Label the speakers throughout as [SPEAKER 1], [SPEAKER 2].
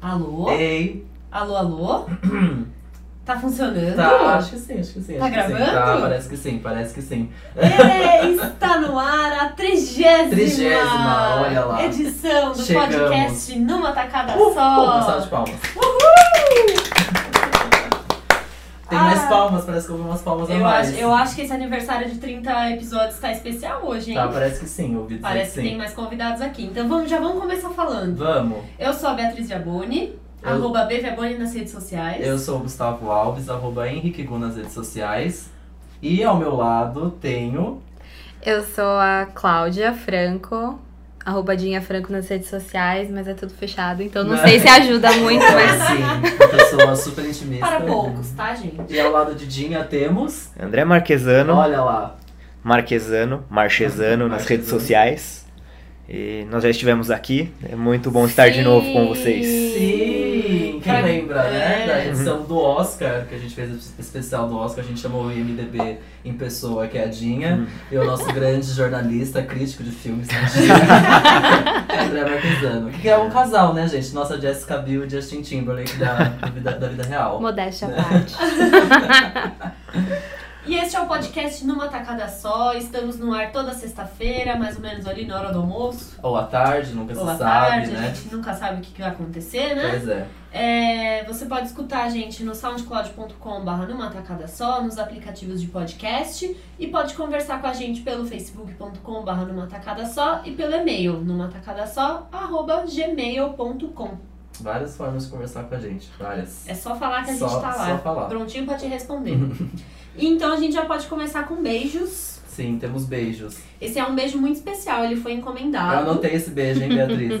[SPEAKER 1] Alô?
[SPEAKER 2] Ei,
[SPEAKER 1] Alô, alô? Tá funcionando?
[SPEAKER 2] tá, acho que sim, acho que sim.
[SPEAKER 1] Tá
[SPEAKER 2] acho que sim.
[SPEAKER 1] gravando?
[SPEAKER 2] Tá, parece que sim, parece que sim.
[SPEAKER 1] É, está no ar a trigésima,
[SPEAKER 2] Trigésima, olha lá.
[SPEAKER 1] edição do
[SPEAKER 2] Chegamos.
[SPEAKER 1] podcast Numa Tacada
[SPEAKER 2] Uh, uma
[SPEAKER 1] Só.
[SPEAKER 2] salva de palmas. Tem
[SPEAKER 1] Ah.
[SPEAKER 2] mais palmas, parece que houve umas palmas a
[SPEAKER 1] eu,
[SPEAKER 2] mais.
[SPEAKER 1] acho, eu acho que esse aniversário de 30 episódios tá especial hoje, hein?
[SPEAKER 2] Tá, parece que sim, ouvi dizer
[SPEAKER 1] Parece que
[SPEAKER 2] que sim.
[SPEAKER 1] tem mais convidados aqui. Então vamos, já vamos começar falando.
[SPEAKER 2] Vamos.
[SPEAKER 1] Eu sou a Beatriz Viaboni,
[SPEAKER 2] Eu-
[SPEAKER 1] arroba bviaboni nas redes sociais.
[SPEAKER 2] Eu sou o Gustavo Alves, arroba Henrique Gu nas redes sociais. E ao meu lado tenho.
[SPEAKER 3] Eu sou a Cláudia Franco, arrobadinha Franco nas redes sociais, mas é tudo fechado, então não
[SPEAKER 2] Não.
[SPEAKER 3] sei se ajuda muito, mas
[SPEAKER 2] Sim, Então, assim, uma pessoa super intimista.
[SPEAKER 1] Para poucos, tá, gente?
[SPEAKER 2] E ao lado de Dinha temos.
[SPEAKER 4] André Marquesano,
[SPEAKER 2] Olha lá.
[SPEAKER 4] Marquesano, Marchesano nas
[SPEAKER 2] Marquesano.
[SPEAKER 4] redes sociais. E nós já estivemos aqui. É muito bom estar de novo com vocês.
[SPEAKER 2] Sim, quem
[SPEAKER 1] Pra-
[SPEAKER 2] lembra, né?
[SPEAKER 1] é.
[SPEAKER 2] Da edição do Oscar, que a gente fez o especial do Oscar, a gente chamou o IMDB em pessoa, que é a Dinha,
[SPEAKER 4] Hum.
[SPEAKER 2] e o nosso grande jornalista, crítico de filmes, é André Marquesano. Que é um casal, né, gente? Nossa Jessica Biel e Justin Timberlake da, da, vida, da vida real.
[SPEAKER 3] modéstia à parte.
[SPEAKER 1] E este é o podcast Numa Tacada Só. Estamos no ar toda sexta-feira, mais ou menos ali na hora do almoço.
[SPEAKER 2] Ou à tarde, nunca
[SPEAKER 1] Ou à
[SPEAKER 2] se sabe,
[SPEAKER 1] tarde,
[SPEAKER 2] né?
[SPEAKER 1] a gente nunca sabe o que que vai acontecer, né?
[SPEAKER 2] Pois é.
[SPEAKER 1] É, você pode escutar a gente no soundcloud.com.br numa tacada só, nos aplicativos de podcast e pode conversar com a gente pelo facebook.com.br numa tacada só e pelo e-mail numa tacada só, arroba gmail.com.
[SPEAKER 2] Várias formas de conversar com a gente, várias.
[SPEAKER 1] É só falar que a
[SPEAKER 2] só,
[SPEAKER 1] gente tá
[SPEAKER 2] só
[SPEAKER 1] lá,
[SPEAKER 2] falar.
[SPEAKER 1] prontinho pra te responder. e então a gente já pode começar com beijos.
[SPEAKER 2] Sim, temos beijos.
[SPEAKER 1] Esse é um beijo muito especial, ele foi
[SPEAKER 2] Eu
[SPEAKER 1] encomendado.
[SPEAKER 2] anotei esse beijo, hein, Beatriz?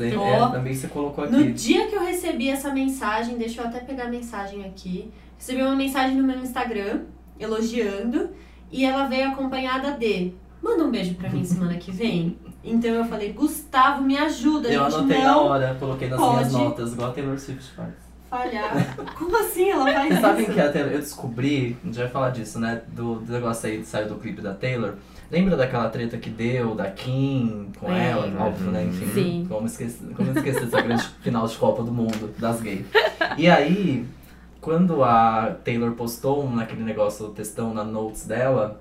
[SPEAKER 2] hein?
[SPEAKER 1] Ó.
[SPEAKER 2] É, também você colocou aqui.
[SPEAKER 1] Ah. No dia que eu recebi essa mensagem, deixa eu até pegar a mensagem aqui. Recebi uma mensagem no meu Instagram, elogiando, e ela veio acompanhada de: manda um beijo pra mim semana que vem. Então eu falei: Gustavo, me ajuda, a
[SPEAKER 2] Eu
[SPEAKER 1] gente
[SPEAKER 2] anotei na
[SPEAKER 1] não
[SPEAKER 2] hora, coloquei nas minhas
[SPEAKER 1] pode.
[SPEAKER 2] notas, igual a Taylor Swift faz.
[SPEAKER 1] falhar. Como assim ela faz
[SPEAKER 2] Vocês sabem
[SPEAKER 1] isso?
[SPEAKER 2] que a Taylor, eu descobri, a gente vai falar disso, né? Do, do negócio aí que saiu do clipe da Taylor. Lembra daquela treta que deu da Kim com
[SPEAKER 1] É.
[SPEAKER 2] ela, óbvio, né? Enfim,
[SPEAKER 3] Sim.
[SPEAKER 2] como esquecer, como esquecer essa grande final de Copa do Mundo das gays. E aí, quando a Taylor postou um, naquele negócio, o textão na notes dela,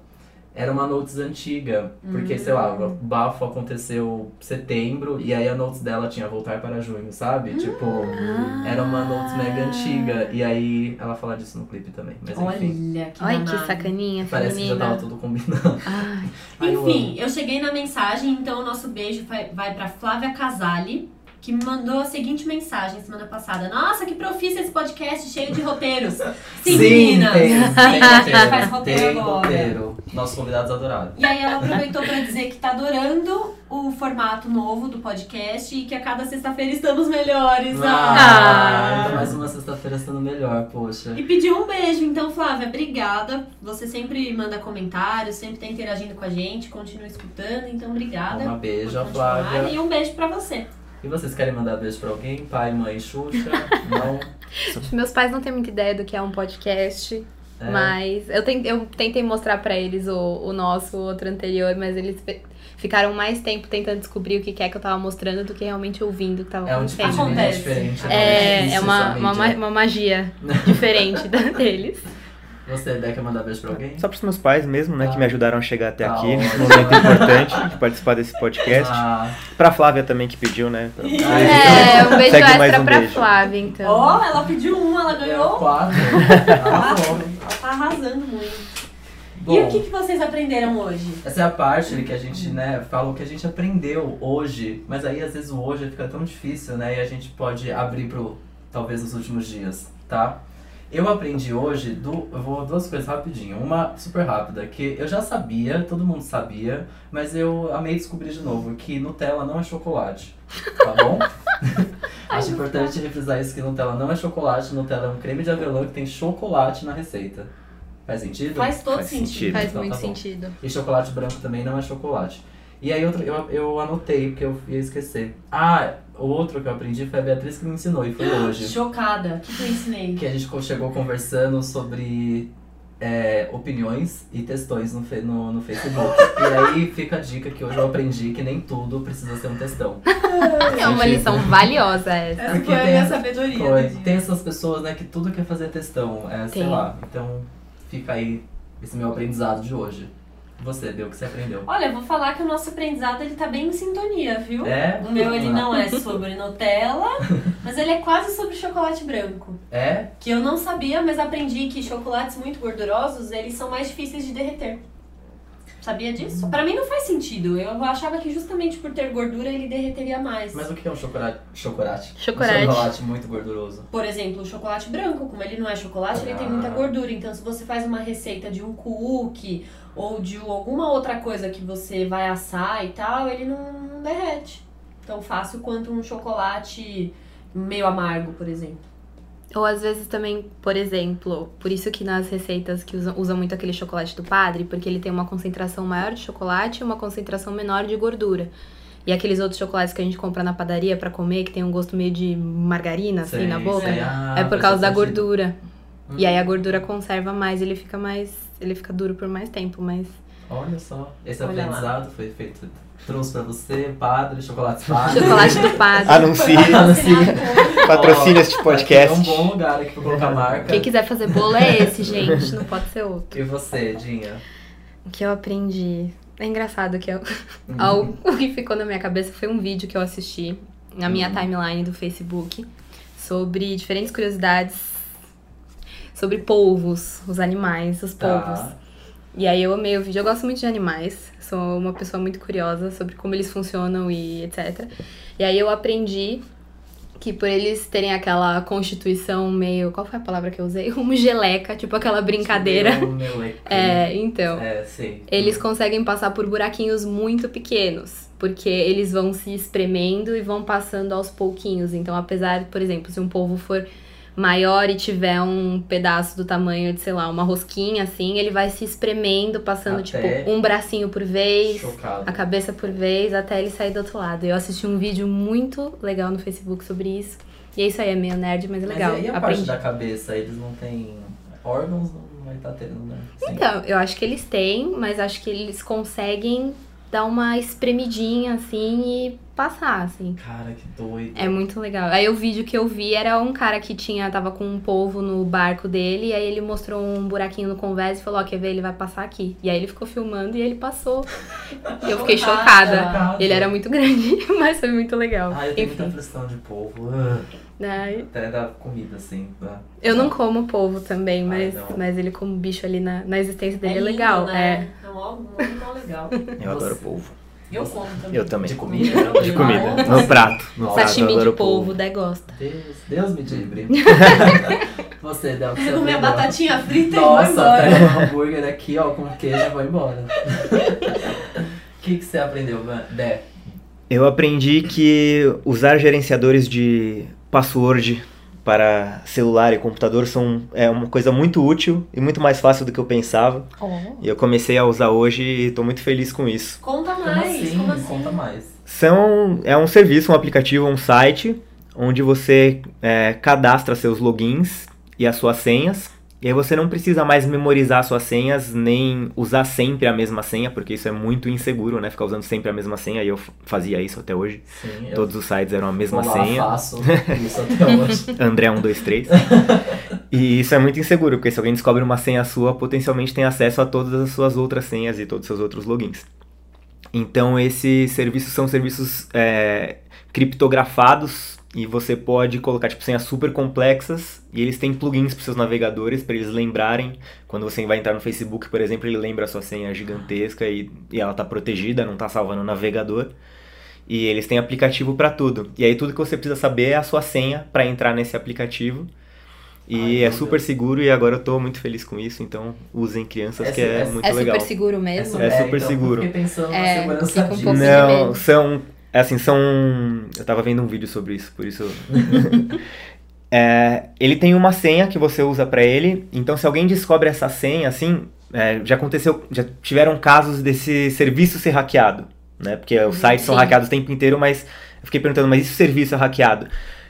[SPEAKER 2] era uma notes antiga. Porque, sei lá, o bafo aconteceu em setembro e aí a notes dela tinha voltar para junho, sabe? Tipo. Era uma notes mega antiga. E aí ela fala disso no clipe também. Mas enfim.
[SPEAKER 1] Olha que,
[SPEAKER 3] Olha que
[SPEAKER 1] danado.
[SPEAKER 3] sacaninha
[SPEAKER 2] Parece que já tá tava
[SPEAKER 3] feminina.
[SPEAKER 2] tudo combinado.
[SPEAKER 3] Ai,
[SPEAKER 2] Ai, eu
[SPEAKER 1] Enfim, eu cheguei na mensagem, então o nosso beijo vai, vai para Flávia Casali, que me mandou a seguinte mensagem semana passada. Nossa, que profissa esse podcast cheio de roteiros. Sim, meninas.
[SPEAKER 2] tem, tem roteiro.
[SPEAKER 1] faz roteiro
[SPEAKER 2] tem
[SPEAKER 1] agora.
[SPEAKER 2] roteiro. Nossos convidados adoraram.
[SPEAKER 1] E aí ela aproveitou para dizer que tá adorando o formato novo do podcast e que a cada sexta-feira estamos melhores.
[SPEAKER 2] Ah,
[SPEAKER 3] Ah.
[SPEAKER 2] então mais uma sexta-feira sendo melhor, poxa.
[SPEAKER 1] E pediu um beijo, então, Flávia, obrigada. Você sempre manda comentários, sempre tá interagindo com a gente, continua escutando, então obrigada.
[SPEAKER 2] Uma
[SPEAKER 1] por
[SPEAKER 2] beijo, a
[SPEAKER 1] continuar.
[SPEAKER 2] Flávia.
[SPEAKER 1] E um beijo pra você.
[SPEAKER 2] E vocês querem mandar beijo pra alguém? Pai, mãe, Xuxa? Não?
[SPEAKER 3] meus pais não têm muita ideia do que é um podcast,
[SPEAKER 2] É.
[SPEAKER 3] mas eu, ten- eu tentei mostrar pra eles o, o nosso, o outro anterior, mas eles fe- ficaram mais tempo tentando descobrir o que que é que eu tava mostrando do que realmente ouvindo o que tava
[SPEAKER 2] É um tipo
[SPEAKER 3] acontecendo.
[SPEAKER 2] de mídia
[SPEAKER 1] Acontece.
[SPEAKER 2] diferente. né?
[SPEAKER 3] É,
[SPEAKER 2] Existe
[SPEAKER 3] é
[SPEAKER 2] essa
[SPEAKER 3] uma, uma, ma-
[SPEAKER 2] mídia.
[SPEAKER 3] uma magia diferente da deles.
[SPEAKER 2] Você, Dé, quer mandar beijo pra alguém?
[SPEAKER 4] Só para os meus pais mesmo, né,
[SPEAKER 2] Tá.
[SPEAKER 4] que me ajudaram a chegar até
[SPEAKER 2] Tá
[SPEAKER 4] aqui nesse
[SPEAKER 2] ótimo.
[SPEAKER 4] momento importante de participar desse podcast.
[SPEAKER 2] Ah, então,
[SPEAKER 4] Pra Flávia também que pediu, né? pra-
[SPEAKER 3] É, um beijo
[SPEAKER 4] Segue mais
[SPEAKER 3] extra
[SPEAKER 4] um
[SPEAKER 3] pra
[SPEAKER 4] beijo.
[SPEAKER 3] Flávia, então.
[SPEAKER 1] Ó, ela pediu um, ela ganhou.
[SPEAKER 2] ganhou é quatro. né?
[SPEAKER 1] Quatro.
[SPEAKER 2] Arrasou.
[SPEAKER 1] Ela tá arrasando muito.
[SPEAKER 2] Bom,
[SPEAKER 1] E o que, que vocês aprenderam hoje?
[SPEAKER 2] Essa é a parte que a gente, né, fala o que a gente aprendeu hoje, mas aí às vezes o hoje fica tão difícil, né, e a gente pode abrir pro, talvez, os últimos dias, tá? Eu aprendi hoje, do, eu vou duas coisas rapidinho, uma super rápida, que eu já sabia, todo mundo sabia, mas eu amei descobrir de novo que Nutella não é chocolate, tá bom? Acho importante refrisar isso, que Nutella não é chocolate, Nutella é um creme de avelã que tem chocolate na receita. Faz sentido?
[SPEAKER 1] Faz todo
[SPEAKER 4] Faz
[SPEAKER 1] sentido.
[SPEAKER 4] sentido.
[SPEAKER 3] Faz
[SPEAKER 2] Então tá
[SPEAKER 3] muito
[SPEAKER 2] bom.
[SPEAKER 3] sentido.
[SPEAKER 2] E chocolate branco também não é chocolate. E aí outro, eu, eu anotei, porque eu ia esquecer. Ah, o outro que eu aprendi foi a Beatriz que me ensinou, e foi hoje.
[SPEAKER 1] Chocada. O que, que eu ensinei?
[SPEAKER 2] Que a gente co- chegou conversando sobre é, opiniões e textões no, fe- no, no Facebook. e aí fica a dica que hoje eu aprendi que nem tudo precisa ser um textão.
[SPEAKER 3] É uma lição valiosa essa.
[SPEAKER 1] Essa
[SPEAKER 2] Porque
[SPEAKER 1] foi a
[SPEAKER 2] tem
[SPEAKER 1] minha
[SPEAKER 2] essa
[SPEAKER 1] sabedoria.
[SPEAKER 2] Foi.
[SPEAKER 1] do dia.
[SPEAKER 2] Tem essas pessoas, né, que tudo quer fazer textão, é, sei
[SPEAKER 3] Tem.
[SPEAKER 2] lá. Então fica aí esse meu aprendizado de hoje. Você, Bel, o que você aprendeu?
[SPEAKER 1] Olha, eu vou falar que o nosso aprendizado ele tá bem em sintonia, viu?
[SPEAKER 2] É?
[SPEAKER 1] O meu ele não é sobre Nutella, mas ele é quase sobre chocolate branco.
[SPEAKER 2] É?
[SPEAKER 1] Que eu não sabia, mas aprendi que chocolates muito gordurosos, eles são mais difíceis de derreter. Sabia disso?
[SPEAKER 2] Hum.
[SPEAKER 1] Pra mim não faz sentido. Eu achava que justamente por ter gordura ele derreteria mais.
[SPEAKER 2] Mas o que é um chocolate? Chocolate.
[SPEAKER 3] Chocolate.
[SPEAKER 2] Um chocolate muito gorduroso.
[SPEAKER 1] Por exemplo, o chocolate branco, como ele não é chocolate, ele tem muita
[SPEAKER 2] Ah.
[SPEAKER 1] gordura. Então, se você faz uma receita de um cookie ou de alguma outra coisa que você vai assar e tal, ele não, não derrete tão fácil quanto um chocolate meio amargo, por exemplo.
[SPEAKER 3] Ou às vezes também, por exemplo, por isso que nas receitas que usam, usam muito aquele chocolate do padre, porque ele tem uma concentração maior de chocolate e uma concentração menor de gordura. E aqueles outros chocolates que a gente compra na padaria pra comer, que tem um gosto meio de margarina, assim,
[SPEAKER 2] Sei,
[SPEAKER 3] na boca,
[SPEAKER 2] sei. Ah,
[SPEAKER 3] é por
[SPEAKER 2] faz
[SPEAKER 3] causa da
[SPEAKER 2] sentido.
[SPEAKER 3] gordura.
[SPEAKER 2] Hum.
[SPEAKER 3] E aí a gordura conserva mais, ele fica mais. Ele fica duro por mais tempo, mas.
[SPEAKER 2] Olha só, esse
[SPEAKER 1] Olha lá.
[SPEAKER 2] aprendizado foi feito. Trouxe pra você, padre, chocolate padre.
[SPEAKER 3] Chocolate do padre.
[SPEAKER 4] Anuncie,
[SPEAKER 1] Patrocinado
[SPEAKER 4] patrocina este
[SPEAKER 2] É um
[SPEAKER 4] podcast.
[SPEAKER 2] bom lugar aqui pra colocar a marca.
[SPEAKER 3] Quem quiser fazer bolo é esse, gente. Não pode ser outro.
[SPEAKER 2] E você, Dinha?
[SPEAKER 3] O que eu aprendi. É engraçado que eu. Algo que ficou na minha cabeça foi um vídeo que eu assisti na minha
[SPEAKER 2] Uhum.
[SPEAKER 3] timeline do Facebook sobre diferentes curiosidades sobre polvos, os animais, os polvos.
[SPEAKER 2] Tá.
[SPEAKER 3] E aí eu amei o vídeo. Eu gosto muito de animais, sou uma pessoa muito curiosa sobre como eles funcionam e etc. E aí eu aprendi que por eles terem aquela constituição meio. Qual foi a palavra que eu usei? Uma geleca, tipo aquela brincadeira.
[SPEAKER 2] Meu, meu equi.
[SPEAKER 3] É, então.
[SPEAKER 2] É, sim.
[SPEAKER 3] Eles conseguem passar por buraquinhos muito pequenos, porque eles vão se espremendo e vão passando aos pouquinhos. Então, apesar, por exemplo, se um polvo for maior e tiver um pedaço do tamanho de, sei lá, uma rosquinha assim, ele vai se espremendo, passando
[SPEAKER 2] Até-
[SPEAKER 3] tipo um bracinho por vez,
[SPEAKER 2] Chocado.
[SPEAKER 3] a cabeça por vez, até ele sair do outro lado. Eu assisti um vídeo muito legal no Facebook sobre isso. E é isso aí, é meio nerd, mas é legal.
[SPEAKER 2] Mas e a
[SPEAKER 3] Aprendi.
[SPEAKER 2] parte da cabeça? Eles não têm órgãos? Não vai estar tendo, né? Sim.
[SPEAKER 3] Então, eu acho que eles têm, mas acho que eles conseguem dar uma espremidinha assim e passar, assim.
[SPEAKER 2] Cara, que doido.
[SPEAKER 3] É muito legal. Aí o vídeo que eu vi era um cara que tinha, tava com um polvo no barco dele, e aí ele mostrou um buraquinho no convés e falou, ó, quer ver? Ele vai passar aqui. E aí ele ficou filmando e ele passou. E eu fiquei chocada.
[SPEAKER 2] Chocado.
[SPEAKER 3] Ele era muito grande, mas foi muito legal.
[SPEAKER 2] Ah, eu tenho muita
[SPEAKER 3] Enfim.
[SPEAKER 2] pressão de polvo. Ah,
[SPEAKER 3] né?
[SPEAKER 2] Até da comida, assim. Tá?
[SPEAKER 3] Eu não como polvo também, mas,
[SPEAKER 2] Ah, não.
[SPEAKER 3] mas ele como bicho ali na, na existência dele é,
[SPEAKER 1] lindo,
[SPEAKER 3] legal. É.
[SPEAKER 1] Né? É um álbum muito mó legal.
[SPEAKER 4] Eu adoro polvo.
[SPEAKER 1] Eu como também.
[SPEAKER 4] Eu também.
[SPEAKER 2] De comida?
[SPEAKER 4] De comida. No prato. No prato eu
[SPEAKER 3] Sashimi de
[SPEAKER 4] adoro
[SPEAKER 3] polvo, degosta.
[SPEAKER 2] Deus, Deus me livre. Você, Del, que você
[SPEAKER 1] Eu comi a
[SPEAKER 2] aprendeu?
[SPEAKER 1] batatinha frita e vou
[SPEAKER 2] Nossa,
[SPEAKER 1] embora.
[SPEAKER 2] pega um hambúrguer aqui, ó, com queijo e vou embora. O que, que você aprendeu, Van? Dé?
[SPEAKER 4] Eu aprendi que usar gerenciadores de password para celular e computador são é uma coisa muito útil e muito mais fácil do que eu pensava. E eu comecei a usar hoje e estou muito feliz com isso.
[SPEAKER 1] Conta
[SPEAKER 2] Como
[SPEAKER 1] mais,
[SPEAKER 2] assim?
[SPEAKER 1] como assim?
[SPEAKER 2] Conta mais.
[SPEAKER 4] São, é um serviço, um aplicativo, um site onde você é, cadastra seus logins e as suas senhas. E aí você não precisa mais memorizar suas senhas, nem usar sempre a mesma senha, porque isso é muito inseguro, né? Ficar usando sempre a mesma senha, e eu f- fazia isso até hoje.
[SPEAKER 2] Sim, eu
[SPEAKER 4] Todos os sites eram a mesma
[SPEAKER 2] vou lá,
[SPEAKER 4] senha.
[SPEAKER 2] faço isso até hoje.
[SPEAKER 4] André123. e isso é muito inseguro, porque se alguém descobre uma senha sua, potencialmente tem acesso a todas as suas outras senhas e todos os seus outros logins. Então, esses serviços são serviços é, criptografados e você pode colocar tipo, senhas super complexas e eles têm plugins para seus navegadores para eles lembrarem. Quando você vai entrar no Facebook, por exemplo, ele lembra a sua senha gigantesca e, e ela está protegida, não está salva no navegador. E eles têm aplicativo pra tudo. E aí tudo que você precisa saber é a sua senha pra entrar nesse aplicativo. E
[SPEAKER 2] Ai, meu
[SPEAKER 4] é super
[SPEAKER 2] Deus.
[SPEAKER 4] seguro e agora eu tô muito feliz com isso, então usem crianças
[SPEAKER 2] É
[SPEAKER 4] que
[SPEAKER 2] su-
[SPEAKER 4] é,
[SPEAKER 2] é su-
[SPEAKER 4] muito
[SPEAKER 3] É super
[SPEAKER 4] legal.
[SPEAKER 3] seguro mesmo?
[SPEAKER 4] É super
[SPEAKER 2] então,
[SPEAKER 4] seguro.
[SPEAKER 2] Eu fiquei pensando
[SPEAKER 3] É,
[SPEAKER 2] na segurança
[SPEAKER 3] fica um
[SPEAKER 2] disso.
[SPEAKER 3] pouco de
[SPEAKER 4] Não,
[SPEAKER 3] medo.
[SPEAKER 4] são. é Assim, são. Eu tava vendo um vídeo sobre isso, por isso. eu- É, ele tem uma senha que você usa pra ele, então se alguém descobre essa senha, assim, é, já aconteceu. Já tiveram casos desse serviço ser hackeado, né? Porque os sites são
[SPEAKER 3] Uhum, Sim.
[SPEAKER 4] hackeados o tempo inteiro, mas eu fiquei perguntando, mas e se o serviço é hackeado?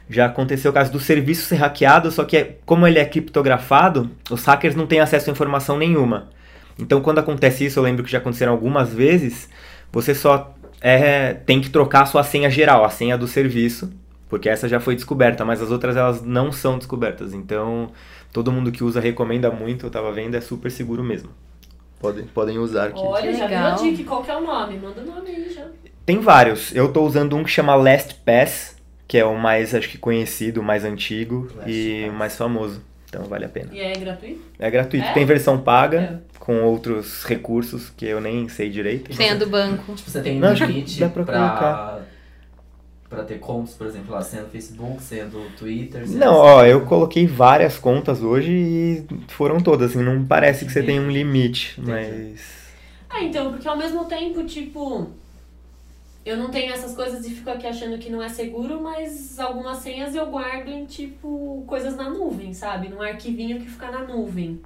[SPEAKER 4] Já aconteceu o caso do serviço ser hackeado, só que é- como ele é criptografado, os hackers não têm acesso a informação nenhuma. Então, quando acontece isso, eu lembro que já aconteceram algumas vezes, você só é, tem que trocar a sua senha geral, a senha do serviço, porque essa já foi descoberta, mas as outras elas não são descobertas. Então, todo mundo que usa recomenda muito, eu tava vendo, é super seguro mesmo. Podem, podem usar aqui.
[SPEAKER 1] Olha,
[SPEAKER 3] Que
[SPEAKER 1] já viu a
[SPEAKER 3] legal.
[SPEAKER 1] dica. Qual que é o nome? Manda o nome aí já.
[SPEAKER 4] Tem vários. Eu tô usando um que chama LastPass, que é o mais, acho que conhecido, o mais antigo e
[SPEAKER 2] LastPass.
[SPEAKER 4] o mais famoso. Então vale a pena.
[SPEAKER 1] E é gratuito?
[SPEAKER 4] É gratuito.
[SPEAKER 1] É?
[SPEAKER 4] Tem versão paga,
[SPEAKER 1] É.
[SPEAKER 4] com outros recursos que eu nem sei
[SPEAKER 2] é
[SPEAKER 4] direito.
[SPEAKER 3] Senha do banco.
[SPEAKER 2] Tipo, você tem
[SPEAKER 4] Não, acho que
[SPEAKER 2] limite
[SPEAKER 4] dá pra
[SPEAKER 2] pra,
[SPEAKER 4] colocar.
[SPEAKER 2] pra ter contas, por exemplo, lá sendo Facebook, sendo Twitter. sendo-
[SPEAKER 4] Não, ó, eu coloquei várias contas hoje e foram todas. Assim, não parece que você
[SPEAKER 2] Entendi.
[SPEAKER 4] tem um limite,
[SPEAKER 2] Entendi.
[SPEAKER 4] mas.
[SPEAKER 1] Ah, então, porque ao mesmo tempo, tipo, eu não tenho essas coisas e fico aqui achando que não é seguro, mas algumas senhas eu guardo em, tipo, coisas na nuvem, sabe? Num arquivinho que fica na nuvem.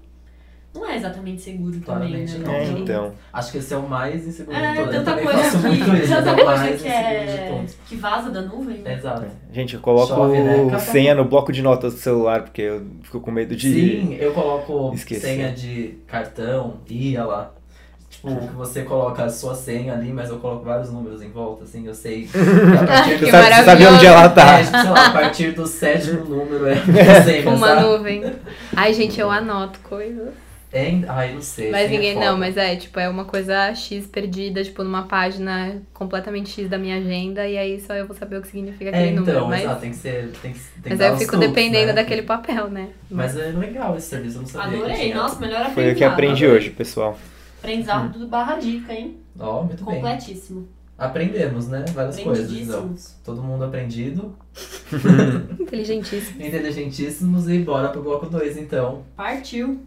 [SPEAKER 1] Não é exatamente seguro também,
[SPEAKER 2] Claramente
[SPEAKER 1] né?
[SPEAKER 2] não.
[SPEAKER 4] É,
[SPEAKER 1] Tem-
[SPEAKER 4] então.
[SPEAKER 2] Acho que esse é o mais inseguro
[SPEAKER 3] Ah,
[SPEAKER 1] É,
[SPEAKER 2] de todos. Eu
[SPEAKER 1] tanta
[SPEAKER 2] também
[SPEAKER 1] coisa
[SPEAKER 2] faço
[SPEAKER 1] que,
[SPEAKER 2] muito isso,
[SPEAKER 1] tanta
[SPEAKER 2] é o
[SPEAKER 1] coisa
[SPEAKER 2] mais
[SPEAKER 1] que,
[SPEAKER 2] inseguro de É,
[SPEAKER 1] é,
[SPEAKER 2] todos.
[SPEAKER 1] que vaza da nuvem, né?
[SPEAKER 2] Exato.
[SPEAKER 4] Gente, eu coloco
[SPEAKER 2] Chove, né?
[SPEAKER 4] senha no bloco de notas do celular, porque eu fico com medo de.
[SPEAKER 2] Sim, eu coloco
[SPEAKER 4] Esqueci.
[SPEAKER 2] senha de cartão, ia lá. Tipo, que você coloca a sua senha ali, mas eu coloco vários números em volta, assim, eu sei. A partir
[SPEAKER 4] Você
[SPEAKER 2] do
[SPEAKER 3] Que
[SPEAKER 4] sabe, você sabe
[SPEAKER 3] maravilhoso.
[SPEAKER 4] onde ela tá.
[SPEAKER 2] É, tipo, sei lá, a partir do sétimo número é a senha,
[SPEAKER 3] Uma
[SPEAKER 2] sabe?
[SPEAKER 3] nuvem. Ai, gente, eu anoto coisas.
[SPEAKER 2] É, ai, não sei.
[SPEAKER 3] Mas
[SPEAKER 2] senha é
[SPEAKER 3] ninguém.
[SPEAKER 2] foda.
[SPEAKER 3] Não, mas é, tipo, é uma coisa X perdida, tipo, numa página completamente X da minha agenda, e aí só eu vou saber o que significa
[SPEAKER 2] É,
[SPEAKER 3] aquele
[SPEAKER 2] então,
[SPEAKER 3] número. Mas,
[SPEAKER 2] exato, tem que ser. Tem que, tem que
[SPEAKER 3] mas
[SPEAKER 2] dar
[SPEAKER 3] aí eu
[SPEAKER 2] os
[SPEAKER 3] fico
[SPEAKER 2] truques,
[SPEAKER 3] dependendo
[SPEAKER 2] né?
[SPEAKER 3] daquele papel, né?
[SPEAKER 2] Mas é legal esse serviço, eu não sabia. que
[SPEAKER 1] Adorei,
[SPEAKER 2] tinha.
[SPEAKER 1] nossa, melhor aprendizado.
[SPEAKER 4] Foi o que aprendi Hum. hoje, pessoal.
[SPEAKER 1] Aprendizado do barra dica, hein?
[SPEAKER 2] Ó, muito bem.
[SPEAKER 1] Completíssimo.
[SPEAKER 2] Aprendemos, né? Várias coisas. Então.
[SPEAKER 1] Aprendidíssimos.
[SPEAKER 2] Todo mundo aprendido.
[SPEAKER 3] Inteligentíssimo.
[SPEAKER 2] Inteligentíssimos e bora pro bloco 2 então.
[SPEAKER 1] Partiu.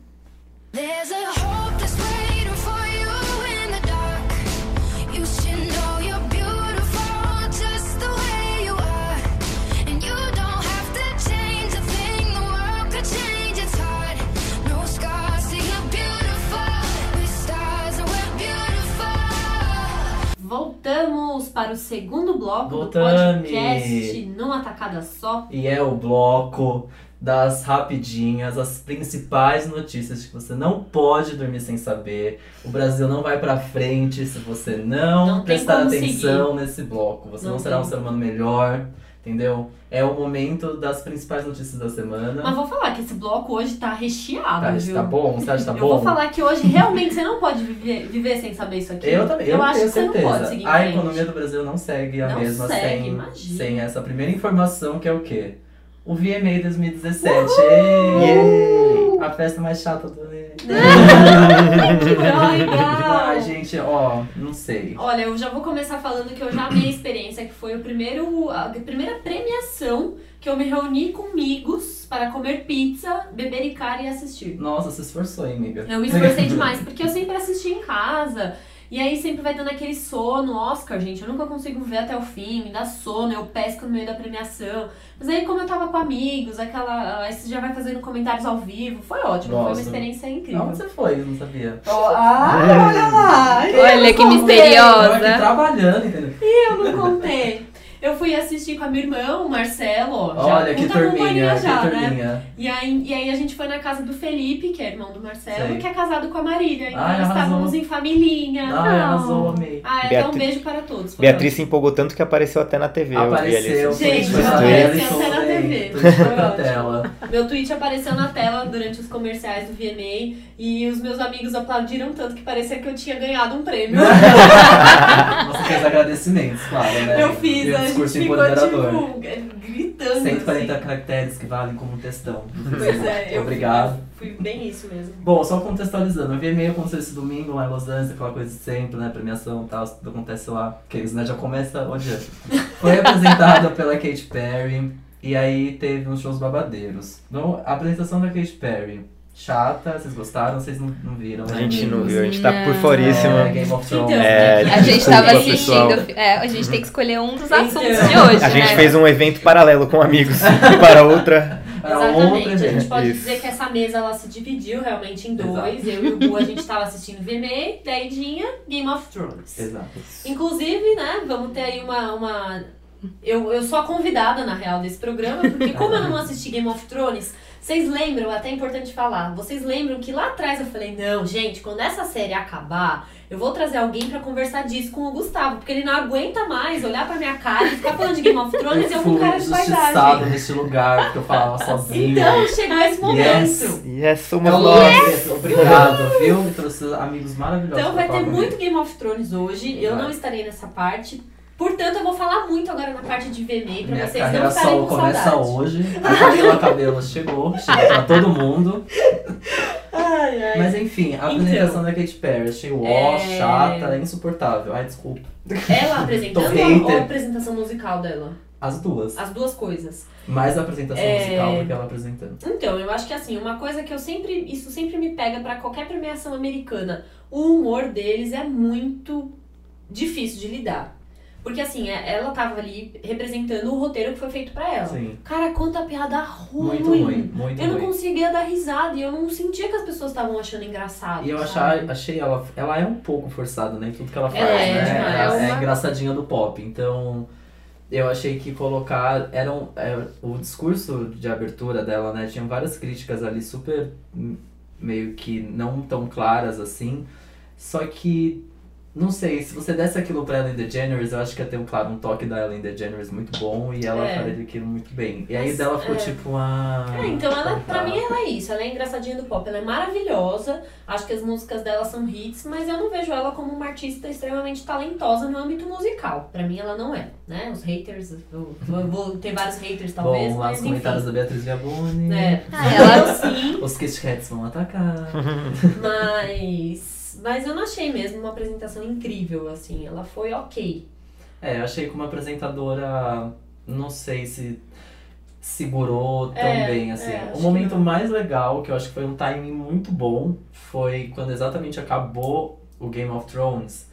[SPEAKER 5] There's a hope that's waiting for you in the dark. You should know you're beautiful just the way you are. And you don't have to change a thing, the world could change its heart. No scars, see, you're beautiful. We're stars and we're beautiful.
[SPEAKER 1] Voltamos para o segundo bloco do
[SPEAKER 2] Voltame.
[SPEAKER 1] podcast numa tacada só.
[SPEAKER 2] E é o bloco das rapidinhas, as principais notícias que você não pode dormir sem saber. O Brasil não vai pra frente se você não,
[SPEAKER 1] Não tem
[SPEAKER 2] prestar
[SPEAKER 1] como
[SPEAKER 2] atenção nesse bloco. Você não,
[SPEAKER 1] Não
[SPEAKER 2] será um
[SPEAKER 1] tem.
[SPEAKER 2] ser humano melhor, entendeu? É o momento das principais notícias da
[SPEAKER 1] Mas
[SPEAKER 2] semana.
[SPEAKER 1] vou falar que esse bloco hoje tá recheado,
[SPEAKER 2] Tá,
[SPEAKER 1] viu?
[SPEAKER 2] tá bom? Você acha que tá
[SPEAKER 1] eu
[SPEAKER 2] bom?
[SPEAKER 1] vou falar que hoje realmente você não pode viver, viver sem saber isso aqui.
[SPEAKER 2] Eu também, eu,
[SPEAKER 1] Eu acho
[SPEAKER 2] tenho
[SPEAKER 1] que você não
[SPEAKER 2] certeza.
[SPEAKER 1] pode seguir em
[SPEAKER 2] a
[SPEAKER 1] frente.
[SPEAKER 2] economia do Brasil não segue a
[SPEAKER 1] Não
[SPEAKER 2] mesma
[SPEAKER 1] segue,
[SPEAKER 2] sem,
[SPEAKER 1] imagina.
[SPEAKER 2] sem essa primeira informação que é o quê? O VMA 2017. Ei! A festa mais chata do tá
[SPEAKER 1] que
[SPEAKER 2] Ai,
[SPEAKER 1] droga!
[SPEAKER 2] gente, ó, não sei.
[SPEAKER 1] Olha, eu já vou começar falando que eu já amei a experiência, que foi o primeiro, a primeira premiação que eu me reuni com amigos para comer pizza, beber e cara e assistir.
[SPEAKER 2] Nossa, se esforçou, hein, amiga?
[SPEAKER 1] Eu me esforcei demais, porque eu sempre assisti em casa. E aí sempre vai dando aquele sono, Oscar, gente, eu nunca consigo ver até o fim, me dá sono, eu pesco no meio da premiação. Mas aí como eu tava com amigos, aquela, aí você já vai fazendo comentários ao vivo, foi ótimo, foi
[SPEAKER 2] Nossa.
[SPEAKER 1] uma experiência incrível.
[SPEAKER 2] Aonde você foi? Eu não sabia.
[SPEAKER 1] ah, olha lá!
[SPEAKER 3] Olha que
[SPEAKER 2] Eu aqui
[SPEAKER 3] misteriosa.
[SPEAKER 2] trabalhando, entendeu?
[SPEAKER 1] Eu não contei. Eu fui assistir com a minha irmã, o Marcelo, ó, já,
[SPEAKER 2] Olha que
[SPEAKER 1] puta companhia
[SPEAKER 2] turminha,
[SPEAKER 1] já,
[SPEAKER 2] que
[SPEAKER 1] né?
[SPEAKER 2] turminha.
[SPEAKER 1] E aí, e aí a gente foi na casa do Felipe, que é irmão do Marcelo,
[SPEAKER 2] Sei.
[SPEAKER 1] que é casado com a Marília. Então
[SPEAKER 2] Ai,
[SPEAKER 1] nós
[SPEAKER 2] arrasou.
[SPEAKER 1] estávamos em familhinha.
[SPEAKER 2] Ai,
[SPEAKER 1] Não.
[SPEAKER 2] arrasou, amei.
[SPEAKER 1] Ah, então um
[SPEAKER 4] Beatriz-
[SPEAKER 1] beijo para todos. Foi
[SPEAKER 4] Beatriz se empolgou tanto que apareceu até na TV.
[SPEAKER 2] Apareceu,
[SPEAKER 4] eu vi ali.
[SPEAKER 1] Gente,
[SPEAKER 2] foi na
[SPEAKER 1] apareceu
[SPEAKER 2] tela e
[SPEAKER 1] até na
[SPEAKER 2] tudo,
[SPEAKER 1] TV.
[SPEAKER 2] hein? Tudo foi na
[SPEAKER 1] Ótimo.
[SPEAKER 2] tela.
[SPEAKER 1] ótimo. Meu tweet apareceu na tela durante os comerciais do VMA e os meus amigos aplaudiram tanto que parecia que eu tinha ganhado um prêmio.
[SPEAKER 2] Você fez agradecimentos, claro, né?
[SPEAKER 1] eu fiz,
[SPEAKER 2] E o
[SPEAKER 1] a gente
[SPEAKER 2] discurso
[SPEAKER 1] ficou
[SPEAKER 2] empoderador.
[SPEAKER 1] tipo g- gritando.
[SPEAKER 2] 140
[SPEAKER 1] assim.
[SPEAKER 2] caracteres que valem como um textão.
[SPEAKER 1] Pois é, eu
[SPEAKER 2] Obrigado.
[SPEAKER 1] Fui, fui bem isso mesmo.
[SPEAKER 2] Bom, só contextualizando, eu vi meio aconteceu esse domingo lá em Los Angeles, aquela coisa de sempre, né? Premiação e tal, tudo acontece lá. Que eles, né? Já começa onde é. Foi apresentada pela Katy Perry e aí teve uns shows babadeiros. Então, a apresentação da Katy Perry, chata, vocês gostaram? Vocês não, não viram?
[SPEAKER 4] A
[SPEAKER 2] né,
[SPEAKER 4] gente não
[SPEAKER 2] amigos?
[SPEAKER 4] viu, a gente tá
[SPEAKER 3] Não.
[SPEAKER 4] por foríssima.
[SPEAKER 2] É, Game of Thrones.
[SPEAKER 1] Então,
[SPEAKER 4] É,
[SPEAKER 3] A gente tava
[SPEAKER 4] Desculpa, pessoal.
[SPEAKER 3] assistindo. É, a gente tem que escolher um dos
[SPEAKER 1] Então.
[SPEAKER 3] assuntos de hoje.
[SPEAKER 4] A gente
[SPEAKER 3] né?
[SPEAKER 4] fez um evento paralelo com amigos para outra.
[SPEAKER 2] Era um
[SPEAKER 1] Exatamente.
[SPEAKER 2] outra,
[SPEAKER 1] a gente
[SPEAKER 2] gente.
[SPEAKER 1] pode
[SPEAKER 4] Isso.
[SPEAKER 1] dizer que essa mesa ela se dividiu realmente em dois.
[SPEAKER 2] Exato.
[SPEAKER 1] Eu e o Bu, a gente tava assistindo VMA, Deidinha, Game of Thrones.
[SPEAKER 2] Exato.
[SPEAKER 1] Inclusive, né, vamos ter aí uma, uma Eu, eu sou a convidada, na real, desse programa, porque como eu não assisti Game of Thrones, vocês lembram, até é importante falar, vocês lembram que lá atrás eu falei, não, gente, quando essa série acabar, eu vou trazer alguém pra conversar disso com o Gustavo, porque ele não aguenta mais olhar pra minha cara e ficar falando de Game of Thrones e eu com
[SPEAKER 2] fui
[SPEAKER 1] cara de
[SPEAKER 2] injustiçado
[SPEAKER 1] paisagem.
[SPEAKER 2] nesse lugar, porque eu falava sozinho.
[SPEAKER 1] Então, chegou esse momento.
[SPEAKER 2] Yes.
[SPEAKER 4] Yes, somos
[SPEAKER 2] Então,
[SPEAKER 4] nós.
[SPEAKER 2] Lopes, Obrigado, viu? Trouxe amigos maravilhosos.
[SPEAKER 1] Então
[SPEAKER 2] pra
[SPEAKER 1] vai
[SPEAKER 2] falar
[SPEAKER 1] ter
[SPEAKER 2] comigo.
[SPEAKER 1] muito Game of Thrones hoje. Eu
[SPEAKER 2] Vai.
[SPEAKER 1] não estarei nessa parte. Portanto, eu vou falar muito agora na parte de VMA pra
[SPEAKER 2] Minha
[SPEAKER 1] vocês não
[SPEAKER 2] carreira
[SPEAKER 1] estarem
[SPEAKER 2] solo
[SPEAKER 1] com
[SPEAKER 2] começa
[SPEAKER 1] saudade.
[SPEAKER 2] hoje. A Camila Cabelo chegou, chegou pra todo mundo.
[SPEAKER 1] Ai, ai.
[SPEAKER 2] Mas enfim, a
[SPEAKER 1] Então.
[SPEAKER 2] apresentação da Katy Perry, achei ó,
[SPEAKER 1] É.
[SPEAKER 2] chata, insuportável. Ai, desculpa.
[SPEAKER 1] Ela
[SPEAKER 2] Tô
[SPEAKER 1] apresentando ou
[SPEAKER 2] hater.
[SPEAKER 1] a apresentação musical dela?
[SPEAKER 2] As duas.
[SPEAKER 1] As duas coisas.
[SPEAKER 2] Mais a apresentação
[SPEAKER 1] É.
[SPEAKER 2] musical do que ela apresentando.
[SPEAKER 1] Então, eu acho que assim, uma coisa que eu sempre. Isso sempre me pega pra qualquer premiação americana. O humor deles é muito difícil de lidar. Porque assim, é- ela tava ali representando o roteiro que foi feito pra ela.
[SPEAKER 2] Sim.
[SPEAKER 1] Cara, quanta piada ruim.
[SPEAKER 2] Muito ruim, muito
[SPEAKER 1] Eu não
[SPEAKER 2] ruim.
[SPEAKER 1] conseguia dar risada e eu não sentia que as pessoas estavam achando engraçado.
[SPEAKER 2] E eu
[SPEAKER 1] sabe?
[SPEAKER 2] achar, achei ela. Ela é um pouco forçada, né? em Tudo que ela faz,
[SPEAKER 1] Ela é,
[SPEAKER 2] né?
[SPEAKER 1] demais.
[SPEAKER 2] Ela
[SPEAKER 3] É uma-
[SPEAKER 2] é engraçadinha do pop. Então. Eu achei que colocar. Era um- é, o discurso de abertura dela, né? Tinha várias críticas ali super. hum, meio que não tão claras assim. Só que. Não sei, se você desse aquilo pra Ellen DeGeneres, eu acho que ia ter, um, claro, um toque da Ellen DeGeneres muito bom e ela
[SPEAKER 1] É.
[SPEAKER 2] faria aquilo muito bem. E aí
[SPEAKER 1] Mas,
[SPEAKER 2] dela ficou
[SPEAKER 1] é.
[SPEAKER 2] tipo, ah.
[SPEAKER 1] É, então ela,
[SPEAKER 2] então
[SPEAKER 1] pra
[SPEAKER 2] tá.
[SPEAKER 1] mim, ela é isso. Ela é engraçadinha do pop, ela é maravilhosa. Acho que as músicas dela são hits, mas eu não vejo ela como uma artista extremamente talentosa no âmbito musical. Pra mim, ela não é, né? Os haters, eu, eu vou ter vários haters talvez,
[SPEAKER 2] Bom, lá
[SPEAKER 1] mas
[SPEAKER 2] nos
[SPEAKER 1] enfim.
[SPEAKER 2] comentários da Beatriz Viaboni.
[SPEAKER 1] É,
[SPEAKER 3] Ah, ela-
[SPEAKER 1] eu sim,
[SPEAKER 2] Os Kit Kats vão atacar.
[SPEAKER 1] mas, mas eu não achei mesmo uma apresentação incrível, assim. Ela foi ok.
[SPEAKER 2] É, eu achei que uma apresentadora, não sei se segurou tão
[SPEAKER 1] É,
[SPEAKER 2] bem, assim.
[SPEAKER 1] é, acho
[SPEAKER 2] o
[SPEAKER 1] que
[SPEAKER 2] momento
[SPEAKER 1] não.
[SPEAKER 2] mais legal, que eu acho que foi um timing muito bom, foi quando exatamente acabou o Game of Thrones.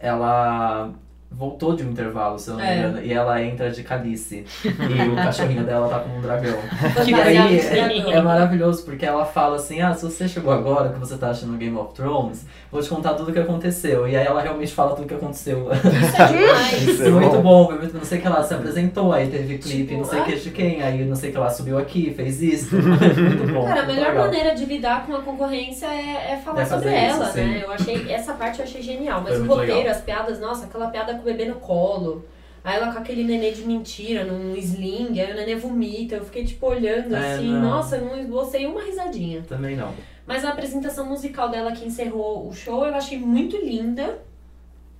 [SPEAKER 2] Ela voltou de um intervalo, se eu não me
[SPEAKER 1] É.
[SPEAKER 2] engano, e ela entra de calice. e o cachorrinho dela tá como um dragão.
[SPEAKER 1] Que
[SPEAKER 2] aí,
[SPEAKER 1] dragão.
[SPEAKER 2] é, é maravilhoso, porque ela fala assim, ah, se você chegou agora, o que você tá achando no Game of Thrones, vou te contar tudo o que aconteceu. E aí ela realmente fala tudo o que aconteceu.
[SPEAKER 1] Isso é demais.
[SPEAKER 4] Isso é
[SPEAKER 2] muito
[SPEAKER 4] bom.
[SPEAKER 2] bom, foi muito não sei o que lá, se apresentou, aí teve clipe,
[SPEAKER 1] Tipo,
[SPEAKER 2] não sei o
[SPEAKER 1] ah.
[SPEAKER 2] que de quem, aí não sei o que lá, subiu aqui, fez isso. muito bom.
[SPEAKER 1] Cara, a
[SPEAKER 2] muito
[SPEAKER 1] melhor
[SPEAKER 2] legal.
[SPEAKER 1] maneira de lidar com a concorrência é, é falar
[SPEAKER 2] É fazer
[SPEAKER 1] sobre
[SPEAKER 2] isso,
[SPEAKER 1] ela,
[SPEAKER 2] sim.
[SPEAKER 1] né? Eu achei, essa parte eu achei genial. Mas
[SPEAKER 2] Foi
[SPEAKER 1] o
[SPEAKER 2] muito
[SPEAKER 1] roteiro,
[SPEAKER 2] legal.
[SPEAKER 1] as piadas, nossa, aquela piada com o bebê no colo. Aí ela com aquele nenê de mentira, num sling, aí o nenê vomita. Eu fiquei tipo olhando
[SPEAKER 2] É,
[SPEAKER 1] assim,
[SPEAKER 2] não.
[SPEAKER 1] nossa, não esbocei uma risadinha.
[SPEAKER 2] Também não.
[SPEAKER 1] Mas a apresentação musical dela que encerrou o show eu achei muito linda.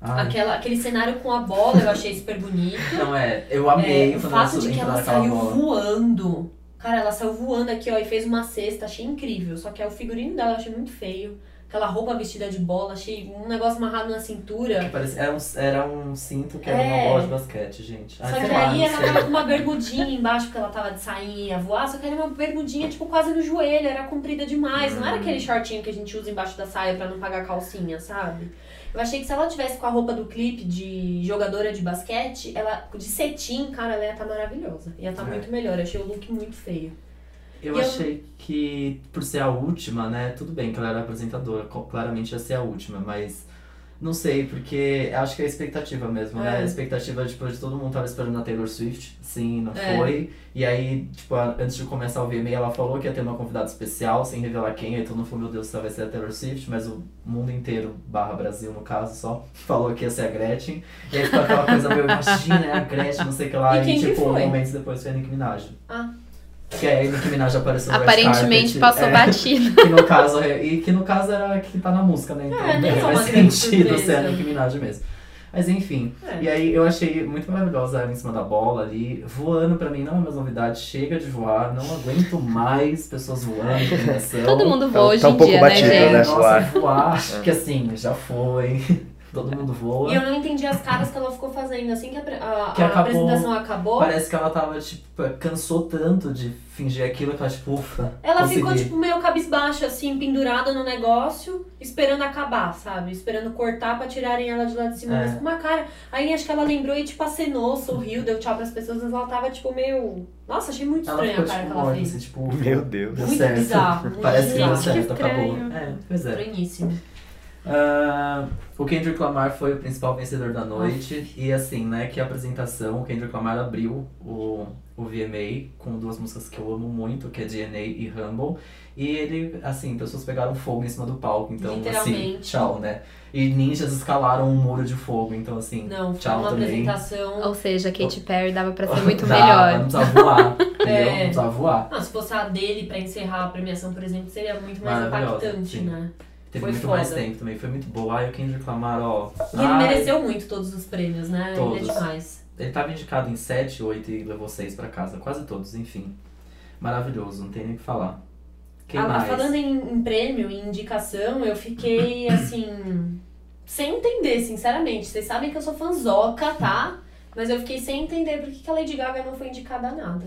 [SPEAKER 2] Ai,
[SPEAKER 1] Aquela, aquele cenário com a bola eu achei super bonito.
[SPEAKER 2] Não é, eu amei
[SPEAKER 1] É, o
[SPEAKER 2] quando
[SPEAKER 1] fato
[SPEAKER 2] ela
[SPEAKER 1] de que
[SPEAKER 2] entrou
[SPEAKER 1] ela
[SPEAKER 2] naquela
[SPEAKER 1] saiu
[SPEAKER 2] bola.
[SPEAKER 1] voando. Cara, ela saiu voando aqui, ó, e fez uma cesta, achei incrível. Só que é o figurino dela eu achei muito feio. Aquela roupa vestida de bola, achei um negócio amarrado na cintura.
[SPEAKER 2] Parecia- Era um, era um cinto que era
[SPEAKER 1] É.
[SPEAKER 2] uma bola de basquete, gente. Ai,
[SPEAKER 1] Só
[SPEAKER 2] Tá, sei
[SPEAKER 1] que
[SPEAKER 2] lá,
[SPEAKER 1] aí
[SPEAKER 2] não
[SPEAKER 1] ela
[SPEAKER 2] sei.
[SPEAKER 1] tava com uma bermudinha embaixo, porque ela tava de sainha, ia voar, só que era uma bermudinha, tipo, quase no joelho, era comprida demais. Não
[SPEAKER 2] Uhum.
[SPEAKER 1] era aquele shortinho que a gente usa embaixo da saia pra não pagar a calcinha, sabe? Eu achei que se ela tivesse com a roupa do clipe de jogadora de basquete, ela de cetim, cara, ela ia estar maravilhosa. Ia estar
[SPEAKER 2] É.
[SPEAKER 1] muito melhor. Eu achei o look muito feio.
[SPEAKER 2] Eu
[SPEAKER 1] E eu-
[SPEAKER 2] achei que, por ser a última, né? Tudo bem que ela era apresentadora, co- claramente ia ser a última, mas não sei, porque acho que é a expectativa mesmo,
[SPEAKER 1] É.
[SPEAKER 2] né? A expectativa, tipo, de todo mundo tava esperando a Taylor Swift, sim, não
[SPEAKER 1] É.
[SPEAKER 2] foi. E aí, tipo, a- antes de começar o VMA, ela falou que ia ter uma convidada especial, sem revelar quem, aí todo mundo falou, meu Deus, só vai ser a Taylor Swift, mas o mundo inteiro, barra Brasil no caso, só, falou que ia ser a Gretchen. E aí ficou aquela coisa meio, imagina, é a Gretchen, não sei o que lá.
[SPEAKER 1] E quem que
[SPEAKER 2] tipo,
[SPEAKER 1] foi?
[SPEAKER 2] momentos depois foi a Nicki Minaj.
[SPEAKER 1] Ah.
[SPEAKER 2] Que aí a Nicki Minaj apareceu no red
[SPEAKER 3] Aparentemente
[SPEAKER 2] carpet,
[SPEAKER 3] passou
[SPEAKER 2] é,
[SPEAKER 3] batido.
[SPEAKER 2] que no caso é- E que no caso era a que tá na música, né? Então
[SPEAKER 1] É, nem é
[SPEAKER 2] faz
[SPEAKER 1] uma grande
[SPEAKER 2] sentido ser a
[SPEAKER 1] surpresa.
[SPEAKER 2] Nicki Minaj mesmo. Mas enfim,
[SPEAKER 1] É.
[SPEAKER 2] e aí eu achei muito maravilhosa ela em cima da bola ali. Voando pra mim não é mais novidade, chega de voar, não aguento mais pessoas voando em combinação.
[SPEAKER 3] Todo mundo voa
[SPEAKER 4] Tá-
[SPEAKER 3] hoje
[SPEAKER 4] tá um
[SPEAKER 3] em
[SPEAKER 4] pouco
[SPEAKER 3] dia,
[SPEAKER 4] batido,
[SPEAKER 3] né,
[SPEAKER 2] é,
[SPEAKER 3] gente?
[SPEAKER 4] né?
[SPEAKER 2] Nossa,
[SPEAKER 4] Voar.
[SPEAKER 2] voar, acho que assim, já foi. Todo mundo voa.
[SPEAKER 1] E eu não entendi as caras que ela ficou fazendo. Assim que a, pre- a-
[SPEAKER 2] Que
[SPEAKER 1] a
[SPEAKER 2] acabou-
[SPEAKER 1] apresentação acabou,
[SPEAKER 2] Parece que ela tava, tipo, cansou tanto de fingir aquilo que ela, tipo, ufa.
[SPEAKER 1] ela
[SPEAKER 2] consegui.
[SPEAKER 1] ficou, tipo, meio cabisbaixa, assim, pendurada no negócio, esperando acabar, sabe? Esperando cortar pra tirarem ela de lá de cima,
[SPEAKER 2] É.
[SPEAKER 1] mas com uma cara. Aí acho que ela lembrou e, tipo, acenou, sorriu, deu tchau pras pessoas, mas ela tava, tipo, meio. Nossa, achei muito
[SPEAKER 2] Ela
[SPEAKER 1] estranha
[SPEAKER 2] ficou
[SPEAKER 1] a cara
[SPEAKER 2] tipo,
[SPEAKER 1] que ela
[SPEAKER 2] morta,
[SPEAKER 1] fez.
[SPEAKER 2] assim, tipo,
[SPEAKER 4] Meu Deus.
[SPEAKER 2] deu
[SPEAKER 1] Muito
[SPEAKER 2] certo.
[SPEAKER 1] bizarro, muito
[SPEAKER 2] Parece que deu
[SPEAKER 1] bizarro.
[SPEAKER 2] certo, acabou.
[SPEAKER 3] Estranho.
[SPEAKER 2] É, pois é.
[SPEAKER 1] Estranhíssimo.
[SPEAKER 2] Ah, o Kendrick Lamar foi o principal vencedor da noite. E assim, né, que a apresentação, o Kendrick Lamar abriu o, o VMA com duas músicas que eu amo muito, que é DNA e Humble. E ele, assim, pessoas pegaram fogo em cima do palco, então assim,
[SPEAKER 1] Literalmente.
[SPEAKER 2] tchau, né? E ninjas escalaram um muro de fogo, então assim,
[SPEAKER 1] Não, foi
[SPEAKER 2] tchau
[SPEAKER 1] uma
[SPEAKER 2] também.
[SPEAKER 1] apresentação.
[SPEAKER 3] Ou seja, Katy Perry dava pra ser muito
[SPEAKER 2] Dá, mas
[SPEAKER 3] melhor.
[SPEAKER 2] Não precisava voar, entendeu?
[SPEAKER 1] É.
[SPEAKER 2] Não precisava voar.
[SPEAKER 1] Ah, se fosse a dele pra encerrar a premiação, por exemplo, seria muito mais
[SPEAKER 2] Maravilhosa,
[SPEAKER 1] impactante,
[SPEAKER 2] sim.
[SPEAKER 1] né?
[SPEAKER 2] Teve
[SPEAKER 1] Foi
[SPEAKER 2] muito mais
[SPEAKER 1] foda.
[SPEAKER 2] tempo também, foi muito boa. Ai, o Kendrick Lamar, ó.
[SPEAKER 1] E ele
[SPEAKER 2] ai,
[SPEAKER 1] mereceu muito todos os prêmios, né?
[SPEAKER 2] Todos.
[SPEAKER 1] Ele é demais.
[SPEAKER 2] Ele tava indicado em 7, 8 e levou 6 pra casa. Quase todos, enfim. Maravilhoso, não tem nem o que falar. Quem
[SPEAKER 1] Ah,
[SPEAKER 2] mais?
[SPEAKER 1] Falando em, em prêmio, em indicação, eu fiquei assim. sem entender, sinceramente. Vocês sabem que eu sou fanzoca, tá? Mas eu fiquei sem entender por que que a Lady Gaga não foi indicada a nada.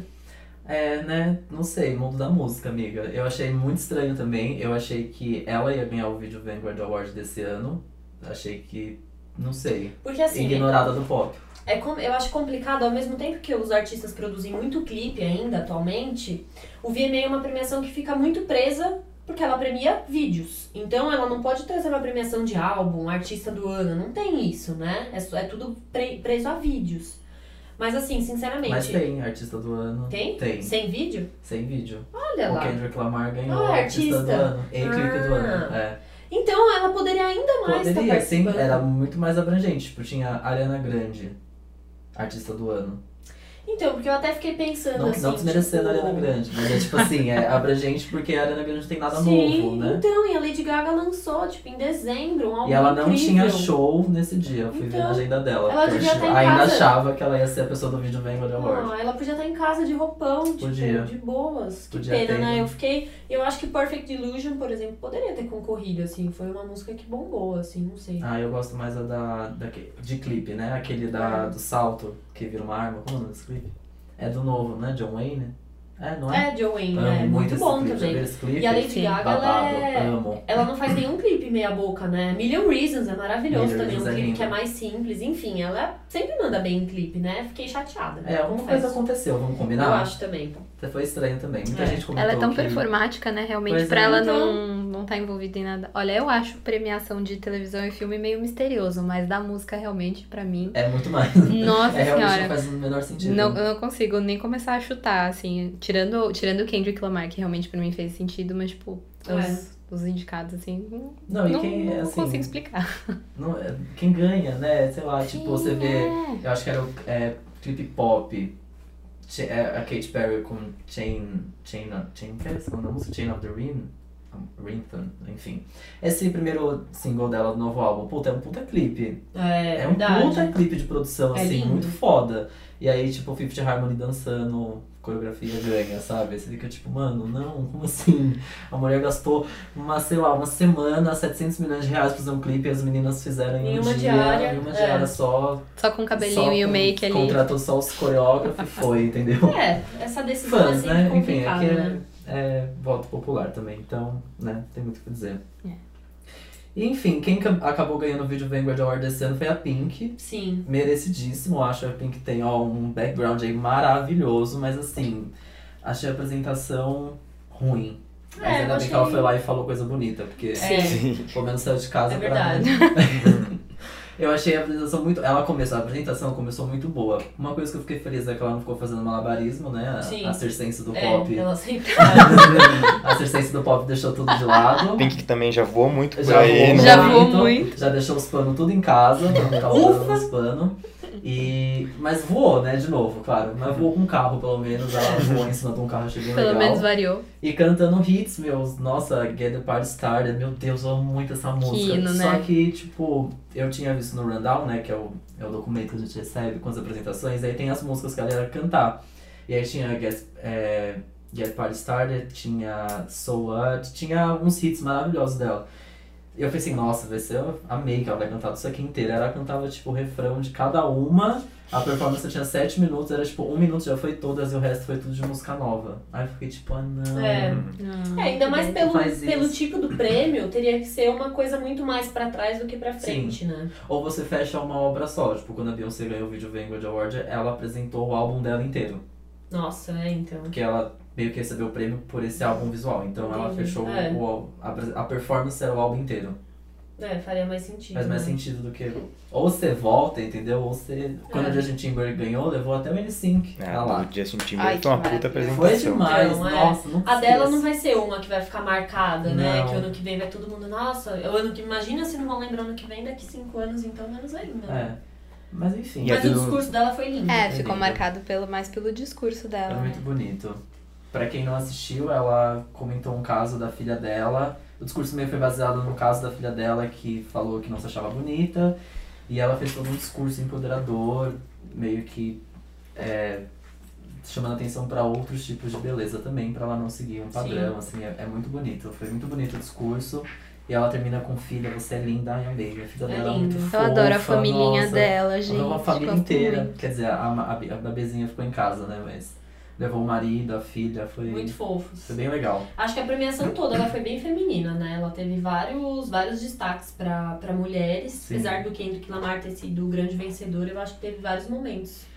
[SPEAKER 2] É, né? Não sei, mundo da música, amiga. Eu achei muito estranho também. Eu achei que ela ia ganhar o vídeo Vanguard Award desse ano. Achei que. Não sei.
[SPEAKER 1] Porque assim,
[SPEAKER 2] Ignorada do pop.
[SPEAKER 1] É com- eu acho complicado, ao mesmo tempo que os artistas produzem muito clipe ainda atualmente, o VMA é uma premiação que fica muito presa porque ela premia vídeos. Então ela não pode trazer uma premiação de álbum, um artista do ano, não tem isso, né? É, só- é tudo pre- preso a vídeos. Mas assim, sinceramente,
[SPEAKER 2] Mas tem, artista do ano.
[SPEAKER 1] Tem?
[SPEAKER 2] Tem.
[SPEAKER 1] sem vídeo?
[SPEAKER 2] Sem vídeo.
[SPEAKER 1] Olha
[SPEAKER 2] O
[SPEAKER 1] lá.
[SPEAKER 2] Kendrick Lamar ganhou
[SPEAKER 1] Ah,
[SPEAKER 2] artista. do
[SPEAKER 1] artista.
[SPEAKER 2] ano. E clipe do
[SPEAKER 1] Ah.
[SPEAKER 2] ano. É.
[SPEAKER 1] Então ela poderia ainda mais estar
[SPEAKER 2] Poderia, sim,
[SPEAKER 1] participando.
[SPEAKER 2] era muito mais abrangente. Tipo, tinha a Ariana Grande, artista do ano.
[SPEAKER 1] Então, porque eu até fiquei pensando
[SPEAKER 2] Não,
[SPEAKER 1] assim.
[SPEAKER 2] não desmerecendo a
[SPEAKER 1] tipo,
[SPEAKER 2] Ariana Grande, mas é tipo assim, é abrangente porque a Ariana Grande não tem nada novo, né?
[SPEAKER 1] Então, e a Lady Gaga lançou, tipo, em dezembro, um álbum
[SPEAKER 2] E ela não
[SPEAKER 1] incrível.
[SPEAKER 2] tinha show nesse dia, eu fui ver na
[SPEAKER 1] Então,
[SPEAKER 2] agenda dela.
[SPEAKER 1] ela
[SPEAKER 2] porque eu
[SPEAKER 1] devia
[SPEAKER 2] ach-
[SPEAKER 1] estar em
[SPEAKER 2] ainda
[SPEAKER 1] casa.
[SPEAKER 2] achava que ela ia ser a pessoa do vídeo Vanguard Award.
[SPEAKER 1] Ah, ela podia estar em casa de roupão, tipo,
[SPEAKER 2] Podia.
[SPEAKER 1] de boas. Que
[SPEAKER 2] Podia
[SPEAKER 1] pena,
[SPEAKER 2] ter ido.
[SPEAKER 1] né? Eu fiquei. Eu acho que Perfect Illusion, por exemplo, poderia ter concorrido, assim. Foi uma música que bombou, assim, não sei.
[SPEAKER 2] Ah, eu gosto mais a da, daque- de clipe, né? Aquele da,
[SPEAKER 1] Ah.
[SPEAKER 2] do salto que vira uma arma. Como é o nome desse clipe? É do novo, né? John Wayne? É, não é?
[SPEAKER 1] É, Joanne,
[SPEAKER 2] Amo
[SPEAKER 1] né? Muito
[SPEAKER 2] esse
[SPEAKER 1] bom
[SPEAKER 2] clipe, já viu
[SPEAKER 1] também.
[SPEAKER 2] Esse clipe?
[SPEAKER 1] E a Lady
[SPEAKER 3] Sim.
[SPEAKER 1] Gaga, ela
[SPEAKER 2] Babado,
[SPEAKER 1] é.
[SPEAKER 2] amo.
[SPEAKER 1] Ela não faz nenhum clipe meia boca, né? Million Reasons é maravilhoso
[SPEAKER 2] Million
[SPEAKER 1] também.
[SPEAKER 2] Reasons é
[SPEAKER 1] um clipe que é
[SPEAKER 2] lindo.
[SPEAKER 1] mais simples. Enfim, ela sempre manda bem em clipe, né? Fiquei chateada.
[SPEAKER 2] É, alguma
[SPEAKER 1] confesso.
[SPEAKER 2] coisa aconteceu, vamos
[SPEAKER 1] Eu
[SPEAKER 2] combinar?
[SPEAKER 1] acho também.
[SPEAKER 2] Até Foi estranho também. Muita
[SPEAKER 1] É.
[SPEAKER 2] gente comentou.
[SPEAKER 3] Ela é tão
[SPEAKER 2] que...
[SPEAKER 3] performática, né? Realmente,
[SPEAKER 2] Pois
[SPEAKER 3] pra
[SPEAKER 2] é,
[SPEAKER 3] ela
[SPEAKER 1] então.
[SPEAKER 3] não, não tá envolvida em nada. Olha, eu acho premiação de televisão e filme meio misterioso, mas da música, realmente, pra mim.
[SPEAKER 2] É muito mais.
[SPEAKER 3] Nossa
[SPEAKER 2] é, realmente né? não
[SPEAKER 3] senhora.
[SPEAKER 2] faz o menor sentido.
[SPEAKER 3] Não, eu não consigo nem começar a chutar, assim. Tirando, tirando o Kendrick Lamar, que realmente pra mim fez sentido, mas, tipo,
[SPEAKER 1] É.
[SPEAKER 3] os, os indicados, assim. Não,
[SPEAKER 2] Não, e
[SPEAKER 3] não,
[SPEAKER 2] quem,
[SPEAKER 3] não
[SPEAKER 2] assim,
[SPEAKER 3] consigo explicar.
[SPEAKER 2] não- é, quem ganha, né? Sei lá, tipo, você vê.
[SPEAKER 3] É.
[SPEAKER 2] Eu acho que era o é, clipe pop. Cha- é, A Katy Perry com Chain. Chain. Chain. que é esse nome da música? Chain of the Ring? Rington, enfim. Esse primeiro single dela do novo álbum, puta, é um puta clipe.
[SPEAKER 1] É,
[SPEAKER 2] É um
[SPEAKER 1] verdade.
[SPEAKER 2] puta clipe de produção,
[SPEAKER 1] É
[SPEAKER 2] assim,
[SPEAKER 1] lindo.
[SPEAKER 2] muito foda. E aí, tipo, Fifth Harmony dançando, coreografia ganha, sabe? Você fica tipo, mano, não, como assim? A mulher gastou uma, sei lá, uma semana, 700 milhões de reais pra fazer um clipe e as meninas fizeram em
[SPEAKER 1] Em
[SPEAKER 2] um
[SPEAKER 1] uma
[SPEAKER 2] dia,
[SPEAKER 1] diária,
[SPEAKER 2] em uma
[SPEAKER 1] é.
[SPEAKER 2] diária só.
[SPEAKER 3] Só com o cabelinho
[SPEAKER 2] só
[SPEAKER 3] e o
[SPEAKER 2] com-
[SPEAKER 3] make ali.
[SPEAKER 2] Contratou só os coreógrafos e foi, entendeu?
[SPEAKER 1] É, essa decisão é
[SPEAKER 2] Fãs,
[SPEAKER 1] sempre
[SPEAKER 2] né? Enfim,
[SPEAKER 1] complicada,
[SPEAKER 2] aqui
[SPEAKER 1] né?
[SPEAKER 2] é, é voto popular também, então, né, tem muito o que dizer.
[SPEAKER 3] É.
[SPEAKER 2] E, Enfim, quem ca- acabou ganhando o vídeo Vanguard Award esse ano foi a Pink.
[SPEAKER 1] Sim.
[SPEAKER 2] merecidíssimo. Acho que a Pink tem ó, um background aí maravilhoso, mas assim, achei a apresentação ruim. Mas
[SPEAKER 1] É,
[SPEAKER 2] ainda
[SPEAKER 1] eu
[SPEAKER 2] bem que ela
[SPEAKER 1] achei-
[SPEAKER 2] foi lá e falou coisa bonita, porque
[SPEAKER 1] É.
[SPEAKER 4] Sim.
[SPEAKER 2] pelo menos saiu de casa
[SPEAKER 1] É
[SPEAKER 2] pra-
[SPEAKER 1] verdade.
[SPEAKER 2] eu achei a apresentação muito. Ela começou, a apresentação começou muito boa. Uma coisa que eu fiquei feliz é que ela não ficou fazendo malabarismo, né? A-
[SPEAKER 1] Sim.
[SPEAKER 2] A circense do
[SPEAKER 1] É,
[SPEAKER 2] pop.
[SPEAKER 1] ela sempre
[SPEAKER 2] a circense do pop deixou tudo de lado.
[SPEAKER 4] Pink que também já voou muito por
[SPEAKER 2] Já
[SPEAKER 4] aí,
[SPEAKER 2] voou,
[SPEAKER 4] né?
[SPEAKER 3] Já
[SPEAKER 2] muito, Então,
[SPEAKER 3] voou muito.
[SPEAKER 2] Já deixou os panos tudo em casa, pra não ficar usando os panos. E... Mas voou, né, de novo, claro. Mas voou com um carro, pelo menos. Ela voou em cima de um carro, achei bem
[SPEAKER 3] Pelo
[SPEAKER 2] legal.
[SPEAKER 3] menos variou.
[SPEAKER 2] E cantando hits, meus. Nossa, Get the Party Started. Meu Deus, eu amo muito essa música.
[SPEAKER 3] hino,
[SPEAKER 2] Só
[SPEAKER 3] né?
[SPEAKER 2] que, tipo, eu tinha visto no Rundown, né, que é o, é o documento que a gente recebe com as apresentações. Aí tem as músicas que ela ia cantar. E aí tinha Get, é, Get Party Started, tinha So What, tinha uns hits maravilhosos dela. E eu pensei, nossa, vai ser. Eu amei que ela vai cantar isso aqui inteiro. Ela cantava, tipo, o refrão de cada uma. A performance tinha 7 minutos, era tipo, um minuto já foi todas e o resto foi tudo de música nova. Aí eu fiquei tipo, ah não.
[SPEAKER 1] É. É, ainda mais pelo,
[SPEAKER 2] Faz isso.
[SPEAKER 1] pelo tipo do prêmio, teria que ser uma coisa muito mais pra trás do que pra frente, né?
[SPEAKER 2] Ou você fecha uma obra só. Tipo, quando a Beyoncé ganhou o vídeo Vanguard Award, ela apresentou o álbum dela inteiro.
[SPEAKER 1] Nossa, é, então.
[SPEAKER 2] Porque ela meio que recebeu o prêmio por esse álbum visual. Então ela
[SPEAKER 1] Entendi.
[SPEAKER 2] fechou
[SPEAKER 1] É.
[SPEAKER 2] o, a, a performance era o álbum inteiro.
[SPEAKER 1] É, faria mais sentido.
[SPEAKER 2] Faz mais
[SPEAKER 1] né?
[SPEAKER 2] sentido do que. Ou você volta, entendeu? Ou você. Quando
[SPEAKER 1] É.
[SPEAKER 2] o Justin Timberlake ganhou, levou até o N-Sync.
[SPEAKER 4] É,
[SPEAKER 2] Ah, lá.
[SPEAKER 4] do Justin Timberlake
[SPEAKER 6] que
[SPEAKER 4] foi uma puta
[SPEAKER 6] maravilha.
[SPEAKER 4] apresentação.
[SPEAKER 2] Foi demais,
[SPEAKER 1] Então, é.
[SPEAKER 2] nossa, não
[SPEAKER 1] A dela não
[SPEAKER 2] esqueço.
[SPEAKER 1] vai ser uma que vai ficar marcada, né?
[SPEAKER 2] Não.
[SPEAKER 1] Que ano que vem vai todo mundo, nossa, o ano que imagina se não vão lembrar ano que vem, daqui cinco anos, então menos ainda. né?
[SPEAKER 2] É. Mas enfim,
[SPEAKER 4] E a
[SPEAKER 1] Mas o
[SPEAKER 4] do-
[SPEAKER 1] discurso dela foi
[SPEAKER 4] Uhum.
[SPEAKER 1] lindo.
[SPEAKER 6] É,
[SPEAKER 2] Entendi.
[SPEAKER 6] ficou marcado pelo, mais pelo discurso
[SPEAKER 2] é
[SPEAKER 6] dela. né?
[SPEAKER 2] muito bonito. Pra quem não assistiu, ela comentou um caso da filha dela. O discurso meio foi baseado no caso da filha dela que falou que não se achava bonita. E ela fez todo um discurso empoderador, meio que é, chamando atenção pra outros tipos de beleza também, pra ela não seguir um padrão. Assim, é, é muito bonito. Foi muito bonito o discurso. E ela termina com filha, você é linda, ai, amei. A filha
[SPEAKER 1] É
[SPEAKER 2] dela é
[SPEAKER 1] lindo.
[SPEAKER 2] muito
[SPEAKER 1] Eu
[SPEAKER 2] fofa.
[SPEAKER 6] Então Eu adoro a familhinha
[SPEAKER 2] nossa.
[SPEAKER 6] dela, gente.
[SPEAKER 2] Ela levou a família
[SPEAKER 3] tipo,
[SPEAKER 6] gosto
[SPEAKER 2] inteira.
[SPEAKER 6] muito.
[SPEAKER 2] Quer dizer, a, a, a bebezinha ficou em casa, né? Mas levou o marido, a filha, foi,
[SPEAKER 1] Muito
[SPEAKER 2] foi
[SPEAKER 1] fofos.
[SPEAKER 2] bem legal.
[SPEAKER 1] Acho que a premiação toda ela foi bem feminina, né? Ela teve vários, vários destaques pra, pra mulheres.
[SPEAKER 2] Sim.
[SPEAKER 1] Apesar do Kendrick Lamar ter sido o grande vencedor, eu acho que teve vários momentos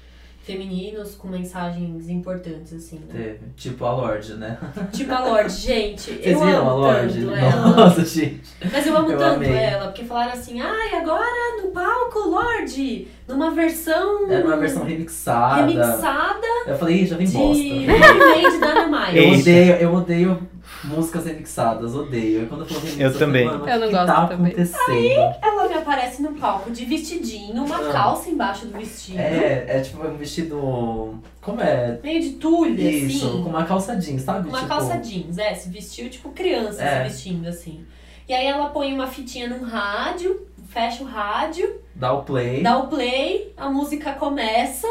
[SPEAKER 1] femininos com mensagens importantes, assim, né?
[SPEAKER 2] Teve. Tipo a Lorde, né?
[SPEAKER 1] Tipo a Lorde, gente.
[SPEAKER 2] Vocês
[SPEAKER 1] eu
[SPEAKER 2] viram
[SPEAKER 1] amo
[SPEAKER 2] a Lorde?
[SPEAKER 1] tanto ela.
[SPEAKER 2] Nossa, gente.
[SPEAKER 1] Mas eu amo
[SPEAKER 2] Eu
[SPEAKER 1] tanto
[SPEAKER 2] amei.
[SPEAKER 1] ela, porque falaram assim, ai, agora no palco, Lorde, numa versão
[SPEAKER 2] Era uma versão remixada.
[SPEAKER 1] remixada
[SPEAKER 2] Eu falei, "Ih, já vem
[SPEAKER 1] de
[SPEAKER 2] bosta.
[SPEAKER 1] Remade da Ana Maia.
[SPEAKER 2] Eu
[SPEAKER 4] Eita.
[SPEAKER 2] odeio, eu odeio músicas remixadas, odeio. E Quando eu falo remix,
[SPEAKER 4] Eu
[SPEAKER 2] falei,
[SPEAKER 4] também.
[SPEAKER 2] "Mano,
[SPEAKER 3] Eu não
[SPEAKER 2] o que
[SPEAKER 3] gosto
[SPEAKER 2] tá
[SPEAKER 3] também.
[SPEAKER 2] acontecendo?
[SPEAKER 1] Ela me aparece no palco de vestidinho, uma
[SPEAKER 2] Ah.
[SPEAKER 1] calça embaixo do vestido,
[SPEAKER 2] É, é tipo um vestido. Como é?
[SPEAKER 1] meio de tulha,
[SPEAKER 2] Isso,
[SPEAKER 1] assim.
[SPEAKER 2] com uma calça jeans, sabe?
[SPEAKER 1] Uma
[SPEAKER 2] tipo,
[SPEAKER 1] calça jeans, é, se vestiu tipo criança
[SPEAKER 2] É.
[SPEAKER 1] se vestindo, assim. E aí ela põe uma fitinha num rádio, fecha o rádio,
[SPEAKER 2] Dá o play.
[SPEAKER 1] Dá o play, a música começa,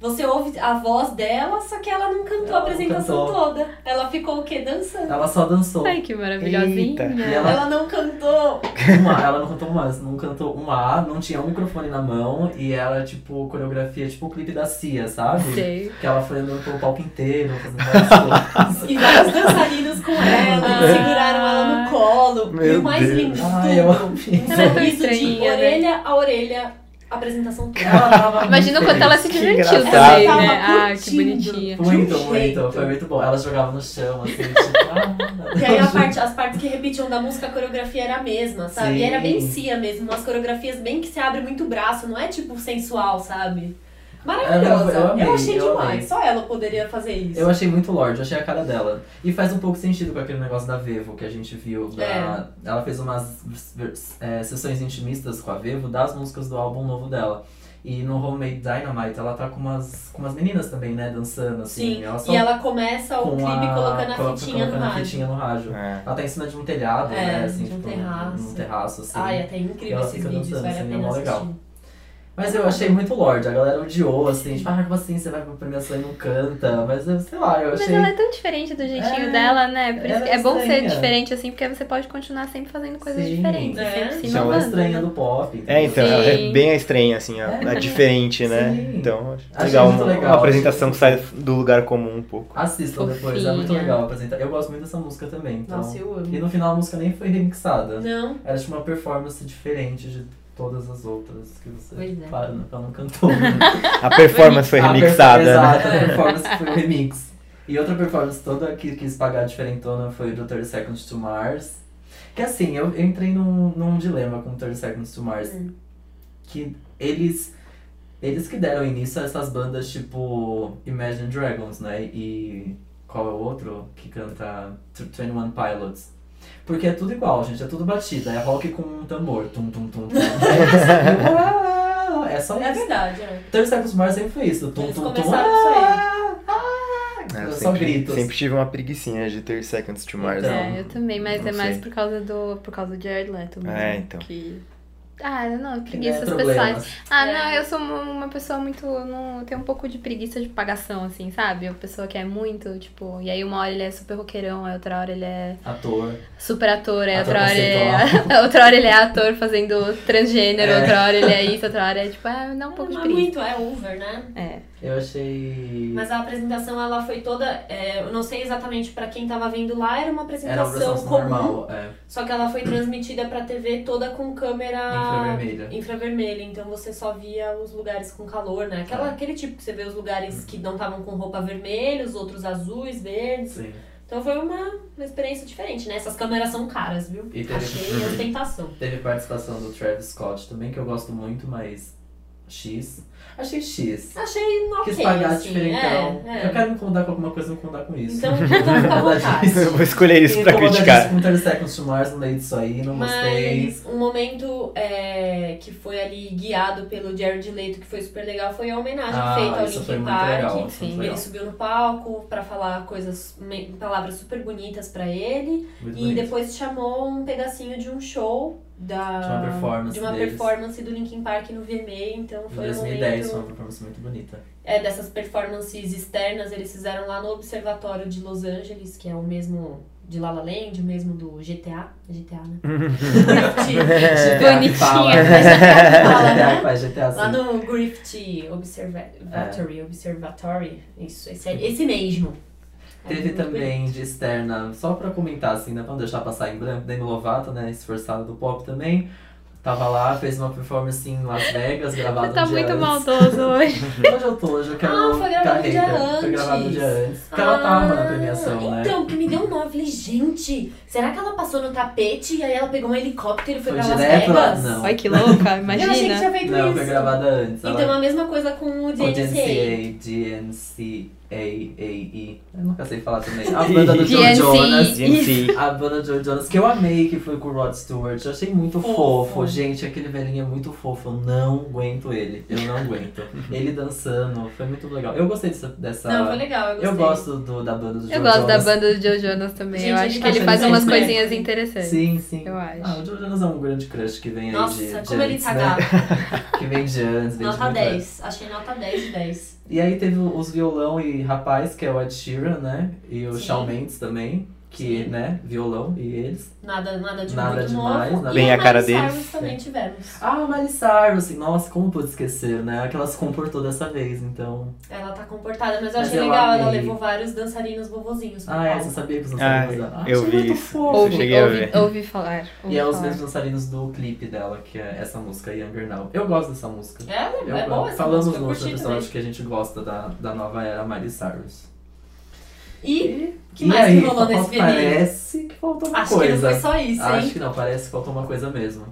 [SPEAKER 1] você ouve a voz dela, só que ela não cantou
[SPEAKER 2] Ela
[SPEAKER 1] a
[SPEAKER 2] não
[SPEAKER 1] apresentação
[SPEAKER 2] cantou.
[SPEAKER 1] toda. Ela ficou o quê? Dançando.
[SPEAKER 2] Ela só dançou.
[SPEAKER 3] Ai, que maravilhosinha.
[SPEAKER 4] Eita.
[SPEAKER 2] E ela
[SPEAKER 1] Ela não cantou.
[SPEAKER 2] Uma, ela não cantou uma, não cantou uma A, não tinha um microfone na mão e era tipo coreografia, tipo o clipe da Cia, sabe?
[SPEAKER 3] Sei.
[SPEAKER 2] Que ela foi andando pelo palco inteiro, fazendo várias coisas.
[SPEAKER 1] E vários dançarinos com ela,
[SPEAKER 3] Ah.
[SPEAKER 1] seguraram ela no colo. e
[SPEAKER 4] Meu
[SPEAKER 1] o mais
[SPEAKER 4] Deus.
[SPEAKER 1] lindo de
[SPEAKER 2] Ai, eu
[SPEAKER 1] tudo,
[SPEAKER 2] amei.
[SPEAKER 1] um
[SPEAKER 3] Ela foi
[SPEAKER 1] sorriso de
[SPEAKER 3] estranha, né?
[SPEAKER 1] orelha a orelha, a apresentação toda.
[SPEAKER 2] Ela tava muito
[SPEAKER 3] Imagina o quanto ela se
[SPEAKER 4] Que
[SPEAKER 3] divertiu
[SPEAKER 4] engraçado.
[SPEAKER 3] também,
[SPEAKER 1] Ela
[SPEAKER 3] né?
[SPEAKER 1] tava
[SPEAKER 3] Ah, que
[SPEAKER 1] curtindo.
[SPEAKER 3] bonitinha.
[SPEAKER 2] Muito,
[SPEAKER 1] de um
[SPEAKER 2] muito.
[SPEAKER 1] jeito.
[SPEAKER 2] Foi muito bom. Ela jogava no chão, assim, tipo... ah,
[SPEAKER 1] E aí a parte- as partes que repetiam da música, a coreografia era a mesma, sabe? E
[SPEAKER 2] Sim.
[SPEAKER 1] era bem cia mesmo, umas coreografias bem que se abre muito o braço, não é tipo sensual, sabe? Maravilhosa.
[SPEAKER 2] Eu- eu amei,
[SPEAKER 1] achei
[SPEAKER 2] eu
[SPEAKER 1] demais,
[SPEAKER 2] amei.
[SPEAKER 1] só ela poderia fazer isso.
[SPEAKER 2] Eu achei muito Lorde, eu achei a cara dela. E faz um pouco sentido com aquele negócio da Vevo que a gente viu. da-
[SPEAKER 1] É.
[SPEAKER 2] Ela fez umas vers- é, sessões intimistas com a Vevo das músicas do álbum novo dela. E no Homemade Dynamite ela tá com umas, com umas meninas também, né? Dançando, assim.
[SPEAKER 1] Sim,
[SPEAKER 2] Ela só
[SPEAKER 1] e ela começa
[SPEAKER 2] com
[SPEAKER 1] o clipe
[SPEAKER 2] a-
[SPEAKER 1] colocando a
[SPEAKER 2] coloca-
[SPEAKER 1] fitinha no
[SPEAKER 2] colocando a
[SPEAKER 1] rádio.
[SPEAKER 2] fitinha no rádio.
[SPEAKER 4] É.
[SPEAKER 2] Ela tá em cima de um telhado,
[SPEAKER 1] É,
[SPEAKER 2] né? Assim,
[SPEAKER 1] de um
[SPEAKER 2] tipo, num-
[SPEAKER 1] terraço.
[SPEAKER 2] Num terraço, assim.
[SPEAKER 1] Ai, é até incrível
[SPEAKER 2] Ela
[SPEAKER 1] esses
[SPEAKER 2] fica
[SPEAKER 1] vídeos,
[SPEAKER 2] dançando,
[SPEAKER 1] vale a
[SPEAKER 2] assim, é
[SPEAKER 1] pena
[SPEAKER 2] mó legal.
[SPEAKER 1] assistir.
[SPEAKER 2] Mas eu achei muito Lorde, a galera odiou, assim. Tipo, ah, como assim? Você vai pra premiação e não canta? Mas, sei lá, eu
[SPEAKER 3] Mas
[SPEAKER 2] achei...
[SPEAKER 3] ela é tão diferente do jeitinho
[SPEAKER 2] É,
[SPEAKER 3] dela, né? Por isso
[SPEAKER 2] ela
[SPEAKER 3] que
[SPEAKER 2] é
[SPEAKER 3] é bom ser
[SPEAKER 2] estranha.
[SPEAKER 3] diferente assim, porque você pode continuar sempre fazendo coisas
[SPEAKER 2] Sim.
[SPEAKER 3] diferentes,
[SPEAKER 1] É.
[SPEAKER 3] sempre se
[SPEAKER 2] Isso é uma
[SPEAKER 3] inovando. né?
[SPEAKER 2] estranha do pop.
[SPEAKER 4] É, então,
[SPEAKER 3] Sim.
[SPEAKER 4] ela é bem a estranha, assim, a, a
[SPEAKER 2] É.
[SPEAKER 4] diferente, né?
[SPEAKER 2] Sim.
[SPEAKER 4] Então, acho
[SPEAKER 2] Achei
[SPEAKER 4] legal,
[SPEAKER 2] muito
[SPEAKER 4] uma,
[SPEAKER 2] legal.
[SPEAKER 4] uma apresentação que sai do lugar comum um pouco.
[SPEAKER 2] Assistam depois, é muito
[SPEAKER 3] Fofinha.
[SPEAKER 2] legal apresentar. Eu gosto muito dessa música também, então.
[SPEAKER 1] Nossa, eu
[SPEAKER 2] E
[SPEAKER 1] amo.
[SPEAKER 2] no final a música nem foi remixada.
[SPEAKER 1] Não,
[SPEAKER 2] Era tipo uma performance diferente de todas as outras que você
[SPEAKER 1] Pois é.
[SPEAKER 2] para, ela não cantou.
[SPEAKER 4] A performance foi
[SPEAKER 2] A per-
[SPEAKER 4] remixada, né?
[SPEAKER 2] Exato, a performance que foi o remix. E outra performance toda que quis pagar diferentona foi do 30 Seconds to Mars. Que assim, eu, eu entrei num, num dilema com o 30 Seconds to Mars.
[SPEAKER 1] Hum.
[SPEAKER 2] Que eles. Eles que deram início a essas bandas tipo Imagine Dragons, né? E qual é o outro que canta Tw- 21 Pilots? Porque é tudo igual, gente, é tudo batida, é rock com um tambor, tum tum tum tum. é só
[SPEAKER 1] é
[SPEAKER 2] isso.
[SPEAKER 1] verdade, é.
[SPEAKER 2] Third Circus Mars sempre foi isso. Tum,
[SPEAKER 1] Eles
[SPEAKER 2] tum, tum.
[SPEAKER 1] começaram isso
[SPEAKER 2] Ah, ah,
[SPEAKER 4] né?
[SPEAKER 2] eu
[SPEAKER 4] Eu
[SPEAKER 2] só
[SPEAKER 4] sempre,
[SPEAKER 2] grito.
[SPEAKER 4] sempre tive uma preguicinha de 30 Seconds to Mars.
[SPEAKER 2] Então.
[SPEAKER 4] né?
[SPEAKER 3] É, eu também, mas
[SPEAKER 4] Não
[SPEAKER 3] é mais
[SPEAKER 4] sei.
[SPEAKER 3] por causa do. por causa do Jared Leto mesmo.
[SPEAKER 4] É, então.
[SPEAKER 3] né? Que... Ah, não,
[SPEAKER 2] Que não é
[SPEAKER 3] preguiças
[SPEAKER 2] problema.
[SPEAKER 3] pessoais. Ah,
[SPEAKER 1] É.
[SPEAKER 3] não, eu sou uma, uma pessoa muito. eu Não, eu tenho um pouco de preguiça de pagação, assim, sabe? Uma pessoa que é muito, tipo. E aí, uma hora ele é super roqueirão, aí outra hora ele é
[SPEAKER 2] Ator.
[SPEAKER 3] super ator, aí
[SPEAKER 2] Ator
[SPEAKER 3] outra hora ele é. outra hora ele é ator fazendo transgênero,
[SPEAKER 2] É.
[SPEAKER 3] outra hora ele é isso, outra hora é tipo. Ah, me dá um pouco de
[SPEAKER 1] Não é muito,
[SPEAKER 3] preguiça.
[SPEAKER 1] é over, né?
[SPEAKER 3] É.
[SPEAKER 2] Eu achei.
[SPEAKER 1] Mas a apresentação ela foi toda, é, eu não sei exatamente pra quem tava vendo lá, era uma
[SPEAKER 2] Era uma
[SPEAKER 1] apresentação,
[SPEAKER 2] versão
[SPEAKER 1] comum,
[SPEAKER 2] normal. É,
[SPEAKER 1] só que ela foi transmitida pra TV toda com câmera
[SPEAKER 2] infravermelha.
[SPEAKER 1] infravermelha, então você só via os lugares com calor, né? Aquela,
[SPEAKER 2] Tá.
[SPEAKER 1] Aquele tipo que você vê os lugares que não estavam com roupa vermelha, os outros azuis, verdes.
[SPEAKER 2] Sim.
[SPEAKER 1] Então Então foi uma, uma experiência diferente, né? Essas câmeras são caras, viu?
[SPEAKER 2] E teve-
[SPEAKER 1] Achei ostentação.
[SPEAKER 2] Teve participação do Travis Scott também, que eu gosto muito, mas. X. Achei X.
[SPEAKER 1] Achei ok,
[SPEAKER 2] Quis pagar
[SPEAKER 1] assim.
[SPEAKER 2] diferentão.
[SPEAKER 1] É, é.
[SPEAKER 2] Eu quero me incomodar com alguma coisa, eu vou me incomodar com isso.
[SPEAKER 1] Então, então fica à vontade.
[SPEAKER 4] Eu vou escolher isso pra criticar.
[SPEAKER 2] Com 30 Seconds to Mars, não dei disso aí, não gostei.
[SPEAKER 1] Mas um momento é, que foi ali guiado pelo Jared Leto, que foi super legal, foi a homenagem feita ao
[SPEAKER 2] Ah, isso foi
[SPEAKER 1] Linkin
[SPEAKER 2] muito
[SPEAKER 1] Park.
[SPEAKER 2] legal. isso foi muito
[SPEAKER 3] sim.
[SPEAKER 1] Ele
[SPEAKER 2] legal.
[SPEAKER 1] subiu no palco pra falar coisas, me- palavras super bonitas pra ele.
[SPEAKER 2] Muito
[SPEAKER 1] e
[SPEAKER 2] bonito.
[SPEAKER 1] depois chamou um pedacinho de um show da,
[SPEAKER 2] De uma performance
[SPEAKER 1] de uma
[SPEAKER 2] deles.
[SPEAKER 1] performance do Linkin Park no VMA. Então
[SPEAKER 2] Em
[SPEAKER 1] foi um
[SPEAKER 2] 2010 foi
[SPEAKER 1] momento
[SPEAKER 2] uma performance muito bonita.
[SPEAKER 1] é, dessas performances externas. Eles fizeram lá no Observatório de Los Angeles, que é o mesmo de La La Land, o mesmo do GTA. GTA, né? Griffith.
[SPEAKER 2] que fala, né?
[SPEAKER 1] Bonitinha. é Fala, né?
[SPEAKER 2] GTA faz GTA
[SPEAKER 1] Lá
[SPEAKER 2] assim.
[SPEAKER 1] no Griffith Observatory,
[SPEAKER 2] É.
[SPEAKER 1] Observatory, isso, esse, é- esse mesmo. Aí
[SPEAKER 2] Teve
[SPEAKER 1] muito bonito.
[SPEAKER 2] também de externa, só pra comentar assim, né? Pra não deixar passar em branco, Demi Lovato, né? Esforçada do pop também. Tava lá, fez uma performance em Las Vegas, gravada
[SPEAKER 3] Você tá
[SPEAKER 2] um dia
[SPEAKER 3] muito
[SPEAKER 2] antes.
[SPEAKER 3] maldoso hoje.
[SPEAKER 2] Hoje eu tô, hoje eu quero
[SPEAKER 1] Ah, foi gravado um dia
[SPEAKER 2] carreira. Foi
[SPEAKER 1] antes.
[SPEAKER 2] gravado um dia antes. Porque ela tava na
[SPEAKER 1] Ah,
[SPEAKER 2] premiação, né?
[SPEAKER 1] Então, que me deu um nó, eu falei, gente, será que ela passou no tapete e aí ela pegou um helicóptero e foi,
[SPEAKER 2] Foi
[SPEAKER 1] pra Las
[SPEAKER 2] direto lá?
[SPEAKER 1] Vegas?
[SPEAKER 2] Não.
[SPEAKER 3] Olha que louca,
[SPEAKER 1] Eu achei que
[SPEAKER 3] imagina.
[SPEAKER 1] tinha feito
[SPEAKER 2] Não,
[SPEAKER 1] isso.
[SPEAKER 2] foi gravada antes. ela- é
[SPEAKER 1] Então, a mesma coisa com o
[SPEAKER 2] O
[SPEAKER 1] DNCA.
[SPEAKER 2] DNCA, DNCAAE. Eu nunca sei falar também. A banda do Joe
[SPEAKER 3] DNCA.
[SPEAKER 2] Jonas.
[SPEAKER 4] DNC.
[SPEAKER 2] A banda do Joe Jonas, que eu amei, que foi com o Rod Stewart. Eu achei muito
[SPEAKER 1] Fofo.
[SPEAKER 2] fofo. Gente, aquele velhinho é muito fofo. Eu não aguento ele. Eu não aguento. ele dançando, foi muito legal. Eu gostei dessa. dessa...
[SPEAKER 1] Não, foi legal, eu gostei.
[SPEAKER 2] Tá. eu gosto do, da banda do Joe
[SPEAKER 3] Eu gosto da
[SPEAKER 2] Jonas.
[SPEAKER 3] banda do Joe Jonas também.
[SPEAKER 1] Gente,
[SPEAKER 3] eu
[SPEAKER 1] ele
[SPEAKER 3] acho que
[SPEAKER 1] tá
[SPEAKER 3] ele faz umas
[SPEAKER 1] fazendo
[SPEAKER 3] coisinhas
[SPEAKER 1] certo.
[SPEAKER 3] interessantes.
[SPEAKER 2] Sim, sim.
[SPEAKER 3] Eu acho.
[SPEAKER 2] Ah, o Joe Jonas é um grande crush que vem
[SPEAKER 1] Nossa,
[SPEAKER 2] aí de. de
[SPEAKER 1] como ele
[SPEAKER 2] antes,
[SPEAKER 1] tá
[SPEAKER 2] né?
[SPEAKER 1] gato.
[SPEAKER 2] Que vem de antes, vem de
[SPEAKER 1] Nota
[SPEAKER 2] muito
[SPEAKER 1] 10. Achei nota 10 de 10.
[SPEAKER 2] E aí teve os violão e rapaz, que é o Ed Sheeran, né? E o
[SPEAKER 1] Sim.
[SPEAKER 2] Shawn Mendes também, que,
[SPEAKER 1] Sim.
[SPEAKER 2] né, violão e eles.
[SPEAKER 1] Nada, nada de
[SPEAKER 2] Nada
[SPEAKER 1] muito
[SPEAKER 2] demais,
[SPEAKER 1] novo.
[SPEAKER 2] nada-
[SPEAKER 1] E
[SPEAKER 4] Bem a cara
[SPEAKER 1] Miley Cyrus
[SPEAKER 4] deles.
[SPEAKER 1] também tivemos.
[SPEAKER 2] Ah, a Miley Cyrus, assim, nossa, como pude esquecer, né? É que ela se comportou dessa vez, então...
[SPEAKER 1] Ela tá comportada, mas eu
[SPEAKER 2] Mas
[SPEAKER 1] achei
[SPEAKER 2] eu
[SPEAKER 1] legal. Ela
[SPEAKER 2] amei.
[SPEAKER 1] levou vários dançarinos vovozinhos. pro
[SPEAKER 2] Ah, é,
[SPEAKER 1] palco.
[SPEAKER 2] você sabia que os
[SPEAKER 4] Ah,
[SPEAKER 2] dançarinos... Ah,
[SPEAKER 4] eu
[SPEAKER 2] achei
[SPEAKER 4] vi
[SPEAKER 2] muito
[SPEAKER 4] isso.
[SPEAKER 2] fofo.
[SPEAKER 4] Eu
[SPEAKER 3] Ouvi,
[SPEAKER 4] cheguei a ver.
[SPEAKER 3] ouvi, ouvi falar. Ouvi
[SPEAKER 2] E é os
[SPEAKER 3] falar.
[SPEAKER 2] mesmos dançarinos do clipe dela, que é essa música, Younger Now. Eu gosto dessa música.
[SPEAKER 1] É,
[SPEAKER 2] Eu
[SPEAKER 1] é boa essa
[SPEAKER 2] Falamos
[SPEAKER 1] música, eu
[SPEAKER 2] no outro
[SPEAKER 1] curti
[SPEAKER 2] episódio
[SPEAKER 1] também.
[SPEAKER 2] que a gente gosta da, da nova era Miley Cyrus.
[SPEAKER 1] E que
[SPEAKER 2] e
[SPEAKER 1] mais
[SPEAKER 2] aí,
[SPEAKER 1] que rolou nesse VMA?
[SPEAKER 2] parece que faltou uma
[SPEAKER 1] Acho que não
[SPEAKER 2] coisa.
[SPEAKER 1] foi só isso,
[SPEAKER 2] Acho
[SPEAKER 1] hein?
[SPEAKER 2] que não, parece que faltou uma coisa mesmo.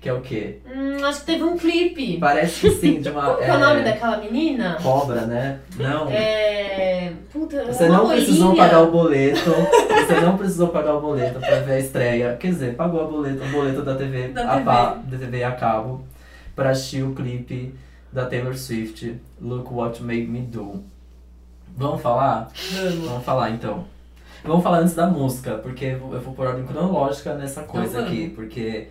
[SPEAKER 2] Que é o quê?
[SPEAKER 1] Hum, acho que teve um clipe.
[SPEAKER 2] Parece que sim, de uma.
[SPEAKER 1] Como que é o nome daquela menina?
[SPEAKER 2] Cobra, né? Não.
[SPEAKER 1] É. Puta,
[SPEAKER 2] Você
[SPEAKER 1] uma
[SPEAKER 2] não precisou
[SPEAKER 1] olhinha.
[SPEAKER 2] pagar o boleto. Você não precisou pagar o boleto pra ver a estreia. Quer dizer, pagou a boleta, o boleto da TV,
[SPEAKER 1] Da
[SPEAKER 2] a, pa- da TV a cabo pra assistir o clipe da Taylor Swift, Look What Made Me Do. Vamos falar?
[SPEAKER 1] Vamos.
[SPEAKER 2] Vamos falar então. Vamos falar antes da música, porque eu vou eu vou por ordem cronológica nessa coisa
[SPEAKER 1] Então vamos.
[SPEAKER 2] aqui, porque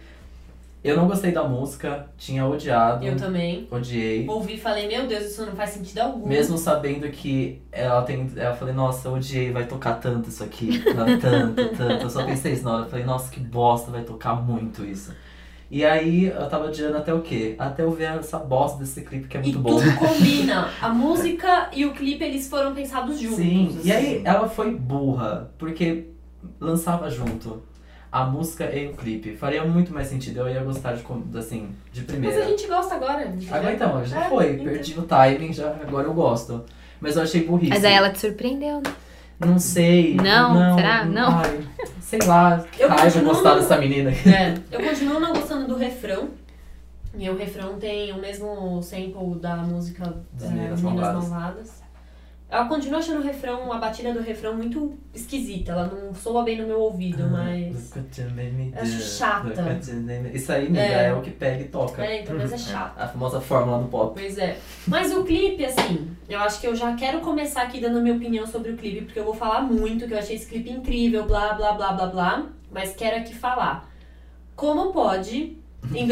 [SPEAKER 2] eu não gostei da música, tinha odiado,
[SPEAKER 1] Eu também.
[SPEAKER 2] odiei.
[SPEAKER 1] Ouvi e falei, meu Deus, isso não faz sentido algum.
[SPEAKER 2] Mesmo sabendo que ela tem. Eu falei, nossa, eu odiei, vai tocar tanto isso aqui. Não, tanto, tanto. Eu só pensei isso na hora. Eu falei, nossa, que bosta, vai tocar muito isso. E aí eu tava adiando até o quê? Até eu ver essa bosta desse clipe que é
[SPEAKER 1] E
[SPEAKER 2] muito bom.
[SPEAKER 1] tudo combina. A música e o clipe, eles foram pensados juntos.
[SPEAKER 2] Sim, e aí
[SPEAKER 1] assim.
[SPEAKER 2] ela foi burra, porque lançava junto a música e o clipe. Faria muito mais sentido, eu ia gostar de, com- assim, de
[SPEAKER 1] Mas a
[SPEAKER 2] primeira.
[SPEAKER 1] gente gosta agora. entendeu?
[SPEAKER 2] Agora então, já
[SPEAKER 1] É,
[SPEAKER 2] foi,
[SPEAKER 1] então.
[SPEAKER 2] perdi o timing, já, agora eu gosto. Mas eu achei burrice.
[SPEAKER 3] Mas aí ela te surpreendeu, né?
[SPEAKER 2] Não sei.
[SPEAKER 3] Não? Será? Não?
[SPEAKER 2] ai, sei lá.
[SPEAKER 1] Eu
[SPEAKER 2] Ai, vou
[SPEAKER 1] continuo
[SPEAKER 2] gostar
[SPEAKER 1] não-
[SPEAKER 2] dessa menina.
[SPEAKER 1] É, eu continuo não gostando do refrão. E o refrão tem o mesmo sample da música
[SPEAKER 2] Das
[SPEAKER 1] é, Meninas
[SPEAKER 2] Meninas Malvadas.
[SPEAKER 1] Malvadas. Ela continua achando o refrão, a batida do refrão muito esquisita. Ela não soa bem no meu
[SPEAKER 2] Ah,
[SPEAKER 1] ouvido, mas.
[SPEAKER 2] Look what you made me do,
[SPEAKER 1] Acho chata.
[SPEAKER 2] look what you made me- Isso aí, amiga,
[SPEAKER 1] É.
[SPEAKER 2] é. Uhum. o que pega e toca.
[SPEAKER 1] É, então, mas é chato.
[SPEAKER 2] A famosa fórmula do pop.
[SPEAKER 1] Pois é. Mas o clipe, assim, eu acho que eu já quero começar aqui dando minha opinião sobre o clipe, porque eu vou falar muito, que eu achei esse clipe incrível, blá, blá, blá, blá, blá. Mas quero aqui falar. Como pode, em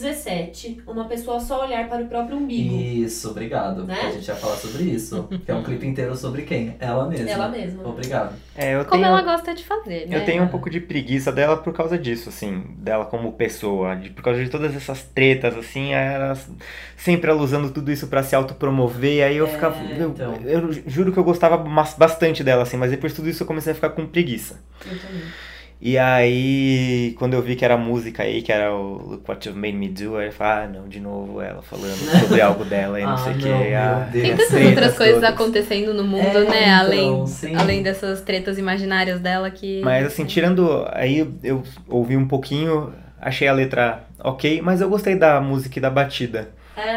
[SPEAKER 1] 2017, uma pessoa só olhar para o próprio umbigo?
[SPEAKER 2] Isso, obrigado.
[SPEAKER 1] Né?
[SPEAKER 2] A gente ia falar sobre isso. Que é um clipe inteiro sobre quem? Ela mesma.
[SPEAKER 1] Ela mesma.
[SPEAKER 2] Obrigado.
[SPEAKER 4] É, eu
[SPEAKER 3] Como
[SPEAKER 4] tenho,
[SPEAKER 3] ela gosta de fazer,
[SPEAKER 2] É,
[SPEAKER 3] né?
[SPEAKER 4] eu tenho um pouco de preguiça dela por causa disso, assim, dela como pessoa, de- por causa de todas essas tretas, assim, ela s- sempre ela usando tudo isso pra se autopromover, aí eu ficava. eu-
[SPEAKER 2] então.
[SPEAKER 4] Eu, ju- juro que eu gostava mas- bastante dela, assim, mas depois de tudo isso eu comecei a ficar com preguiça.
[SPEAKER 1] Eu também.
[SPEAKER 4] E aí, quando eu vi que era música aí, que era o Look What You've Made Me Do, aí eu falei, ah, não, de novo ela falando sobre algo dela e não
[SPEAKER 2] Ah,
[SPEAKER 4] sei o
[SPEAKER 2] não,
[SPEAKER 4] que.
[SPEAKER 2] meu
[SPEAKER 4] ah,
[SPEAKER 2] Deus.
[SPEAKER 3] Tem
[SPEAKER 2] As
[SPEAKER 3] tantas
[SPEAKER 4] tretas
[SPEAKER 3] outras coisas
[SPEAKER 4] todas.
[SPEAKER 3] acontecendo no mundo,
[SPEAKER 2] É,
[SPEAKER 3] né?
[SPEAKER 2] então,
[SPEAKER 3] além,
[SPEAKER 2] sim.
[SPEAKER 3] além dessas tretas imaginárias dela que.
[SPEAKER 4] Mas assim, tirando. Aí eu ouvi um pouquinho, achei a letra ok, mas eu gostei da música e da batida.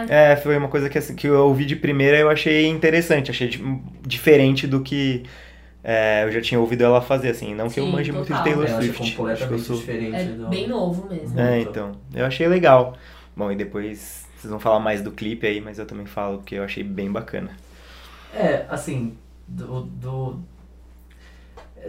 [SPEAKER 1] É.
[SPEAKER 4] É, foi uma coisa que, assim, que eu ouvi de primeira e eu achei interessante, achei di- diferente do que é, eu já tinha ouvido ela fazer, assim. Não que eu
[SPEAKER 3] Sim,
[SPEAKER 4] manje muito de
[SPEAKER 1] total.
[SPEAKER 4] Taylor
[SPEAKER 2] Eu acho
[SPEAKER 4] Swift. Acho que eu
[SPEAKER 2] é completamente
[SPEAKER 4] sou.
[SPEAKER 2] diferente
[SPEAKER 1] É
[SPEAKER 2] do...
[SPEAKER 1] bem novo mesmo.
[SPEAKER 2] É.
[SPEAKER 4] É,
[SPEAKER 2] Muito.
[SPEAKER 4] então. Eu achei legal. Bom, e depois vocês vão falar mais do clipe aí, mas eu também falo porque eu achei bem bacana.
[SPEAKER 2] É, assim, do, do-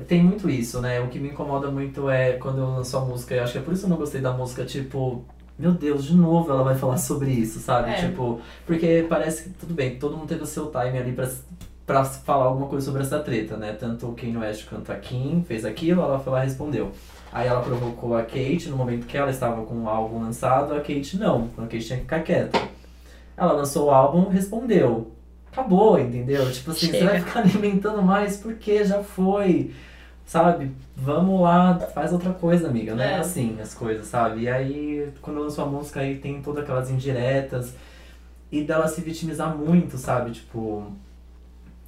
[SPEAKER 2] Tem muito isso, né? O que me incomoda muito é quando eu lanço a música, eu acho que é por isso que eu não gostei da música, tipo, meu Deus, de novo ela vai falar sobre isso, sabe?
[SPEAKER 1] É.
[SPEAKER 2] Tipo, porque parece que tudo bem, todo mundo teve o seu time ali pra, pra falar alguma coisa sobre essa treta, né? Tanto o Kanye West canta Kim, fez aquilo, ela foi lá e respondeu. Aí ela provocou a Kate no momento que ela estava com o álbum lançado, a Kate não, a Kate tinha que ficar quieta. Ela lançou o álbum, respondeu acabou, entendeu? Tipo assim, você
[SPEAKER 3] Chega.
[SPEAKER 2] vai ficar alimentando mais porque já foi, sabe? Vamos lá, faz outra coisa, amiga. Não é,
[SPEAKER 1] É.
[SPEAKER 2] assim as coisas, sabe? E aí, quando eu lanço a música, aí tem todas aquelas indiretas e dela se vitimizar muito, sabe? Tipo.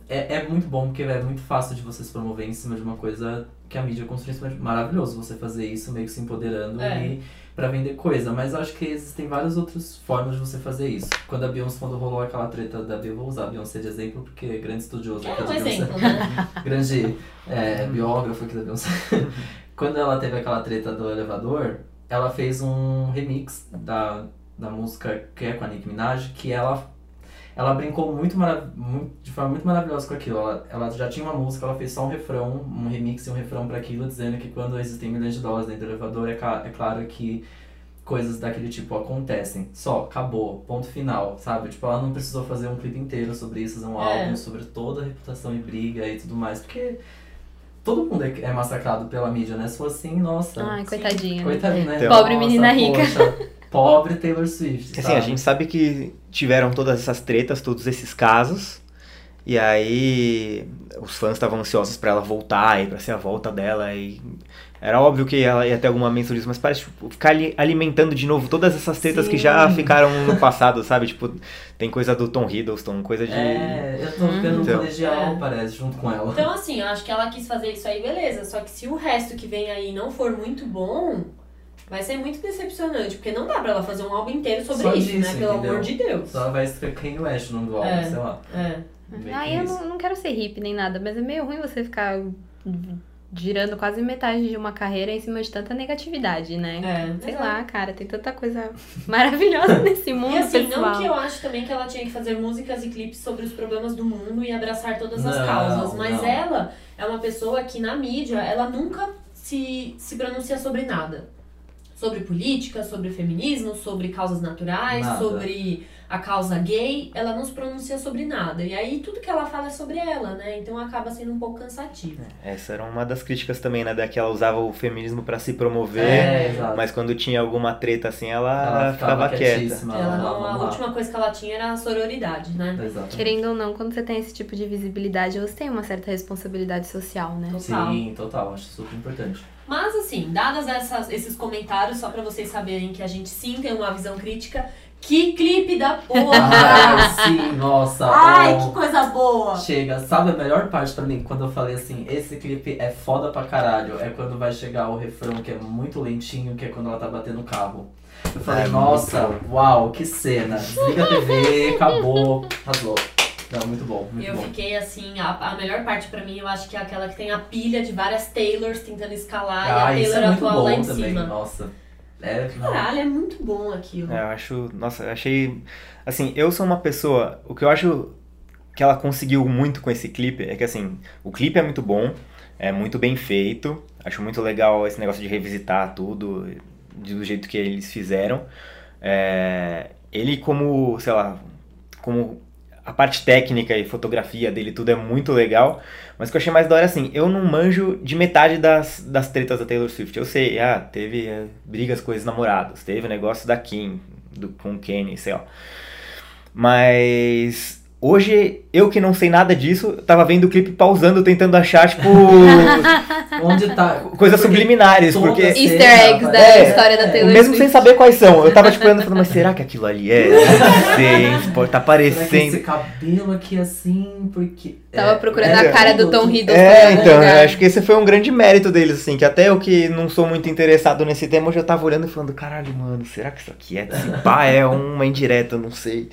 [SPEAKER 2] É, é muito bom porque é muito fácil de você se promover em cima de uma coisa que a mídia construiu em cima de... Maravilhoso você fazer isso meio que se empoderando
[SPEAKER 1] É.
[SPEAKER 2] e pra vender coisa. Mas eu acho que existem várias outras formas de você fazer isso. Quando a Beyoncé, quando rolou aquela treta da Beyoncé, vou usar a Beyoncé de exemplo porque é grande estudioso aqui
[SPEAKER 1] É
[SPEAKER 2] de
[SPEAKER 1] um
[SPEAKER 2] Beyoncé
[SPEAKER 1] exemplo, né?
[SPEAKER 2] grande é, biógrafo aqui da Beyoncé, quando ela teve aquela treta do elevador, ela fez um remix da, da música que é com a Nicki Minaj, que ela, ela brincou muito, mara- muito- de forma muito maravilhosa com aquilo. Ela, ela já tinha uma música, ela fez só um refrão, um remix e um refrão para aquilo, dizendo que quando existem milhões de dólares dentro do elevador, é, ca- é claro que coisas daquele tipo acontecem. Só, acabou, ponto final, sabe? Tipo, ela não precisou fazer um clipe inteiro sobre isso, fazer um
[SPEAKER 1] É.
[SPEAKER 2] álbum sobre toda a reputação e briga e tudo mais, porque todo mundo é, é massacrado pela mídia, né? Se for assim, nossa.
[SPEAKER 3] Ai,
[SPEAKER 1] Sim.
[SPEAKER 3] coitadinha. né?
[SPEAKER 2] coitado, né?
[SPEAKER 4] Então.
[SPEAKER 3] Pobre menina rica.
[SPEAKER 2] poxa, pobre Taylor Swift.
[SPEAKER 4] Assim,
[SPEAKER 2] sabe?
[SPEAKER 4] a gente sabe que tiveram todas essas tretas, todos esses casos. E aí os fãs estavam ansiosos pra ela voltar e pra ser a volta dela e era óbvio que ela ia ter alguma menção disso, mas parece tipo, ficar ali- alimentando de novo todas essas tretas que já
[SPEAKER 2] Sim.
[SPEAKER 4] ficaram no passado, sabe? Tipo, tem coisa do Tom Hiddleston, coisa de
[SPEAKER 2] É, eu tô ficando no
[SPEAKER 4] Então.
[SPEAKER 2] colegial, parece, junto com ela.
[SPEAKER 1] Então, assim, eu acho que ela quis fazer isso aí, beleza. Só que se o resto que vem aí não for muito bom, vai ser muito decepcionante. Porque não dá pra ela fazer um álbum inteiro sobre
[SPEAKER 2] Só
[SPEAKER 1] isso, né?
[SPEAKER 2] disso,
[SPEAKER 1] Pelo
[SPEAKER 2] entendeu?
[SPEAKER 1] amor de Deus.
[SPEAKER 2] Só vai escrever Kanye West no nome do álbum,
[SPEAKER 1] É.
[SPEAKER 2] sei lá.
[SPEAKER 1] É.
[SPEAKER 2] Meio que
[SPEAKER 3] Ah, eu
[SPEAKER 2] isso.
[SPEAKER 3] não, não quero ser hippie nem nada, mas é meio ruim você ficar girando quase metade de uma carreira em cima de tanta negatividade, né?
[SPEAKER 1] É,
[SPEAKER 3] Sei
[SPEAKER 1] mas
[SPEAKER 3] lá, cara, tem tanta coisa maravilhosa nesse mundo,
[SPEAKER 1] E assim,
[SPEAKER 3] pessoal.
[SPEAKER 1] não que eu acho também que ela tinha que fazer músicas e clipes sobre os problemas do mundo e abraçar todas as
[SPEAKER 2] Não,
[SPEAKER 1] causas, mas
[SPEAKER 2] não.
[SPEAKER 1] ela é uma pessoa que na mídia, ela nunca se, se pronuncia sobre nada. Sobre política, sobre feminismo, sobre causas naturais,
[SPEAKER 2] Nada.
[SPEAKER 1] sobre a causa gay, ela não se pronuncia sobre nada. E aí tudo que ela fala é sobre ela, né? Então acaba sendo um pouco cansativo.
[SPEAKER 4] Essa era uma das críticas também, né? Da que ela usava o feminismo pra se promover,
[SPEAKER 2] É, exato.
[SPEAKER 4] mas quando tinha alguma treta assim, ela,
[SPEAKER 2] ela
[SPEAKER 4] ficava, quieta.
[SPEAKER 2] quietíssima.
[SPEAKER 1] ela
[SPEAKER 2] falava,
[SPEAKER 1] não, a
[SPEAKER 2] "Vamos lá."
[SPEAKER 1] última coisa que ela tinha era a sororidade, né?
[SPEAKER 2] Exatamente.
[SPEAKER 3] Querendo ou não, quando você tem esse tipo de visibilidade, você tem uma certa responsabilidade social, né?
[SPEAKER 1] Total.
[SPEAKER 2] Sim, total, acho super importante.
[SPEAKER 1] Mas assim, dadas essas- esses comentários, só pra vocês saberem que a gente sim tem uma visão crítica, que clipe da porra!
[SPEAKER 2] Ai, Ah, sim, nossa.
[SPEAKER 1] Ai,
[SPEAKER 2] oh.
[SPEAKER 1] que coisa boa!
[SPEAKER 2] Chega, sabe a melhor parte pra mim? Quando eu falei assim, esse clipe é foda pra caralho. É quando vai chegar o refrão que é muito lentinho, que é quando ela tá batendo o carro. Eu falei,
[SPEAKER 4] É
[SPEAKER 2] nossa, uau, que cena. Desliga a TV, acabou, arrasou. Não, muito bom, muito
[SPEAKER 1] Eu
[SPEAKER 2] bom.
[SPEAKER 1] fiquei assim, a, a melhor parte pra mim, eu acho que é aquela que tem a pilha de várias Taylors tentando escalar
[SPEAKER 2] ah,
[SPEAKER 1] e a
[SPEAKER 2] isso
[SPEAKER 1] Taylor
[SPEAKER 2] é muito
[SPEAKER 1] atual lá
[SPEAKER 2] bom
[SPEAKER 1] em
[SPEAKER 2] também,
[SPEAKER 1] cima.
[SPEAKER 2] nossa. É, não.
[SPEAKER 1] Caralho, é muito bom aquilo.
[SPEAKER 4] É, eu acho. Nossa, eu achei. Assim, eu sou uma pessoa. O que eu acho que ela conseguiu muito com esse clipe é que, assim, o clipe é muito bom, é muito bem feito. Acho muito legal esse negócio de revisitar tudo de- do jeito que eles fizeram. É, ele, como, sei lá, como a parte técnica e fotografia dele, tudo é muito legal. Mas o que eu achei mais da hora é assim, eu não manjo de metade das, das tretas da Taylor Swift. Eu sei, ah, teve eh, brigas com os namorados, teve o negócio da Kim, do, com o Kenny, sei lá. Mas Hoje, eu que não sei nada disso, tava vendo o clipe pausando, tentando achar, tipo,
[SPEAKER 2] Onde tá.
[SPEAKER 4] coisas
[SPEAKER 2] Porque
[SPEAKER 4] subliminares,
[SPEAKER 2] toda
[SPEAKER 4] porque.
[SPEAKER 2] cena
[SPEAKER 3] Easter eggs da
[SPEAKER 2] aparece-
[SPEAKER 3] história da Taylor
[SPEAKER 4] É, Mesmo
[SPEAKER 3] Swift.
[SPEAKER 4] sem saber quais são. Eu tava, tipo, olhando e falando, mas será que aquilo ali é? Não sei, hein, pode tá
[SPEAKER 2] Será que esse
[SPEAKER 4] aparecendo.
[SPEAKER 2] cabelo aqui assim, porque.
[SPEAKER 3] Tava procurando
[SPEAKER 4] é.
[SPEAKER 3] a cara do Tom Hiddleston. em
[SPEAKER 4] É,
[SPEAKER 3] algum
[SPEAKER 4] então,
[SPEAKER 3] lugar.
[SPEAKER 4] eu acho que esse foi um grande mérito deles, assim, que até eu que não sou muito interessado nesse tema, eu já tava olhando e falando, caralho, mano, será que isso aqui é? Se pá, é uma indireta, eu não sei.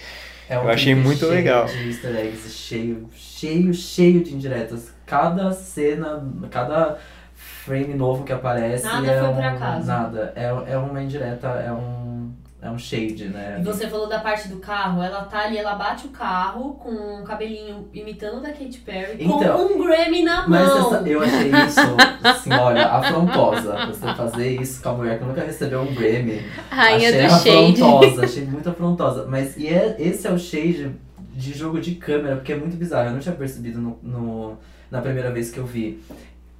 [SPEAKER 2] É um
[SPEAKER 4] Eu achei
[SPEAKER 2] clipe
[SPEAKER 4] muito
[SPEAKER 2] cheio
[SPEAKER 4] legal.
[SPEAKER 2] De easter eggs, cheio, cheio, cheio de indiretas. Cada cena, cada frame novo que aparece.
[SPEAKER 1] Nada
[SPEAKER 2] é
[SPEAKER 1] foi
[SPEAKER 2] um,
[SPEAKER 1] por acaso.
[SPEAKER 2] Nada. É, é uma indireta, é um. É um shade, né?
[SPEAKER 1] E você falou da parte do carro, ela tá ali, ela bate o carro com um cabelinho imitando da Katy Perry,
[SPEAKER 2] Então,
[SPEAKER 1] com um Grammy na
[SPEAKER 2] Mas
[SPEAKER 1] mão.
[SPEAKER 2] essa- eu achei isso, assim, olha, afrontosa. Você fazer isso com a mulher que nunca recebeu um Grammy.
[SPEAKER 3] Rainha
[SPEAKER 2] achei
[SPEAKER 3] do Shade.
[SPEAKER 2] afrontosa, achei muito afrontosa. Mas e é- esse é o shade de jogo de câmera, porque é muito bizarro. Eu não tinha percebido no, no- na primeira vez que eu vi.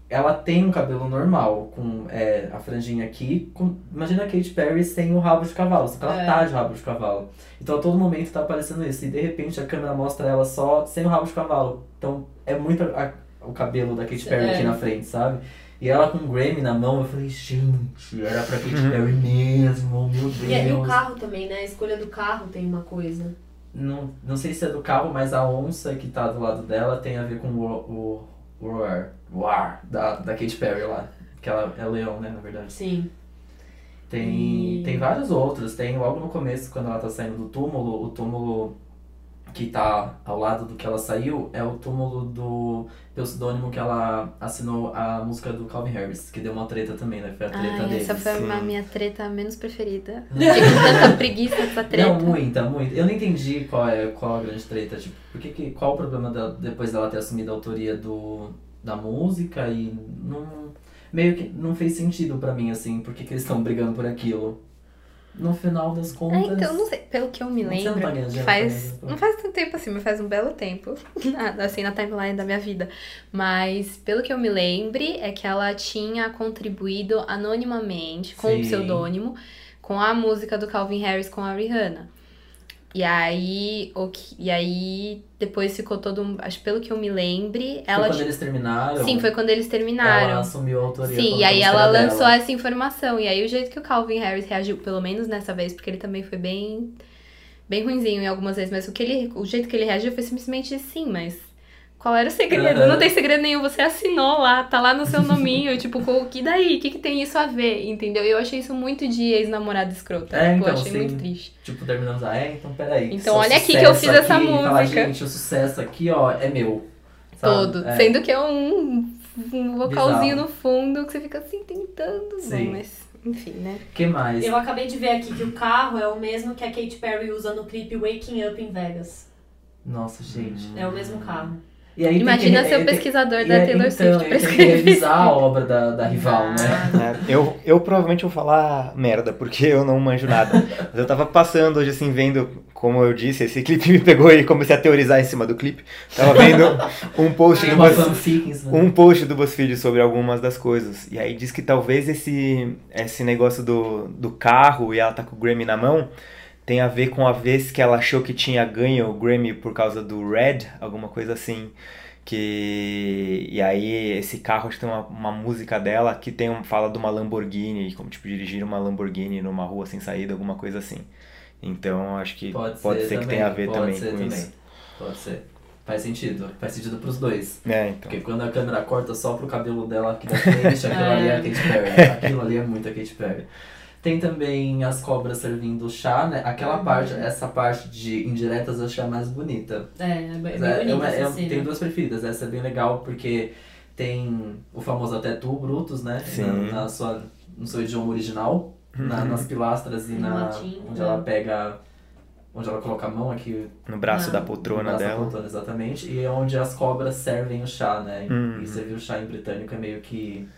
[SPEAKER 2] Ela tem um cabelo normal, com é, a franjinha aqui. com- imagina a Katy Perry sem o rabo de cavalo, só que ela
[SPEAKER 1] É.
[SPEAKER 2] tá de rabo de cavalo. Então a todo momento tá aparecendo isso. E de repente a câmera mostra ela só sem o rabo de cavalo. Então é muito a- o cabelo da Katy Perry aqui
[SPEAKER 1] É.
[SPEAKER 2] na frente, sabe? E ela com o Grammy na mão, eu falei, gente, era pra Katy Perry mesmo, meu Deus.
[SPEAKER 1] E, é, e o carro também, né? A escolha do carro tem uma coisa.
[SPEAKER 2] Não, não sei se é do carro, mas a onça que tá do lado dela tem a ver com o, o, o Roar, Roar, da, da Katy Perry lá. Que ela é leão, né, na verdade.
[SPEAKER 1] Sim.
[SPEAKER 2] Tem,
[SPEAKER 1] E-
[SPEAKER 2] tem vários outros, tem logo no começo, quando ela tá saindo do túmulo, o túmulo que tá ao lado do que ela saiu é o túmulo do pseudônimo que ela assinou a música do Calvin Harris, que deu uma treta também, né? Foi
[SPEAKER 1] Ah,
[SPEAKER 2] a treta
[SPEAKER 3] Ai,
[SPEAKER 2] deles.
[SPEAKER 3] essa foi a
[SPEAKER 4] Sim.
[SPEAKER 3] minha treta menos preferida. Fiquei com tanta preguiça dessa treta.
[SPEAKER 2] Não, muita, muita. Eu não entendi qual é qual a grande treta. Tipo, por que que, qual o problema dela, depois dela ter assumido a autoria do, da música e não. Meio que não fez sentido pra mim, assim, por que que eles estão brigando por aquilo. No final das
[SPEAKER 3] Ah,
[SPEAKER 2] contas.
[SPEAKER 3] então, não sei. Pelo que eu me
[SPEAKER 2] Você não
[SPEAKER 3] lembro,
[SPEAKER 2] tá ganhando dinheiro
[SPEAKER 3] faz,
[SPEAKER 2] também, né?
[SPEAKER 3] não faz tanto tempo assim, mas faz um belo tempo, na- assim, na timeline da minha vida. Mas, pelo que eu me lembre, é que ela tinha contribuído anonimamente, com
[SPEAKER 2] Sim.
[SPEAKER 3] o pseudônimo, com a música do Calvin Harris com a Rihanna. E aí, o que, e aí depois ficou todo um... Acho que pelo que eu me
[SPEAKER 2] Foi
[SPEAKER 3] lembre, ela...
[SPEAKER 2] quando eles terminaram. né? É,
[SPEAKER 3] Sim, foi quando eles terminaram.
[SPEAKER 2] Ela assumiu a autoria.
[SPEAKER 3] Sim,
[SPEAKER 2] como
[SPEAKER 3] e aí
[SPEAKER 2] produtora
[SPEAKER 3] ela
[SPEAKER 2] dela.
[SPEAKER 3] lançou essa informação. E aí o jeito que o Calvin Harris reagiu, pelo menos nessa vez, porque ele também foi bem bem ruinzinho em algumas vezes, mas o que ele o jeito que ele reagiu foi simplesmente sim, mas qual era o segredo?
[SPEAKER 2] Aham.
[SPEAKER 3] Não tem segredo nenhum, você assinou lá, tá lá no seu nominho, tipo, co- que daí? O que, que tem isso a ver? Entendeu? E eu achei isso muito de ex-namorada escrota.
[SPEAKER 2] É,
[SPEAKER 3] tipo, eu
[SPEAKER 2] então,
[SPEAKER 3] achei
[SPEAKER 2] sim.
[SPEAKER 3] muito triste.
[SPEAKER 2] Tipo, terminamos. Ah, é? Então peraí.
[SPEAKER 3] Então,
[SPEAKER 2] Só
[SPEAKER 3] olha aqui que eu
[SPEAKER 2] sucesso
[SPEAKER 3] fiz essa
[SPEAKER 2] aqui, e Falar,
[SPEAKER 3] música.
[SPEAKER 2] Gente, o sucesso aqui, ó, é meu. sabe?
[SPEAKER 3] Todo.
[SPEAKER 2] É.
[SPEAKER 3] Sendo que é um, um vocalzinho
[SPEAKER 2] Bizarro.
[SPEAKER 3] no fundo que você fica assim tentando, bom,
[SPEAKER 2] Sim.
[SPEAKER 3] mas enfim, né?
[SPEAKER 2] que mais?
[SPEAKER 1] Eu acabei de ver aqui que o carro é o mesmo que a Katy Perry usa no clipe Waking Up in Vegas.
[SPEAKER 2] Nossa, gente.
[SPEAKER 1] É o mesmo carro.
[SPEAKER 2] E aí tem
[SPEAKER 3] Imagina
[SPEAKER 2] que,
[SPEAKER 3] seu
[SPEAKER 2] é, tem-
[SPEAKER 3] pesquisador
[SPEAKER 2] E
[SPEAKER 3] da
[SPEAKER 2] é-
[SPEAKER 3] Taylor
[SPEAKER 2] então,
[SPEAKER 3] Swift
[SPEAKER 2] é, tem
[SPEAKER 3] pra
[SPEAKER 2] que
[SPEAKER 3] escrever.
[SPEAKER 2] revisar a obra da, da rival, né?
[SPEAKER 4] É, eu, eu provavelmente vou falar merda, porque eu não manjo nada. Mas eu tava passando hoje, assim, vendo, como eu disse, esse clipe me pegou e comecei a teorizar em cima do clipe. Tava vendo um post do,
[SPEAKER 2] Uma né?
[SPEAKER 4] Buzz,
[SPEAKER 2] fanfic em cima.
[SPEAKER 4] um post do BuzzFeed sobre algumas das coisas. E aí diz que talvez esse, esse negócio do, do carro e ela tá com o Grammy na mão tem a ver com a vez que ela achou que tinha ganho o Grammy por causa do Red, alguma coisa assim. Que. E aí esse carro acho que tem uma, uma música dela que tem um, fala de uma Lamborghini, como tipo dirigir uma Lamborghini numa rua sem saída, alguma coisa assim. Então acho que pode, ser, que
[SPEAKER 2] também,
[SPEAKER 4] tenha a ver
[SPEAKER 2] pode
[SPEAKER 4] também
[SPEAKER 2] ser
[SPEAKER 4] com
[SPEAKER 2] também.
[SPEAKER 4] isso.
[SPEAKER 2] Pode ser. Faz sentido. Faz sentido pros dois.
[SPEAKER 4] É, então.
[SPEAKER 2] Porque quando a câmera corta só pro cabelo dela aqui da frente, aquilo ali é a Katy Perry. Aquilo ali é muito a Katy Perry. Tem também as cobras servindo chá, né? Aquela parte, essa parte de indiretas eu achei a mais bonita.
[SPEAKER 1] É, é bem
[SPEAKER 2] Mas é-
[SPEAKER 1] bonito
[SPEAKER 2] eu,
[SPEAKER 1] essa
[SPEAKER 2] eu
[SPEAKER 1] cena.
[SPEAKER 2] tenho duas preferidas. Essa é bem legal porque tem o famoso até tu, Brutus, né?
[SPEAKER 4] Sim.
[SPEAKER 2] Na, na sua, no seu idioma original,
[SPEAKER 4] Uhum.
[SPEAKER 2] na- nas pilastras e
[SPEAKER 1] No
[SPEAKER 2] na,
[SPEAKER 1] latim,
[SPEAKER 2] onde
[SPEAKER 1] é.
[SPEAKER 2] ela pega. Onde ela coloca a mão aqui
[SPEAKER 4] No braço
[SPEAKER 1] Ah.
[SPEAKER 4] da
[SPEAKER 2] no
[SPEAKER 4] poltrona
[SPEAKER 2] braço da
[SPEAKER 4] dela.
[SPEAKER 2] poltrona, exatamente. E é onde as cobras servem o chá, né?
[SPEAKER 4] Uhum.
[SPEAKER 2] E servir o chá em britânico é meio que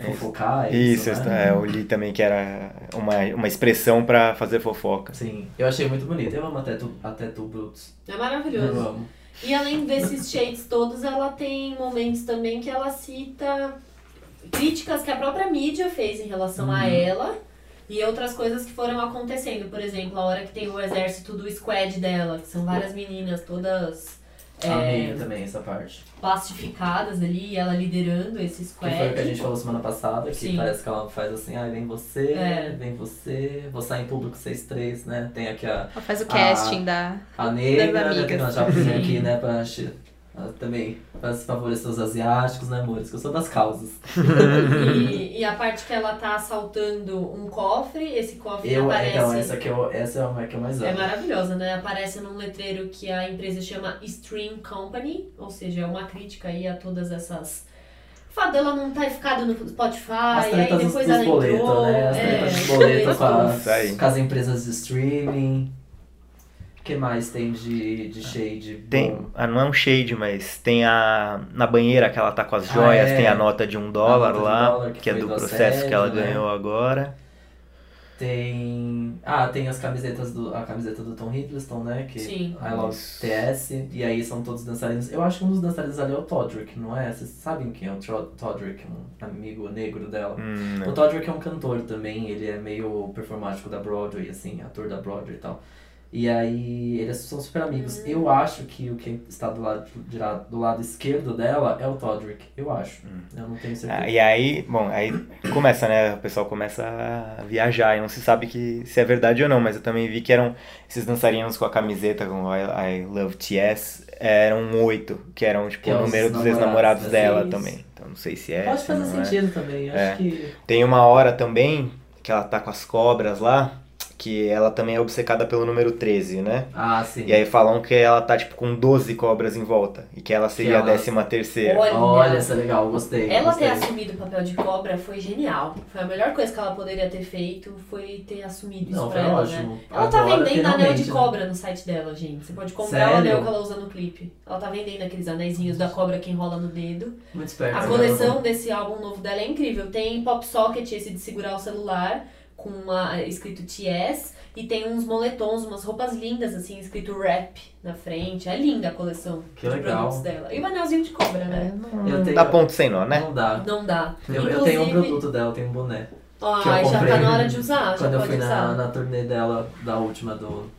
[SPEAKER 2] fofocar. é
[SPEAKER 4] Isso,
[SPEAKER 2] isso né?
[SPEAKER 4] é, eu li também que era uma, uma expressão pra fazer fofoca.
[SPEAKER 2] Sim, eu achei muito bonito. Eu amo até tu, até tu Brutus.
[SPEAKER 1] É
[SPEAKER 2] Eu
[SPEAKER 1] maravilhoso.
[SPEAKER 2] amo.
[SPEAKER 1] E além desses shades todos, ela tem momentos também Uhum. que ela cita críticas que a própria mídia fez em relação a ela. E outras coisas que foram acontecendo, por exemplo, a hora que tem o exército do squad dela, que são várias meninas todas é,
[SPEAKER 2] Amei também essa parte.
[SPEAKER 1] plastificadas ali, e ela liderando esse
[SPEAKER 2] Que foi o que a gente
[SPEAKER 1] squad.
[SPEAKER 2] falou semana passada, que
[SPEAKER 1] Sim.
[SPEAKER 2] parece que ela faz assim, ai, vem você,
[SPEAKER 1] É.
[SPEAKER 2] vem você, vou sair em público vocês três, né? Tem aqui a,
[SPEAKER 6] Ela faz o
[SPEAKER 2] Ah,
[SPEAKER 6] casting da.
[SPEAKER 2] a negra, né?
[SPEAKER 6] amigas.
[SPEAKER 2] tem a japonesa
[SPEAKER 1] Sim.
[SPEAKER 2] aqui, né, pra enche- ela também faz favorecer os asiáticos, né, amores? Que eu sou das causas.
[SPEAKER 1] E, e a parte que ela tá assaltando um cofre, esse cofre
[SPEAKER 2] Eu,
[SPEAKER 1] aparece.
[SPEAKER 2] então, essa, que eu, essa é uma que eu mais
[SPEAKER 1] É
[SPEAKER 2] amo.
[SPEAKER 1] maravilhosa, né? Aparece num letreiro que a empresa chama Stream Company, ou seja, é uma crítica aí a todas essas. Fada, ela não tá ficada no Spotify,
[SPEAKER 2] As
[SPEAKER 1] aí
[SPEAKER 2] tretas
[SPEAKER 1] depois
[SPEAKER 2] dos, dos
[SPEAKER 1] ela
[SPEAKER 2] boletos,
[SPEAKER 1] entrou.
[SPEAKER 2] né? As
[SPEAKER 1] é,
[SPEAKER 2] tretas dos boletos
[SPEAKER 1] boletos.
[SPEAKER 2] com, as-
[SPEAKER 4] Isso aí.
[SPEAKER 2] com as empresas de streaming. O que mais tem de, de shade?
[SPEAKER 4] Ah. Tem,
[SPEAKER 2] bom?
[SPEAKER 4] ah, não é um shade, mas tem a. Na banheira que ela tá com as
[SPEAKER 2] Ah,
[SPEAKER 4] joias,
[SPEAKER 2] é.
[SPEAKER 4] tem a nota de um
[SPEAKER 2] A
[SPEAKER 4] dólar
[SPEAKER 2] nota de
[SPEAKER 4] lá,
[SPEAKER 2] dólar que
[SPEAKER 4] que, é
[SPEAKER 2] foi
[SPEAKER 4] do
[SPEAKER 2] do
[SPEAKER 4] processo que ela
[SPEAKER 2] assédio, né?
[SPEAKER 4] ganhou agora.
[SPEAKER 2] Tem. Ah, tem as camisetas do. A camiseta do Tom Hiddleston, né? Que
[SPEAKER 1] Sim.
[SPEAKER 2] I Love TS. E aí são todos dançarinos. Eu acho que um dos dançarinos ali é o Todrick, não é? Vocês sabem quem é o Tro- Todrick, um amigo negro dela.
[SPEAKER 4] Hum,
[SPEAKER 2] O Todrick é um cantor também, ele é meio performático da Broadway, assim, ator da Broadway e tal. E aí, eles são super amigos. Eu acho que o que está do lado, dirá- do lado esquerdo dela é o Todrick, eu acho. Eu não tenho certeza.
[SPEAKER 4] Ah, e aí, bom, aí começa, né? O pessoal começa a viajar e não se sabe que, se é verdade ou não, mas eu também vi que eram esses dançarinos com a camiseta com I, I Love TS, eram oito, que eram tipo
[SPEAKER 2] Que é
[SPEAKER 4] o
[SPEAKER 2] os
[SPEAKER 4] número dos
[SPEAKER 2] namorados,
[SPEAKER 4] ex-namorados
[SPEAKER 2] né?
[SPEAKER 4] dela
[SPEAKER 1] Isso.
[SPEAKER 4] também. Então não sei se é.
[SPEAKER 2] Pode
[SPEAKER 4] se
[SPEAKER 2] fazer
[SPEAKER 4] não é.
[SPEAKER 2] sentido também, acho
[SPEAKER 4] É.
[SPEAKER 2] que.
[SPEAKER 4] Tem uma hora também que ela tá com as cobras lá, que ela também é obcecada pelo número 13, né?
[SPEAKER 2] Ah, sim.
[SPEAKER 4] E aí falam que ela tá tipo com 12 cobras em volta e que ela seria
[SPEAKER 2] ela-
[SPEAKER 4] a décima terceira.
[SPEAKER 1] Olha,
[SPEAKER 2] Olha, essa é legal, gostei.
[SPEAKER 1] ela ter
[SPEAKER 2] gostei.
[SPEAKER 1] assumido o papel de cobra foi genial. Foi a melhor coisa que ela poderia ter feito, foi ter assumido isso
[SPEAKER 2] Não,
[SPEAKER 1] pra
[SPEAKER 2] foi
[SPEAKER 1] ela, né?
[SPEAKER 2] ótimo.
[SPEAKER 1] Ela tá
[SPEAKER 2] Agora,
[SPEAKER 1] vendendo anel
[SPEAKER 2] finalmente,
[SPEAKER 1] de
[SPEAKER 2] né?
[SPEAKER 1] cobra no site dela, gente. Você pode comprar o
[SPEAKER 2] Sério?
[SPEAKER 1] anel que ela usa no clipe. Ela tá vendendo aqueles anéisinhos da cobra que enrola no dedo.
[SPEAKER 2] Muito esperto.
[SPEAKER 1] A
[SPEAKER 2] né?
[SPEAKER 1] coleção desse álbum novo dela é incrível. Tem pop socket, esse de segurar o celular, com uma, escrito TS. E tem uns moletons, umas roupas lindas, assim, escrito rap na frente. É linda a coleção
[SPEAKER 2] Que
[SPEAKER 1] de
[SPEAKER 2] legal.
[SPEAKER 1] produtos dela. E o anelzinho de cobra, né?
[SPEAKER 2] Eu tenho...
[SPEAKER 4] Dá ponto sem nó, né?
[SPEAKER 2] Não dá.
[SPEAKER 1] Não dá.
[SPEAKER 2] Eu, eu tenho um
[SPEAKER 1] Inclusive-
[SPEAKER 2] produto dela, eu tenho um boné.
[SPEAKER 1] Ó,
[SPEAKER 2] Que eu
[SPEAKER 1] aí já tá
[SPEAKER 2] comprei
[SPEAKER 1] na hora de usar, já
[SPEAKER 2] Quando eu
[SPEAKER 1] pode
[SPEAKER 2] fui na,
[SPEAKER 1] usar.
[SPEAKER 2] na turnê dela, da última do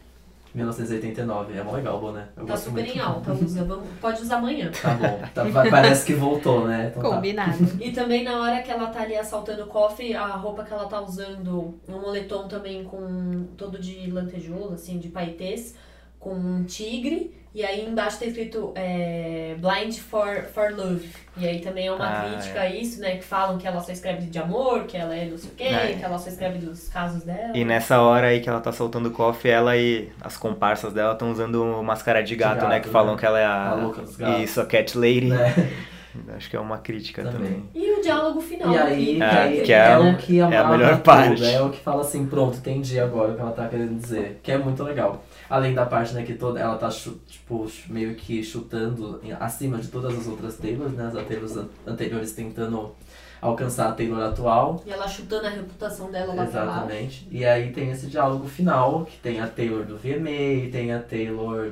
[SPEAKER 2] 1989. É mó legal o boné. Eu
[SPEAKER 1] Tá
[SPEAKER 2] gosto
[SPEAKER 1] super
[SPEAKER 2] muito.
[SPEAKER 1] em alta, usa. Vamos, pode usar amanhã.
[SPEAKER 2] Tá bom. Tá- pa- parece que voltou, né? Então tá.
[SPEAKER 6] Combinado.
[SPEAKER 1] E também na hora que ela tá ali assaltando o cofre, a roupa que ela tá usando, um moletom também com todo de lantejoula, assim, de paetês, com um tigre. E aí embaixo tá escrito é, Blind for, for Love. E aí também é uma
[SPEAKER 4] Ah,
[SPEAKER 1] crítica a isso, né? Que falam que ela só escreve de amor, que ela é não sei o quê,
[SPEAKER 4] É.
[SPEAKER 1] que ela só escreve dos casos dela.
[SPEAKER 4] E nessa hora aí que ela tá soltando o cofre, ela e as comparsas dela estão usando máscara de gato,
[SPEAKER 2] gato,
[SPEAKER 4] né? Que
[SPEAKER 2] né?
[SPEAKER 4] falam que ela é a,
[SPEAKER 2] A louca dos gatos.
[SPEAKER 4] Isso, a Cat Lady.
[SPEAKER 2] Né?
[SPEAKER 4] Acho que é uma crítica
[SPEAKER 2] Também.
[SPEAKER 4] também.
[SPEAKER 1] E o diálogo final.
[SPEAKER 2] E aí,
[SPEAKER 1] aqui,
[SPEAKER 4] É,
[SPEAKER 2] que aí
[SPEAKER 4] que
[SPEAKER 2] é,
[SPEAKER 4] é
[SPEAKER 2] o
[SPEAKER 4] o-
[SPEAKER 2] que amarra
[SPEAKER 4] melhor
[SPEAKER 2] tudo,
[SPEAKER 4] parte.
[SPEAKER 2] É o que fala assim, pronto, entendi agora o que ela tá querendo dizer. Que é muito legal. Além da parte, né, que toda ela tá chu- tipo, chu- meio que chutando em- acima de todas as outras Taylors, né? As Taylors an- anteriores tentando alcançar a Taylor atual.
[SPEAKER 1] E ela chutando a reputação dela lá
[SPEAKER 4] tá
[SPEAKER 1] pra baixo.
[SPEAKER 2] Exatamente. E aí tem esse diálogo final, que tem a Taylor do VMA, tem a Taylor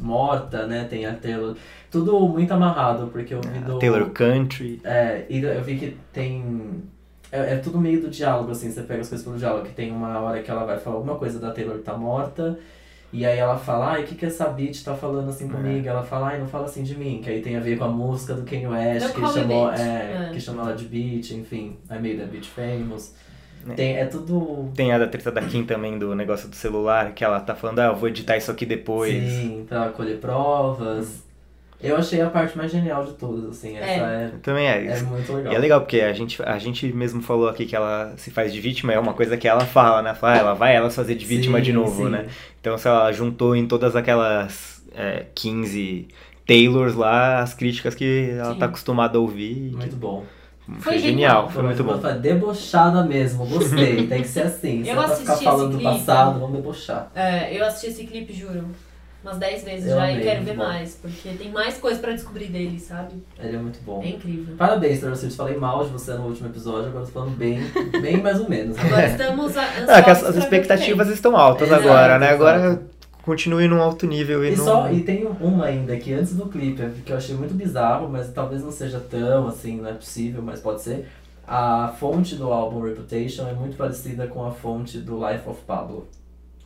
[SPEAKER 2] morta, né? Tem a Taylor. Tudo muito amarrado, porque eu vi do.
[SPEAKER 4] É, Taylor Country.
[SPEAKER 2] É, e eu vi que tem. É, é tudo meio do diálogo, assim, você pega as coisas pelo diálogo, que tem uma hora que ela vai falar alguma coisa da Taylor tá morta, e aí ela fala, ai, o que, que essa bitch tá falando assim
[SPEAKER 4] É.
[SPEAKER 2] comigo? Ela fala, ai, não fala assim de mim, que aí tem a ver com a música do Kanye West,
[SPEAKER 1] Don't
[SPEAKER 2] que
[SPEAKER 1] call me
[SPEAKER 2] chamou,
[SPEAKER 1] bitch.
[SPEAKER 2] é,
[SPEAKER 1] É.
[SPEAKER 2] que chamou ela de bitch, enfim, I made a bitch famous. Tem, é tudo.
[SPEAKER 4] Tem a da treta da Kim também, do negócio do celular, que ela tá falando, ah, eu vou editar isso aqui depois.
[SPEAKER 2] Sim, pra colher
[SPEAKER 4] Hum.
[SPEAKER 2] provas. Eu achei a parte mais genial de todas, assim, essa
[SPEAKER 4] Também
[SPEAKER 2] é,
[SPEAKER 4] é
[SPEAKER 2] é
[SPEAKER 4] isso.
[SPEAKER 2] muito legal.
[SPEAKER 4] E é legal, porque a gente, a gente mesmo falou aqui que ela se faz de vítima, é uma coisa que ela fala, né? Fala, ah, ela vai ela se fazer de vítima
[SPEAKER 2] Sim,
[SPEAKER 4] de novo,
[SPEAKER 2] sim.
[SPEAKER 4] né? Então, se ela juntou em todas aquelas é, 15 Taylors lá, as críticas que ela
[SPEAKER 1] Sim.
[SPEAKER 4] tá acostumada a ouvir.
[SPEAKER 2] Muito bom.
[SPEAKER 4] Foi,
[SPEAKER 1] Foi
[SPEAKER 4] genial,
[SPEAKER 1] genial.
[SPEAKER 4] foi muito bom.
[SPEAKER 2] Foi debochada mesmo, gostei. Tem que ser assim. Se
[SPEAKER 1] Eu
[SPEAKER 2] é pra ficar
[SPEAKER 1] assisti
[SPEAKER 2] falando
[SPEAKER 1] esse
[SPEAKER 2] do
[SPEAKER 1] clipe.
[SPEAKER 2] passado, vamos debochar.
[SPEAKER 1] É, eu assisti esse clipe, juro, umas 10 vezes
[SPEAKER 2] Eu
[SPEAKER 1] já
[SPEAKER 2] amei,
[SPEAKER 1] e quero
[SPEAKER 2] muito
[SPEAKER 1] ver
[SPEAKER 2] bom.
[SPEAKER 1] mais, porque tem mais coisa pra descobrir dele, sabe?
[SPEAKER 2] Ele é muito bom.
[SPEAKER 1] É incrível.
[SPEAKER 2] Parabéns, Taylor Swift. Falei mal de você no último episódio, agora tô falando bem, bem mais ou menos.
[SPEAKER 1] Agora estamos a- ansiosos
[SPEAKER 2] É,
[SPEAKER 4] Ah, que as,
[SPEAKER 1] pra
[SPEAKER 4] as
[SPEAKER 1] ver o que
[SPEAKER 4] expectativas estão altas
[SPEAKER 2] Exato,
[SPEAKER 4] agora, né?
[SPEAKER 2] exato.
[SPEAKER 4] Agora continue num alto nível e,
[SPEAKER 2] E,
[SPEAKER 4] não.
[SPEAKER 2] só, e tem uma ainda que antes do clipe, que eu achei muito bizarro, mas talvez não seja tão assim, não é possível, mas pode ser. A fonte do álbum Reputation é muito parecida com a fonte do Life of Pablo,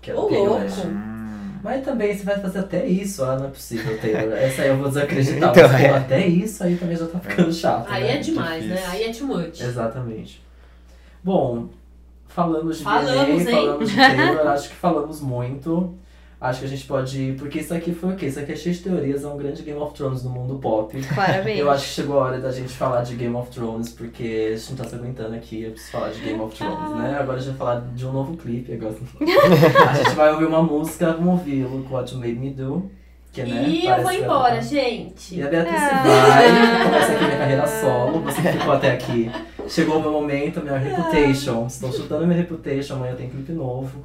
[SPEAKER 2] que é do
[SPEAKER 1] Ô,
[SPEAKER 2] Taylor
[SPEAKER 1] louco.
[SPEAKER 2] Lash.
[SPEAKER 4] Hum.
[SPEAKER 2] Mas também você vai fazer até isso, ah, não é possível, Taylor. Essa aí eu vou desacreditar.
[SPEAKER 4] Então,
[SPEAKER 2] mas,
[SPEAKER 4] é.
[SPEAKER 2] pô, Até isso aí também já tá ficando chato.
[SPEAKER 1] Aí
[SPEAKER 2] né?
[SPEAKER 1] é demais, né?
[SPEAKER 4] difícil.
[SPEAKER 1] Aí é too much.
[SPEAKER 2] Exatamente. Bom, falamos de
[SPEAKER 1] Falamos,
[SPEAKER 2] Belém,
[SPEAKER 1] hein?
[SPEAKER 2] falamos de Taylor, acho que falamos muito. Acho que a gente pode ir, porque isso aqui foi o quê? Isso aqui é cheio de teorias, é um grande Game of Thrones no mundo pop.
[SPEAKER 3] Claramente.
[SPEAKER 2] Eu acho que chegou a hora da gente falar de Game of Thrones, porque a gente não tá se aguentando aqui, eu preciso falar de Game of
[SPEAKER 1] Ah.
[SPEAKER 2] Thrones, né? Agora a gente vai falar de um novo clipe agora. a gente vai ouvir uma música, vamos ouvi-lo com What You Made Me Do. Que, né,
[SPEAKER 1] e eu
[SPEAKER 2] parece
[SPEAKER 1] vou
[SPEAKER 2] que ela
[SPEAKER 1] embora,
[SPEAKER 2] tá-
[SPEAKER 1] gente.
[SPEAKER 2] e a Beatriz
[SPEAKER 3] Ah.
[SPEAKER 2] vai, começa aqui minha carreira solo, você que ficou até aqui. Chegou o meu momento,
[SPEAKER 1] Ah.
[SPEAKER 2] minha reputation. Estou chutando minha reputation, amanhã tem clipe novo.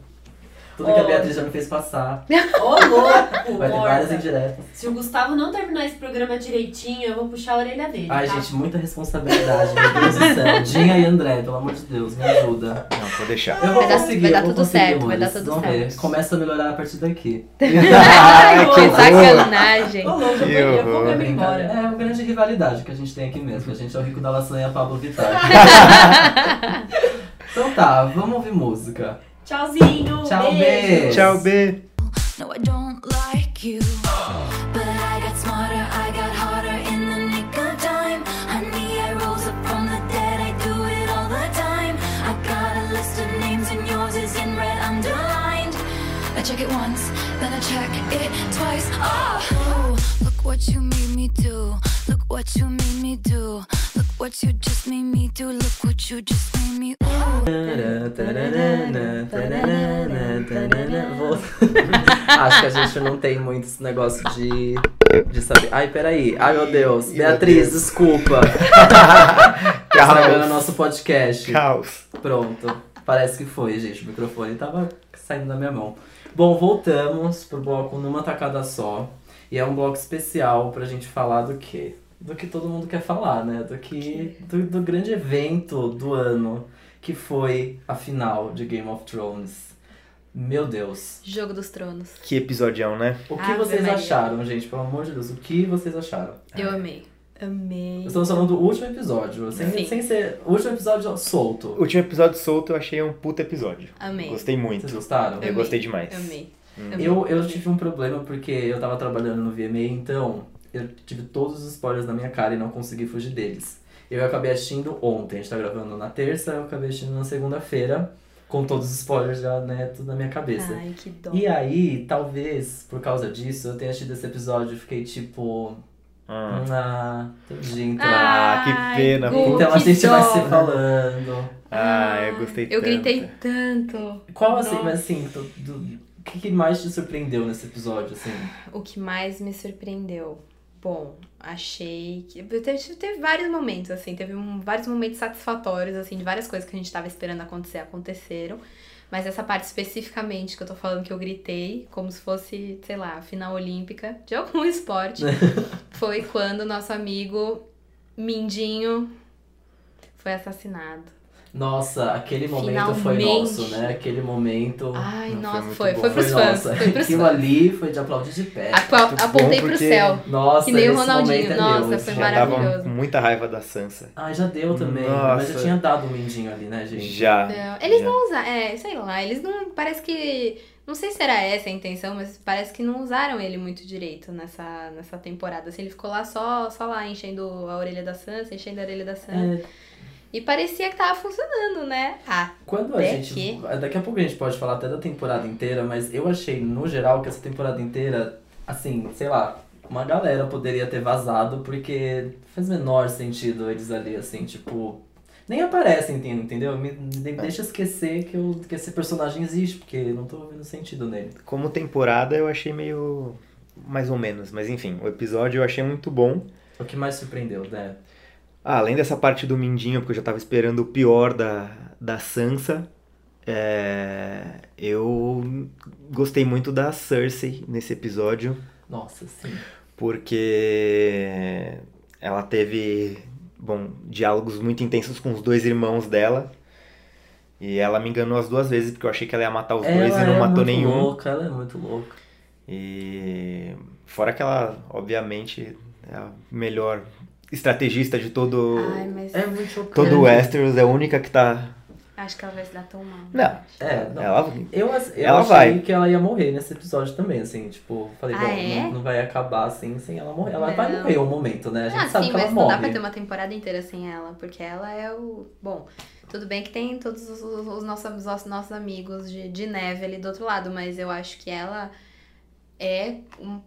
[SPEAKER 2] Tudo que a
[SPEAKER 1] Oh.
[SPEAKER 2] Beatriz já me fez passar.
[SPEAKER 1] Ô, louco,
[SPEAKER 2] Vai ter várias
[SPEAKER 1] morta.
[SPEAKER 2] indiretas.
[SPEAKER 1] Se o Gustavo não terminar esse programa direitinho, eu vou puxar a orelha dele.
[SPEAKER 2] Ai,
[SPEAKER 1] tá?
[SPEAKER 2] gente, muita responsabilidade, meu Deus do céu. Dinha e André, pelo amor de Deus, me ajuda.
[SPEAKER 4] Não, vou deixar.
[SPEAKER 2] Eu vou
[SPEAKER 3] Vai dar-
[SPEAKER 2] conseguir,
[SPEAKER 3] vai dar
[SPEAKER 2] eu vou
[SPEAKER 3] tudo
[SPEAKER 2] conseguir,
[SPEAKER 3] certo, vai
[SPEAKER 2] amores.
[SPEAKER 3] dar tudo
[SPEAKER 2] Vamos ver.
[SPEAKER 3] certo.
[SPEAKER 2] Começa a melhorar a partir daqui.
[SPEAKER 4] Ai,
[SPEAKER 1] que
[SPEAKER 4] horror.
[SPEAKER 3] sacanagem.
[SPEAKER 1] Ô, louco, eu
[SPEAKER 4] Que
[SPEAKER 1] vou- eu vou
[SPEAKER 4] horror.
[SPEAKER 1] pra
[SPEAKER 2] É
[SPEAKER 1] mim
[SPEAKER 2] brincadeira.
[SPEAKER 1] embora.
[SPEAKER 2] É uma grande rivalidade que a gente tem aqui mesmo. A gente é o Rico da Laçanha e a Pablo Vittar. então tá, vamos ouvir música.
[SPEAKER 1] Tchauzinho.
[SPEAKER 2] Tchau,
[SPEAKER 1] beijo.
[SPEAKER 2] beijo.
[SPEAKER 4] Tchau, B.
[SPEAKER 5] No, I don't like you. But I got smarter, I got harder in the nick of time. Honey, I rose up from the dead, I do it all the time. I got a list of names, and yours is in red underlined. I check it once, then I check it twice. Oh, Ooh, look what you made me do. Look what you made me do. Look what you just made me do. Look what you just made me. Ooh.
[SPEAKER 2] Vou- Acho que a gente não tem muito esse negócio de, de saber. Ai, peraí. Ai, meu Deus.
[SPEAKER 4] Ih,
[SPEAKER 2] Beatriz,
[SPEAKER 4] meu Deus.
[SPEAKER 2] desculpa. Estragando Tá o
[SPEAKER 4] Caos.
[SPEAKER 2] nosso podcast.
[SPEAKER 4] Caos.
[SPEAKER 2] Pronto. Parece que foi, gente. O microfone tava saindo da minha mão. Bom, voltamos pro bloco numa tacada só. E é um bloco especial pra gente falar do quê? Do que todo mundo quer falar, né? Do que. Do, do grande evento do ano, que foi a final de Game of Thrones. Meu Deus.
[SPEAKER 3] Jogo dos Tronos.
[SPEAKER 4] Que episodião, né?
[SPEAKER 2] O que
[SPEAKER 3] Ave
[SPEAKER 2] vocês
[SPEAKER 3] Maria.
[SPEAKER 2] acharam, gente? Pelo amor de Deus, o que vocês acharam?
[SPEAKER 7] Eu amei.
[SPEAKER 3] Amei.
[SPEAKER 2] Estamos falando do último episódio, sem,
[SPEAKER 7] Sim.
[SPEAKER 2] sem ser. O último episódio
[SPEAKER 4] O
[SPEAKER 2] solto.
[SPEAKER 4] último episódio solto eu achei um puta episódio.
[SPEAKER 3] Amei.
[SPEAKER 4] Gostei muito.
[SPEAKER 2] Vocês gostaram?
[SPEAKER 4] Eu
[SPEAKER 3] Amei.
[SPEAKER 4] gostei demais.
[SPEAKER 3] Amei.
[SPEAKER 2] Eu, eu tive um problema porque eu tava trabalhando no VMA, então eu tive todos os spoilers na minha cara e não consegui fugir deles. Eu acabei assistindo ontem, a gente tá gravando na terça, eu acabei assistindo na segunda-feira, com todos os spoilers já, né, tudo na minha cabeça.
[SPEAKER 3] Ai, que dó.
[SPEAKER 2] E aí, talvez, por causa disso, eu tenha assistido esse episódio e fiquei tipo.
[SPEAKER 4] Ah.
[SPEAKER 2] Ah, entendi, então.
[SPEAKER 3] Ai,
[SPEAKER 4] Ah, que pena.
[SPEAKER 3] Gu,
[SPEAKER 4] puta.
[SPEAKER 2] então a
[SPEAKER 3] que
[SPEAKER 2] gente vai
[SPEAKER 3] dó.
[SPEAKER 2] se falando.
[SPEAKER 4] Ah, eu gostei
[SPEAKER 3] Eu
[SPEAKER 4] tanto.
[SPEAKER 3] gritei tanto.
[SPEAKER 2] Qual assim,
[SPEAKER 3] Nossa.
[SPEAKER 2] mas assim, do- do- o que, que mais te surpreendeu nesse episódio, assim?
[SPEAKER 3] O que mais me surpreendeu? Bom, achei que. eu Teve, teve vários momentos, assim, teve um- vários momentos satisfatórios, assim, de várias coisas que a gente tava esperando acontecer, aconteceram. Mas essa parte especificamente que eu tô falando que eu gritei, como se fosse, sei lá, a final olímpica de algum esporte, foi quando o nosso amigo Mindinho foi assassinado.
[SPEAKER 2] Nossa, aquele momento foi
[SPEAKER 3] Finalmente.
[SPEAKER 2] nosso, né? Aquele momento.
[SPEAKER 3] Ai,
[SPEAKER 4] Não, foi
[SPEAKER 3] nossa,
[SPEAKER 4] muito
[SPEAKER 3] foi.
[SPEAKER 4] bom.
[SPEAKER 3] Foi, pros fãs.
[SPEAKER 2] nossa.
[SPEAKER 3] Foi pros
[SPEAKER 2] Aquilo
[SPEAKER 3] fãs.
[SPEAKER 2] ali foi de aplaudir de pé.
[SPEAKER 3] Apla-
[SPEAKER 4] Muito bom
[SPEAKER 3] Apontei pro
[SPEAKER 4] porque-
[SPEAKER 3] céu.
[SPEAKER 2] Nossa,
[SPEAKER 3] Que nem o
[SPEAKER 2] esse
[SPEAKER 3] Ronaldinho.
[SPEAKER 2] momento é
[SPEAKER 3] Nossa,
[SPEAKER 2] meu,
[SPEAKER 3] foi
[SPEAKER 2] esse.
[SPEAKER 4] Já tava
[SPEAKER 3] maravilhoso.
[SPEAKER 4] com muita raiva da Sansa.
[SPEAKER 2] Ah, já deu também. Mas eu
[SPEAKER 4] Nossa.
[SPEAKER 2] tinha dado um mindinho ali, né, gente?
[SPEAKER 4] Já.
[SPEAKER 3] Não, eles
[SPEAKER 4] já.
[SPEAKER 3] não usam, é, sei lá, eles não, parece que, não sei se era essa a intenção, mas parece que não usaram ele muito direito nessa, nessa temporada, assim, ele ficou lá só, só lá, enchendo a orelha da Sansa, enchendo a orelha da Sansa,
[SPEAKER 2] É,
[SPEAKER 3] e parecia que tava funcionando, né? Ah,
[SPEAKER 2] quando a
[SPEAKER 3] Até
[SPEAKER 2] gente.
[SPEAKER 3] que-
[SPEAKER 2] Daqui a pouco a gente pode falar até da temporada inteira, mas eu achei, no geral, que essa temporada inteira, assim, sei lá, uma galera poderia ter vazado, porque faz menor sentido eles ali, assim, tipo. Nem aparecem, enten- entendeu? Me, me deixa esquecer que, eu, que esse personagem existe, porque eu não tô vendo sentido nele.
[SPEAKER 4] Como temporada eu achei meio. Mais ou menos, mas enfim, o episódio eu achei muito bom.
[SPEAKER 2] É O que mais surpreendeu, né?
[SPEAKER 4] Ah, além dessa parte do Mindinho, porque eu já tava esperando o pior da, da Sansa, é, eu gostei muito da Cersei nesse episódio,
[SPEAKER 2] Nossa, sim.
[SPEAKER 4] porque ela teve, bom, diálogos muito intensos com os dois irmãos dela. E ela me enganou as duas vezes, porque eu achei que ela ia matar os dois e não
[SPEAKER 2] é
[SPEAKER 4] matou
[SPEAKER 2] muito
[SPEAKER 4] nenhum.
[SPEAKER 2] louca, ela é muito louca.
[SPEAKER 4] E fora que ela, obviamente, é a melhor estrategista de todo.
[SPEAKER 3] Ah,
[SPEAKER 6] Ai, mas
[SPEAKER 2] É muito chocante.
[SPEAKER 4] todo o Westeros, é a única que tá.
[SPEAKER 6] acho que ela vai se dar tão
[SPEAKER 3] né,
[SPEAKER 6] mal.
[SPEAKER 4] Não.
[SPEAKER 6] acho.
[SPEAKER 2] É, não.
[SPEAKER 4] Ela.
[SPEAKER 2] Eu, ass- eu
[SPEAKER 4] Ela
[SPEAKER 2] achei
[SPEAKER 4] vai.
[SPEAKER 2] que ela ia morrer nesse episódio também, assim, tipo, falei,
[SPEAKER 6] Ah,
[SPEAKER 2] bom,
[SPEAKER 6] é?
[SPEAKER 2] não, não vai acabar assim sem ela morrer. Ela
[SPEAKER 6] Não.
[SPEAKER 2] vai morrer um momento, né? A gente
[SPEAKER 6] Ah,
[SPEAKER 2] sabe
[SPEAKER 6] sim,
[SPEAKER 2] que ela
[SPEAKER 6] mas não
[SPEAKER 2] morre.
[SPEAKER 6] dá pra ter
[SPEAKER 3] um
[SPEAKER 6] uma temporada inteira sem ela, porque ela é o. Bom, tudo bem que tem todos os, os nossos, os nossos amigos de, de neve ali do outro lado, mas eu acho que ela é um,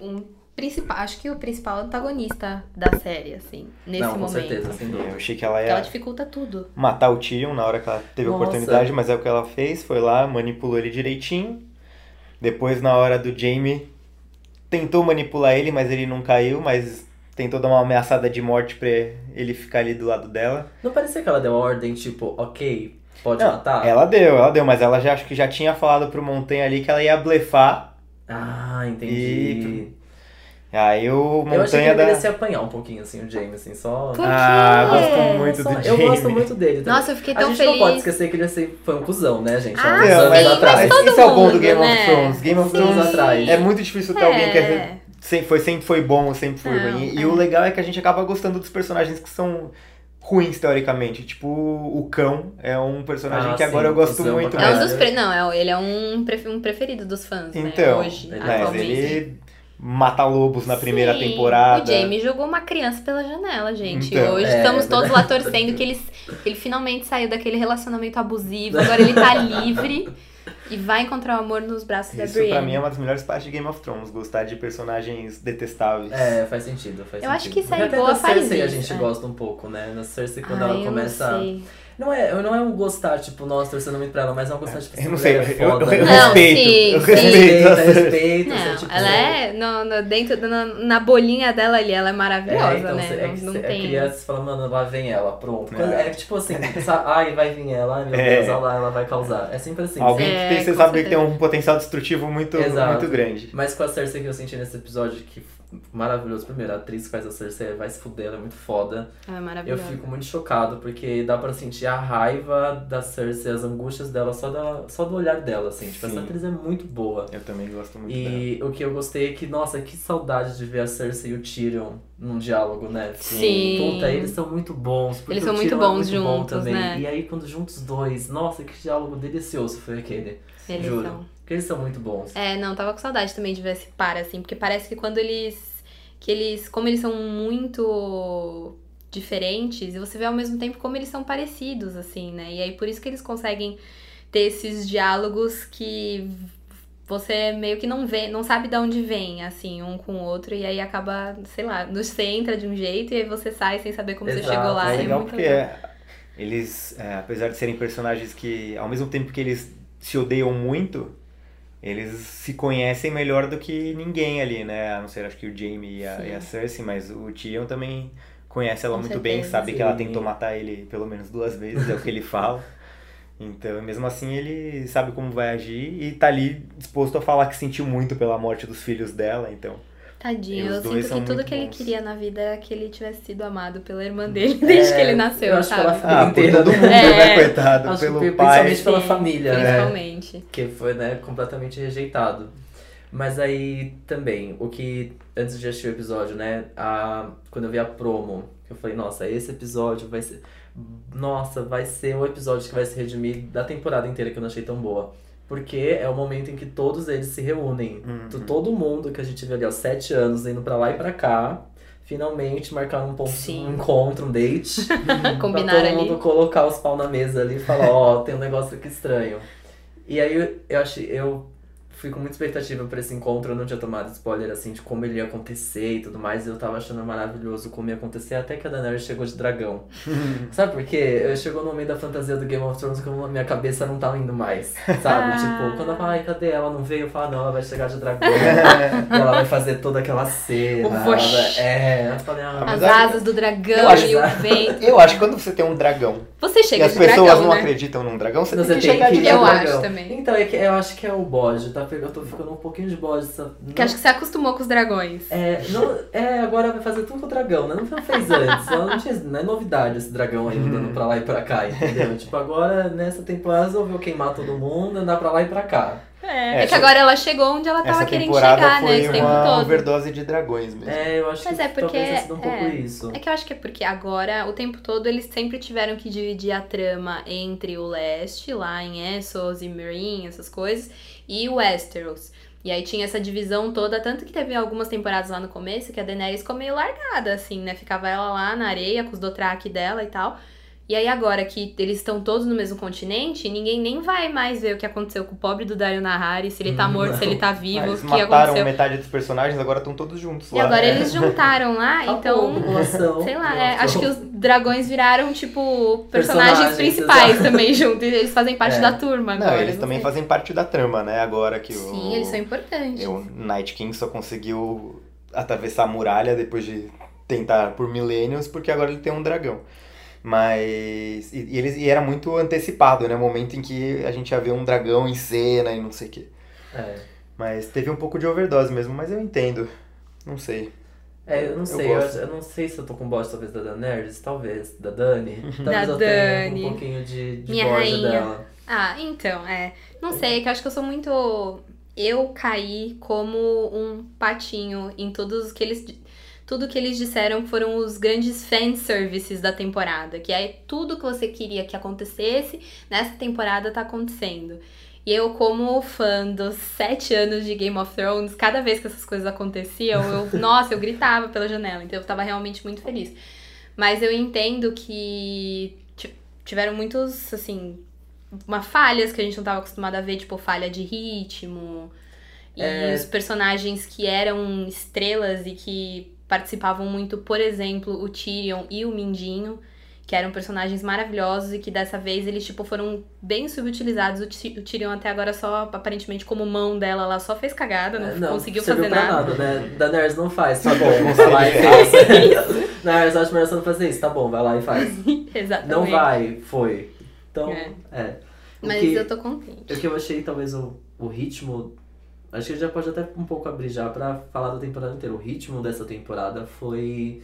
[SPEAKER 6] um principal. Acho que o principal antagonista da série, assim, nesse
[SPEAKER 2] não, com
[SPEAKER 6] momento.
[SPEAKER 2] certeza, É. sem
[SPEAKER 4] Eu
[SPEAKER 2] dúvida.
[SPEAKER 4] achei que ela
[SPEAKER 6] Porque ela
[SPEAKER 4] ia
[SPEAKER 6] dificulta tudo.
[SPEAKER 4] matar o Tyrion na hora que ela teve a
[SPEAKER 2] Nossa.
[SPEAKER 4] oportunidade, mas é o que ela fez, foi lá, manipulou ele direitinho. Depois, na hora do Jaime, tentou manipular ele, mas ele não caiu, mas tentou dar uma ameaçada de morte pra ele ficar ali do lado dela.
[SPEAKER 2] Não parecia que ela deu a ordem, tipo, ok, pode
[SPEAKER 4] Não,
[SPEAKER 2] matar?
[SPEAKER 4] Ela deu, ela deu, mas ela já acho que já tinha falado pro Montanha ali que ela ia blefar.
[SPEAKER 2] Ah, entendi.
[SPEAKER 4] Aí
[SPEAKER 2] Eu
[SPEAKER 4] o
[SPEAKER 2] achei que
[SPEAKER 4] Montanha
[SPEAKER 2] ele
[SPEAKER 4] da.
[SPEAKER 2] merecia apanhar um pouquinho, assim, o James, assim, só...
[SPEAKER 6] Por
[SPEAKER 4] Ah,
[SPEAKER 6] quê?
[SPEAKER 4] gosto muito
[SPEAKER 2] só-
[SPEAKER 4] do
[SPEAKER 2] Eu
[SPEAKER 4] Jaime.
[SPEAKER 2] gosto muito dele também.
[SPEAKER 3] Nossa, eu fiquei
[SPEAKER 2] Então, A
[SPEAKER 3] tão
[SPEAKER 2] gente
[SPEAKER 3] feliz.
[SPEAKER 2] não pode esquecer que ele assim, foi um cuzão, né, gente? Há
[SPEAKER 6] Ah,
[SPEAKER 2] uns
[SPEAKER 6] sim,
[SPEAKER 4] Não,
[SPEAKER 2] anos
[SPEAKER 4] mas,
[SPEAKER 6] mas
[SPEAKER 2] atrás.
[SPEAKER 6] todo
[SPEAKER 4] esse é o bom do
[SPEAKER 6] mundo,
[SPEAKER 4] Game
[SPEAKER 6] né?
[SPEAKER 4] of Thrones. Game of
[SPEAKER 2] Sim.
[SPEAKER 4] Thrones
[SPEAKER 2] atrás.
[SPEAKER 4] é muito difícil ter alguém que é
[SPEAKER 6] É.
[SPEAKER 4] Sem, foi, sempre foi bom, sempre foi
[SPEAKER 6] Não,
[SPEAKER 4] ruim. E,
[SPEAKER 6] é.
[SPEAKER 4] o legal é que a gente acaba gostando dos personagens que são ruins, teoricamente. Tipo, o cão é um personagem
[SPEAKER 2] Ah,
[SPEAKER 4] que agora
[SPEAKER 2] sim,
[SPEAKER 4] eu gosto
[SPEAKER 2] cuzão
[SPEAKER 4] muito né?
[SPEAKER 2] pra
[SPEAKER 3] É um
[SPEAKER 4] mais.
[SPEAKER 2] caralho.
[SPEAKER 3] dos pre... Não, é o- ele é um, pref- um preferido dos fãs,
[SPEAKER 4] Então,
[SPEAKER 3] né? Hoje,
[SPEAKER 2] mas
[SPEAKER 4] Mas
[SPEAKER 3] atualmente.
[SPEAKER 4] ele mata lobos na primeira
[SPEAKER 3] Sim,
[SPEAKER 4] temporada.
[SPEAKER 3] O Jamie jogou uma criança pela janela, gente.
[SPEAKER 4] Então,
[SPEAKER 3] Hoje
[SPEAKER 2] é,
[SPEAKER 3] estamos
[SPEAKER 2] é
[SPEAKER 3] todos lá torcendo que ele, que ele finalmente saiu daquele relacionamento abusivo. Agora ele tá livre e vai encontrar o amor nos braços da
[SPEAKER 4] Isso
[SPEAKER 3] Brienne.
[SPEAKER 4] pra mim é uma das melhores partes de Game of Thrones, gostar de personagens detestáveis.
[SPEAKER 2] É, faz sentido, faz sentido.
[SPEAKER 3] Eu acho que série
[SPEAKER 2] Até
[SPEAKER 3] boa
[SPEAKER 2] da Cersei
[SPEAKER 3] faz
[SPEAKER 2] a
[SPEAKER 3] isso,
[SPEAKER 2] gente
[SPEAKER 3] é.
[SPEAKER 2] gosta um pouco, né? Na Cersei, quando
[SPEAKER 3] Ai,
[SPEAKER 2] ela começa...
[SPEAKER 3] Eu não sei.
[SPEAKER 2] Não é, não é um gostar, tipo, nossa, torcendo muito pra ela, mas é um gostar, tipo,
[SPEAKER 4] Eu não sei, eu,
[SPEAKER 2] essa mulher é
[SPEAKER 4] eu-
[SPEAKER 2] foda.
[SPEAKER 4] eu
[SPEAKER 3] Não,
[SPEAKER 4] respeito.
[SPEAKER 3] sim,
[SPEAKER 4] eu
[SPEAKER 3] sim.
[SPEAKER 4] respeito.
[SPEAKER 2] Respeita,
[SPEAKER 4] a série.
[SPEAKER 2] respeita,
[SPEAKER 3] Não,
[SPEAKER 2] assim, tipo,
[SPEAKER 3] ela é no, no- dentro na, na bolinha dela ali, ela é maravilhosa,
[SPEAKER 2] É, então,
[SPEAKER 3] né?
[SPEAKER 2] cê- é que
[SPEAKER 3] não
[SPEAKER 2] cê-
[SPEAKER 3] não
[SPEAKER 2] é
[SPEAKER 3] tem.
[SPEAKER 2] criança, você fala, mano, lá vem ela, pronto.
[SPEAKER 4] É.
[SPEAKER 2] Quando- É, tipo assim, sa- ai, vai vir ela, ai meu
[SPEAKER 4] É.
[SPEAKER 2] Deus, olha lá, ela vai causar. É sempre assim.
[SPEAKER 4] Alguém
[SPEAKER 3] É,
[SPEAKER 4] que tem, você
[SPEAKER 3] com
[SPEAKER 4] sabe que tem
[SPEAKER 3] certeza.
[SPEAKER 4] um potencial destrutivo muito,
[SPEAKER 2] Exato.
[SPEAKER 4] muito grande.
[SPEAKER 2] Mas com a Cersei que eu senti nesse episódio, que f- maravilhoso. Primeiro, a atriz que faz a Cersei vai se fuder, ela é muito foda.
[SPEAKER 3] Ela é
[SPEAKER 2] Eu
[SPEAKER 3] maravilhosa.
[SPEAKER 2] fico muito chocado, porque dá pra sentir a raiva da Cersei, as angústias dela, só, da, só do olhar dela, assim. Tipo, essa
[SPEAKER 4] Sim.
[SPEAKER 2] atriz é muito boa.
[SPEAKER 4] Eu também gosto muito dela.
[SPEAKER 2] E o que eu gostei é que, nossa, que saudade de ver a Cersei e o Tyrion num diálogo, né?
[SPEAKER 3] Sim.
[SPEAKER 2] Puta, eles são muito bons. porque
[SPEAKER 3] Eles
[SPEAKER 2] o
[SPEAKER 3] são muito
[SPEAKER 2] Tyrion
[SPEAKER 3] bons
[SPEAKER 2] é muito bom
[SPEAKER 3] juntos,
[SPEAKER 2] também.
[SPEAKER 3] né?
[SPEAKER 2] E aí, quando juntos os dois, nossa, que diálogo delicioso foi aquele.
[SPEAKER 3] Eles
[SPEAKER 2] Juro.
[SPEAKER 3] são.
[SPEAKER 2] Porque eles são muito bons.
[SPEAKER 3] É, não, tava com saudade também de ver esse par, assim, porque parece que quando eles. que eles. como eles são muito diferentes, e você vê ao mesmo tempo como eles são parecidos, assim, né? E aí por isso que eles conseguem ter esses diálogos que você meio que não vê, não sabe de onde vem, assim, um com o outro, e aí acaba, sei lá, no- você entra de um jeito e aí você sai sem saber como você
[SPEAKER 2] Exato,
[SPEAKER 3] chegou lá.
[SPEAKER 2] Ah,
[SPEAKER 4] é
[SPEAKER 2] é
[SPEAKER 4] legal
[SPEAKER 3] muito
[SPEAKER 4] porque é, eles, é, apesar de serem personagens que, ao mesmo tempo que eles se odeiam muito, eles se conhecem melhor do que ninguém ali, né? A não ser, acho que o Jamie e a,
[SPEAKER 3] Sim.
[SPEAKER 4] e a Cersei, mas o Tyrion também conhece ela
[SPEAKER 3] Com
[SPEAKER 4] muito bem,
[SPEAKER 3] certeza.
[SPEAKER 4] sabe que ela
[SPEAKER 2] Sim.
[SPEAKER 4] tentou matar ele pelo menos duas vezes, é o que ele fala. Então, mesmo assim, ele sabe como vai agir e tá ali disposto a falar que sentiu muito pela morte dos filhos dela, então... E
[SPEAKER 3] Tadinho,
[SPEAKER 4] os
[SPEAKER 3] eu
[SPEAKER 4] dois
[SPEAKER 3] sinto
[SPEAKER 4] são
[SPEAKER 3] que tudo
[SPEAKER 4] muito
[SPEAKER 3] que ele
[SPEAKER 4] bons. Hum.
[SPEAKER 3] queria na vida era que ele tivesse sido amado pela irmã dele desde
[SPEAKER 2] É,
[SPEAKER 3] que ele nasceu,
[SPEAKER 2] eu acho que
[SPEAKER 3] sabe?
[SPEAKER 2] ela
[SPEAKER 4] Ah, por
[SPEAKER 2] Inteira.
[SPEAKER 4] todo mundo, né?
[SPEAKER 3] É.
[SPEAKER 4] Coitado,
[SPEAKER 2] Acho
[SPEAKER 4] pelo
[SPEAKER 2] que
[SPEAKER 4] pai.
[SPEAKER 2] principalmente pela
[SPEAKER 3] Sim,
[SPEAKER 4] É.
[SPEAKER 2] família, né?
[SPEAKER 4] Hum,
[SPEAKER 3] Principalmente.
[SPEAKER 2] que foi né, completamente rejeitado. Mas aí também, o que antes de assistir o episódio, né, a, quando eu vi a promo, eu falei, nossa, esse episódio vai ser. Nossa, vai ser o episódio que vai se redimir da temporada inteira que eu não achei tão boa. Porque é o momento em que todos eles se reúnem.
[SPEAKER 4] Uhum.
[SPEAKER 2] Tu- Todo mundo que a gente vê ali, ó, sete anos, indo pra lá e pra cá, finalmente marcaram um ponto,
[SPEAKER 3] Sim.
[SPEAKER 2] um encontro, um date.
[SPEAKER 4] tá
[SPEAKER 3] Combinar
[SPEAKER 2] pra todo
[SPEAKER 3] ali.
[SPEAKER 2] mundo colocar os pau na mesa ali e falar, ó, tem um negócio aqui estranho. E aí eu, eu achei, eu fui com muita expectativa pra esse encontro, eu não tinha tomado spoiler assim de como ele ia acontecer e tudo mais, e eu tava achando maravilhoso como ia acontecer até que a Daenerys chegou de dragão. Sabe por quê? Eu chegou no meio da fantasia do Game of Thrones que eu- minha cabeça não tava indo mais, sabe?
[SPEAKER 3] Ah.
[SPEAKER 2] Tipo, quando eu falo, ai, cadê ela? Não veio, eu falo, "Ah, não, ela vai chegar de dragão. e ela vai fazer toda aquela cena.
[SPEAKER 3] O
[SPEAKER 2] ela
[SPEAKER 3] vosh.
[SPEAKER 2] vai- É, eu falei, ah,
[SPEAKER 3] As
[SPEAKER 2] mas-
[SPEAKER 3] asas do dragão
[SPEAKER 4] Tá Eu acho-
[SPEAKER 3] e o vento.
[SPEAKER 4] Eu acho que quando você tem um dragão
[SPEAKER 3] Você
[SPEAKER 4] e
[SPEAKER 3] chega
[SPEAKER 4] as
[SPEAKER 3] de
[SPEAKER 4] pessoas
[SPEAKER 3] dragão,
[SPEAKER 4] não
[SPEAKER 3] né?
[SPEAKER 4] acreditam num dragão, você
[SPEAKER 2] Você
[SPEAKER 4] tem que
[SPEAKER 2] tem
[SPEAKER 4] chegar
[SPEAKER 2] que
[SPEAKER 4] de
[SPEAKER 2] ir
[SPEAKER 4] dragão.
[SPEAKER 3] Eu
[SPEAKER 2] ao
[SPEAKER 3] acho
[SPEAKER 2] dragão.
[SPEAKER 3] também.
[SPEAKER 2] Então, é que eu acho que é o bode, tá? pegando- Eu tô ficando um pouquinho de bode. Essa...
[SPEAKER 3] Porque acho que você acostumou com os dragões.
[SPEAKER 2] É, não, é, agora vai fazer tudo com o dragão, né? Não fe- fez antes. ela Não, tinha, não é novidade esse dragão aí andando pra lá e pra cá, entendeu? Tipo, agora nessa temporada resolveu queimar todo mundo, andar pra lá e pra cá.
[SPEAKER 3] É,
[SPEAKER 4] É,
[SPEAKER 3] que
[SPEAKER 4] essa-
[SPEAKER 3] agora ela chegou onde ela tava
[SPEAKER 4] Essa
[SPEAKER 3] querendo
[SPEAKER 4] temporada
[SPEAKER 3] chegar, né?
[SPEAKER 4] foi
[SPEAKER 3] Esse tempo
[SPEAKER 4] uma
[SPEAKER 3] todo.
[SPEAKER 4] overdose de dragões mesmo.
[SPEAKER 2] É, eu acho
[SPEAKER 3] Mas
[SPEAKER 2] que
[SPEAKER 3] é porque-
[SPEAKER 2] talvez tenha sido um pouco
[SPEAKER 3] é.
[SPEAKER 2] isso.
[SPEAKER 3] É que eu acho que é porque agora, o tempo todo, eles sempre tiveram que dividir a trama entre o leste, lá em Essos e Meereen, essas coisas, e o Westeros. E aí tinha essa divisão toda, tanto que teve algumas temporadas lá no começo que a Daenerys ficou meio largada, assim, né? Ficava ela lá na areia com os Dothraki dela e tal. E aí agora que eles estão todos no mesmo continente, ninguém nem vai mais ver o que aconteceu com o pobre do Dario Nahari, se ele tá
[SPEAKER 2] Não.
[SPEAKER 3] morto, se ele tá
[SPEAKER 4] Ah,
[SPEAKER 3] vivo, o
[SPEAKER 4] eles
[SPEAKER 3] que
[SPEAKER 4] mataram
[SPEAKER 3] aconteceu.
[SPEAKER 4] metade dos personagens, agora estão todos juntos
[SPEAKER 3] E
[SPEAKER 4] lá. né? é.
[SPEAKER 3] agora eles juntaram
[SPEAKER 2] Tá
[SPEAKER 3] lá, então Sei lá, é, acho que os dragões viraram, tipo, personagens,
[SPEAKER 2] Personagens,
[SPEAKER 3] principais
[SPEAKER 2] exato.
[SPEAKER 3] também junto. e Eles fazem parte
[SPEAKER 2] É.
[SPEAKER 3] da turma
[SPEAKER 4] Não,
[SPEAKER 3] agora.
[SPEAKER 4] eles também
[SPEAKER 3] sei.
[SPEAKER 4] fazem parte da trama, né? Agora que o.
[SPEAKER 3] Sim, eles são importantes.
[SPEAKER 4] O Night King só conseguiu atravessar a muralha depois de tentar por milênios, porque agora ele tem um dragão. Mas. E, e eles, e era muito antecipado, né? O momento em que a gente ia ver um dragão em cena e não sei o quê.
[SPEAKER 2] É.
[SPEAKER 4] Mas teve um pouco de overdose mesmo, mas eu entendo. Não sei.
[SPEAKER 2] É, eu não
[SPEAKER 4] Eu
[SPEAKER 2] sei, eu,
[SPEAKER 4] gosto.
[SPEAKER 2] acho- eu não sei se eu tô com bode talvez da Daenerys, talvez, da Dani. Talvez
[SPEAKER 3] Da
[SPEAKER 2] eu tenha
[SPEAKER 3] Dani.
[SPEAKER 2] um pouquinho de, de
[SPEAKER 3] Minha
[SPEAKER 2] bode
[SPEAKER 3] rainha.
[SPEAKER 2] dela.
[SPEAKER 3] Ah, então, é. Não sei, é que eu acho que eu sou muito. Eu caí como um patinho em todos os que eles. Tudo que eles disseram foram os grandes fanservices da temporada. Que é tudo que você queria que acontecesse, nessa temporada tá acontecendo. E eu, como fã dos sete anos de Game of Thrones, cada vez que essas coisas aconteciam, eu, nossa, eu gritava pela janela. Então eu tava realmente muito feliz. Mas eu entendo que ti- tiveram muitos, assim, uma falhas que a gente não tava acostumado a ver, tipo falha de ritmo. E
[SPEAKER 2] É.
[SPEAKER 3] os personagens que eram estrelas e que participavam muito, por exemplo, o Tyrion e o Mindinho, que eram personagens maravilhosos e que dessa vez eles tipo foram bem subutilizados. O, Ty- o Tyrion até agora só aparentemente como mão dela, ela só fez cagada, não,
[SPEAKER 2] É,
[SPEAKER 3] conseguiu
[SPEAKER 2] serviu
[SPEAKER 3] fazer
[SPEAKER 2] pra
[SPEAKER 3] nada.
[SPEAKER 2] né? Daenerys não faz, tá
[SPEAKER 4] Tá
[SPEAKER 2] bom,
[SPEAKER 4] bom,
[SPEAKER 2] vai lá e
[SPEAKER 4] consegue.
[SPEAKER 2] faz. Daenerys acha melhor você não fazer isso, tá bom, vai lá e faz.
[SPEAKER 3] Exatamente.
[SPEAKER 2] Não vai, foi. Então,
[SPEAKER 3] É.
[SPEAKER 2] é. O
[SPEAKER 3] Mas
[SPEAKER 2] que-
[SPEAKER 3] eu tô contente.
[SPEAKER 2] O É que eu achei, talvez, o, o ritmo. Acho que a gente já pode até um pouco abrir já pra falar da temporada inteira. O ritmo dessa temporada foi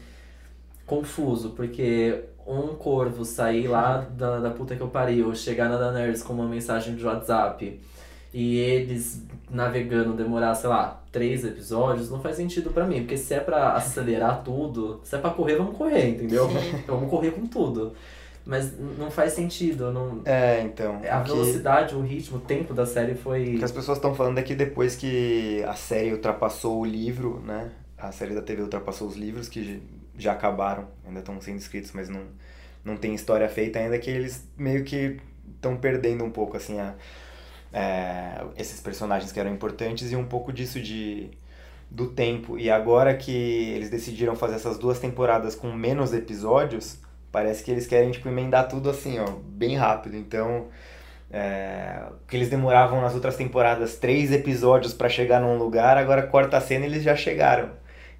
[SPEAKER 2] confuso, porque um corvo sair lá da, da puta que eu pariu, chegar na Daenerys com uma mensagem de WhatsApp e eles navegando demorar, sei lá, três episódios, não faz sentido pra mim, porque se é pra acelerar tudo, se é pra correr, vamos correr, entendeu? Vamos correr com tudo. Mas n- não faz sentido, não,
[SPEAKER 4] É, então.
[SPEAKER 2] a
[SPEAKER 4] o que-
[SPEAKER 2] velocidade, o ritmo, o tempo da série
[SPEAKER 4] O
[SPEAKER 2] foi.
[SPEAKER 4] que as pessoas estão falando é que depois que a série ultrapassou o livro, né? A série da TV ultrapassou os livros, que j- já acabaram, ainda estão sendo escritos, mas não, não tem história feita ainda, que eles meio que estão perdendo um pouco, assim, a, é, esses personagens que eram importantes e um pouco disso de do tempo. E agora que eles decidiram fazer essas duas temporadas com menos episódios, parece que eles querem, tipo, emendar tudo assim, ó, bem rápido. Então, é, que eles demoravam nas outras temporadas três episódios pra chegar num lugar, agora corta a cena e eles já chegaram.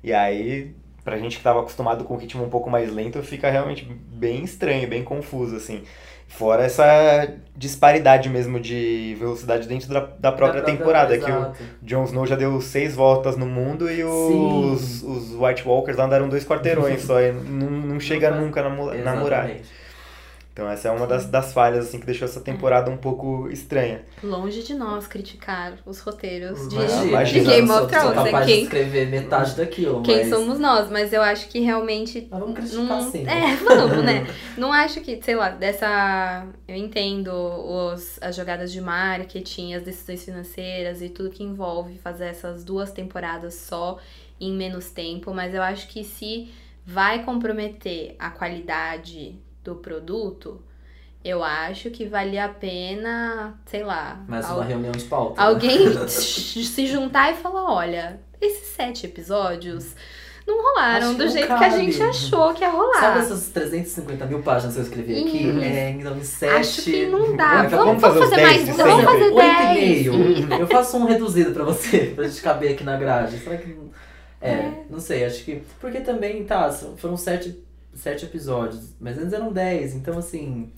[SPEAKER 4] E aí, pra gente que tava acostumado com o ritmo um pouco mais lento, fica realmente bem estranho, bem confuso, assim. Fora essa disparidade mesmo de velocidade dentro da, da própria temporada, que o
[SPEAKER 2] que
[SPEAKER 4] Jon Snow já deu seis voltas no mundo e os, os White Walkers lá andaram dois quarteirões só, e não, não chega
[SPEAKER 2] faz-
[SPEAKER 4] nunca na, mu- na muralha. Então essa é uma das, das falhas assim que deixou essa temporada um pouco estranha.
[SPEAKER 3] Longe de nós criticar os roteiros de,
[SPEAKER 4] Imagina,
[SPEAKER 3] de
[SPEAKER 4] imagina,
[SPEAKER 3] Game
[SPEAKER 2] sou-
[SPEAKER 3] of
[SPEAKER 2] sou
[SPEAKER 3] Thrones.
[SPEAKER 2] capaz
[SPEAKER 3] É
[SPEAKER 2] de
[SPEAKER 3] quem,
[SPEAKER 2] escrever metade daquilo,
[SPEAKER 3] quem
[SPEAKER 2] mas...
[SPEAKER 3] somos nós, mas eu acho que realmente
[SPEAKER 2] Mas vamos criticar
[SPEAKER 3] não,
[SPEAKER 2] sim.
[SPEAKER 3] é, vamos, né? Não acho que, sei lá, dessa. Eu entendo os, as jogadas de marketing, as decisões financeiras e tudo que envolve fazer essas duas temporadas só em menos tempo, mas eu acho que se vai comprometer a qualidade do produto, eu acho que valia a pena, sei lá.
[SPEAKER 2] Mas
[SPEAKER 3] al-
[SPEAKER 2] uma reunião de pauta.
[SPEAKER 3] alguém se juntar e falar: olha, esses sete episódios. Não
[SPEAKER 2] Acho
[SPEAKER 3] rolaram
[SPEAKER 2] que
[SPEAKER 3] do
[SPEAKER 2] não
[SPEAKER 3] jeito que a
[SPEAKER 2] cabe.
[SPEAKER 3] gente achou que ia rolar.
[SPEAKER 2] Sabe essas 350 mil páginas que eu escrevi aqui?
[SPEAKER 3] Hum.
[SPEAKER 2] É, então em sete...
[SPEAKER 3] Acho que não dá.
[SPEAKER 2] Vamos-
[SPEAKER 3] Vamos,
[SPEAKER 4] vamos
[SPEAKER 3] vamos fazer,
[SPEAKER 4] fazer os
[SPEAKER 3] mais,
[SPEAKER 4] 10 de
[SPEAKER 3] vamos
[SPEAKER 4] sempre.
[SPEAKER 3] fazer
[SPEAKER 2] Oito e
[SPEAKER 3] 10.
[SPEAKER 2] meio. Eu faço um reduzido pra você, pra gente caber aqui na grade. Será que. É, não sei, acho que. Porque também, tá, são- foram sete, sete episódios, mas antes eram dez, então assim.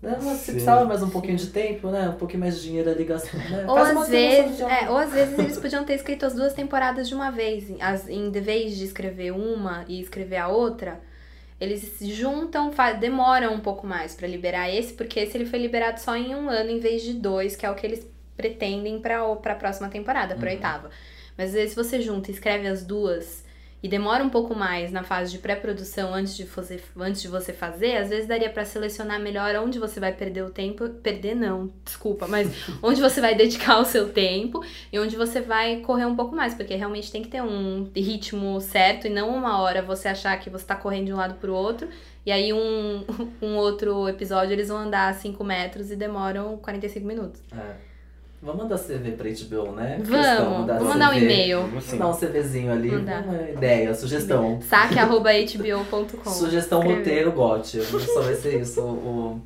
[SPEAKER 2] né, mas Você
[SPEAKER 4] Sim.
[SPEAKER 2] precisava mais um pouquinho de tempo, né? Um pouquinho mais de dinheiro ali gastando. Né?
[SPEAKER 3] Ou
[SPEAKER 2] Faz uma
[SPEAKER 3] às,
[SPEAKER 2] solução
[SPEAKER 3] vezes,
[SPEAKER 2] de algo.
[SPEAKER 3] é, ou às vezes eles podiam ter escrito as duas temporadas de uma vez. em- As, em vez de escrever uma e escrever a outra, eles se juntam, fa- demoram um pouco mais pra liberar esse, porque esse ele foi liberado só em um ano em vez de dois, que é o que eles pretendem pra, o- pra próxima temporada, pra
[SPEAKER 2] Uhum.
[SPEAKER 3] oitava. Mas às vezes se você junta e escreve as duas e demora um pouco mais na fase de pré-produção antes de, fazer, antes de você fazer, às vezes daria pra selecionar melhor onde você vai perder o tempo. Perder não, desculpa, mas onde você vai dedicar o seu tempo e onde você vai correr um pouco mais, porque realmente tem que ter um ritmo certo e não uma hora você achar que você tá correndo de um lado pro outro e aí um, um outro episódio eles vão andar 5 metros e demoram 45 minutos.
[SPEAKER 2] É. Vamos mandar CV pra HBO, né?
[SPEAKER 3] Vamos, vou mandar um e-mail.
[SPEAKER 4] Vamos sim.
[SPEAKER 2] Dá um CVzinho ali,
[SPEAKER 3] Mandar.
[SPEAKER 2] uma ideia, sugestão.
[SPEAKER 3] saque.hbo.com
[SPEAKER 2] Sugestão
[SPEAKER 3] Escreve.
[SPEAKER 2] roteiro, gote. Só vai ser isso. o- o-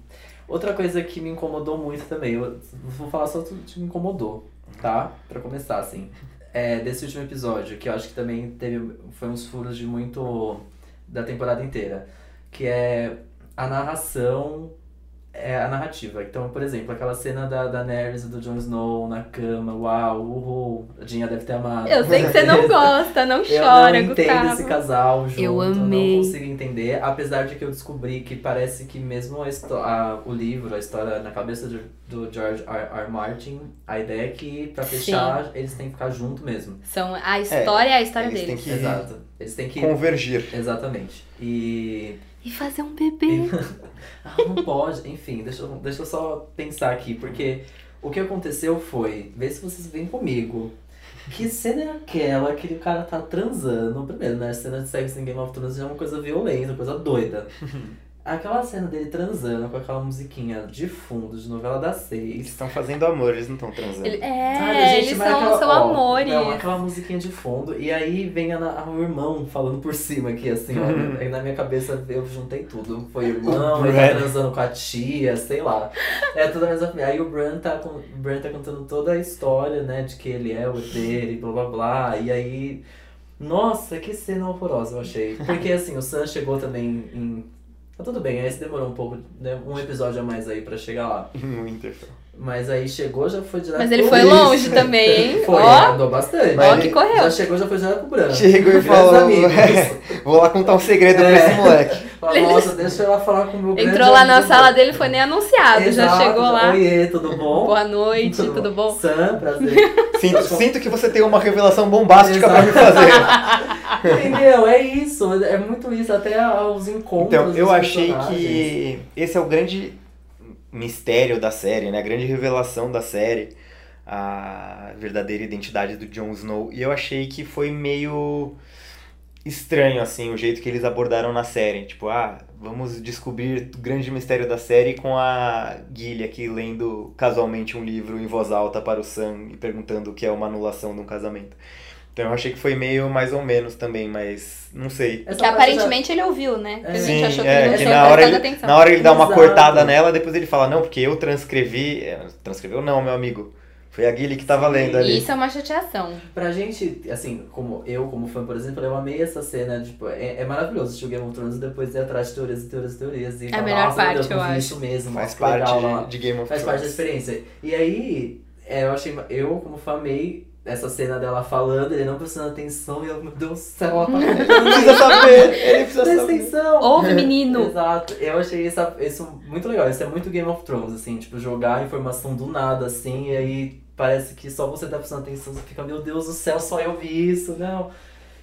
[SPEAKER 2] Outra coisa que me incomodou muito também, eu vou falar só tudo que me incomodou, tá? Pra começar, assim. É, desse último episódio, que eu acho que também teve. Foi uns furos de muito. da temporada inteira. Que é a narração. É a narrativa. Então, por exemplo, aquela cena da Daenerys e do Jon Snow na cama, uau, uhul, a Dinha deve ter amado.
[SPEAKER 3] Eu sei que você não gosta, não
[SPEAKER 2] Eu
[SPEAKER 3] chora,
[SPEAKER 2] não entendo
[SPEAKER 3] Gustavo.
[SPEAKER 2] esse casal junto,
[SPEAKER 8] Eu amei.
[SPEAKER 2] não consigo entender. Apesar de que eu descobri que parece que mesmo a histó- a- o livro, a história na cabeça de- do George R. R. Martin, a ideia é que pra
[SPEAKER 3] Sim.
[SPEAKER 2] fechar eles têm que ficar junto mesmo.
[SPEAKER 3] São, a história é, a história
[SPEAKER 4] eles têm
[SPEAKER 3] deles.
[SPEAKER 4] Que-
[SPEAKER 2] Exato. Eles têm que.
[SPEAKER 4] Convergir.
[SPEAKER 2] Exatamente. E.
[SPEAKER 3] E fazer um bebê.
[SPEAKER 2] Ah, não pode. Enfim, deixa, eu- deixa eu só pensar aqui, porque o que aconteceu foi. Vê se vocês vêm comigo. Que cena é aquela que o cara tá transando? Primeiro, né? A cena de sexo em Game of Thrones já é uma coisa violenta, uma coisa doida. Aquela cena dele transando com aquela musiquinha de fundo de novela das
[SPEAKER 4] Eles
[SPEAKER 2] seis.
[SPEAKER 4] estão fazendo amor, eles não estão transando.
[SPEAKER 3] Ele- é,
[SPEAKER 2] Sabe, gente,
[SPEAKER 3] eles
[SPEAKER 2] mas
[SPEAKER 3] são,
[SPEAKER 2] aquela-
[SPEAKER 3] são
[SPEAKER 2] ó, é
[SPEAKER 3] amores.
[SPEAKER 2] Não, aquela musiquinha de fundo. E aí vem a, na- o irmão falando por cima aqui, assim, ó. aí na minha cabeça eu juntei tudo. Foi o irmão,
[SPEAKER 4] O
[SPEAKER 2] ele tá
[SPEAKER 4] Bran.
[SPEAKER 2] transando com a tia, sei lá. É tudo a mesma Aí o Bran tá, com, o Bran tá contando toda a história, né, de que ele é o dele, blá blá blá. E aí. Nossa, que cena horrorosa eu achei. Porque assim, o Sam chegou também em. Tá tudo bem, aí se demorou um pouco, né? Um episódio a mais aí pra chegar lá.
[SPEAKER 4] Muito. Mas
[SPEAKER 2] Mas aí chegou, já foi direto.
[SPEAKER 3] Mas ele
[SPEAKER 2] pro
[SPEAKER 3] foi
[SPEAKER 2] Ulisses.
[SPEAKER 3] longe também, hein?
[SPEAKER 2] Foi, é,
[SPEAKER 3] Ó,
[SPEAKER 2] andou bastante.
[SPEAKER 4] Mas
[SPEAKER 3] ó que
[SPEAKER 4] ele-
[SPEAKER 3] correu.
[SPEAKER 2] Já chegou, já foi direto pro Branco.
[SPEAKER 4] Chegou e
[SPEAKER 2] Grandes
[SPEAKER 4] falou,
[SPEAKER 2] amigos.
[SPEAKER 4] Vou lá contar um segredo pra
[SPEAKER 2] É.
[SPEAKER 4] esse moleque.
[SPEAKER 2] Fala, Nossa, deixa eu lá falar com o meu um grande
[SPEAKER 3] Entrou lá na
[SPEAKER 2] amigo."
[SPEAKER 3] sala dele, foi nem anunciado, já
[SPEAKER 2] Exato,
[SPEAKER 3] chegou lá.
[SPEAKER 2] Oiê, tudo bom?
[SPEAKER 3] Boa noite, tudo bom?
[SPEAKER 2] Sam, prazer. Tá
[SPEAKER 4] Sinto, sinto que você tem uma revelação bombástica pra me fazer.
[SPEAKER 2] Entendeu? É isso. É muito isso. Até os encontros.
[SPEAKER 4] Então, eu
[SPEAKER 2] dos
[SPEAKER 4] achei
[SPEAKER 2] personagens.
[SPEAKER 4] que esse é o grande mistério da série, né? A grande revelação da série, a verdadeira identidade do Jon Snow. E eu achei que foi meio estranho, assim, o jeito que eles abordaram na série. Tipo, ah, vamos descobrir o grande mistério da série com a Guilha aqui lendo casualmente um livro em voz alta para o Sam e perguntando o que é uma anulação de um casamento. Então eu achei que foi meio mais ou menos também, mas não sei.
[SPEAKER 2] Essa
[SPEAKER 3] É Que
[SPEAKER 2] parte
[SPEAKER 3] aparentemente ele ouviu, né? Porque a gente
[SPEAKER 4] Sim,
[SPEAKER 3] achou que
[SPEAKER 4] é,
[SPEAKER 3] ele não
[SPEAKER 4] que
[SPEAKER 3] tinha
[SPEAKER 4] na hora
[SPEAKER 3] prestado
[SPEAKER 4] ele-
[SPEAKER 3] atenção.
[SPEAKER 4] Na hora ele dá uma
[SPEAKER 2] Exato.
[SPEAKER 4] cortada nela, depois ele fala, não, porque eu transcrevi. é, Transcreveu não, meu amigo. Foi a Guile que tava
[SPEAKER 2] Sim.
[SPEAKER 4] lendo ali.
[SPEAKER 3] Isso é uma chateação.
[SPEAKER 2] já- Pra gente, assim, como eu, como fã, por exemplo, eu amei essa cena. Tipo, é, é maravilhoso assistir o Game of Thrones e depois ir atrás de teorias e teorias e teorias. E falar,
[SPEAKER 3] É melhor
[SPEAKER 2] "Nossa, meu
[SPEAKER 3] parte,
[SPEAKER 2] Deus,
[SPEAKER 3] eu
[SPEAKER 2] eu vi
[SPEAKER 3] acho.
[SPEAKER 2] isso mesmo.
[SPEAKER 4] Faz
[SPEAKER 2] nossa, que legal, lá, lá."
[SPEAKER 4] parte de, de Game of
[SPEAKER 2] Faz parte da
[SPEAKER 4] Thrones.
[SPEAKER 2] experiência. E aí, é, eu achei. Eu, como fã, amei essa cena dela falando, ele não prestando atenção, e eu, meu Deus do céu, ela tá
[SPEAKER 4] Ele precisa saber, ele precisa
[SPEAKER 2] prestando
[SPEAKER 4] saber.
[SPEAKER 2] atenção.
[SPEAKER 3] Ouve, menino!
[SPEAKER 2] Exato, eu achei essa- isso muito legal. Isso é muito Game of Thrones, assim, tipo, jogar a informação do nada, assim, e aí parece que só você tá prestando atenção, você fica, meu Deus do céu, só eu vi isso, não.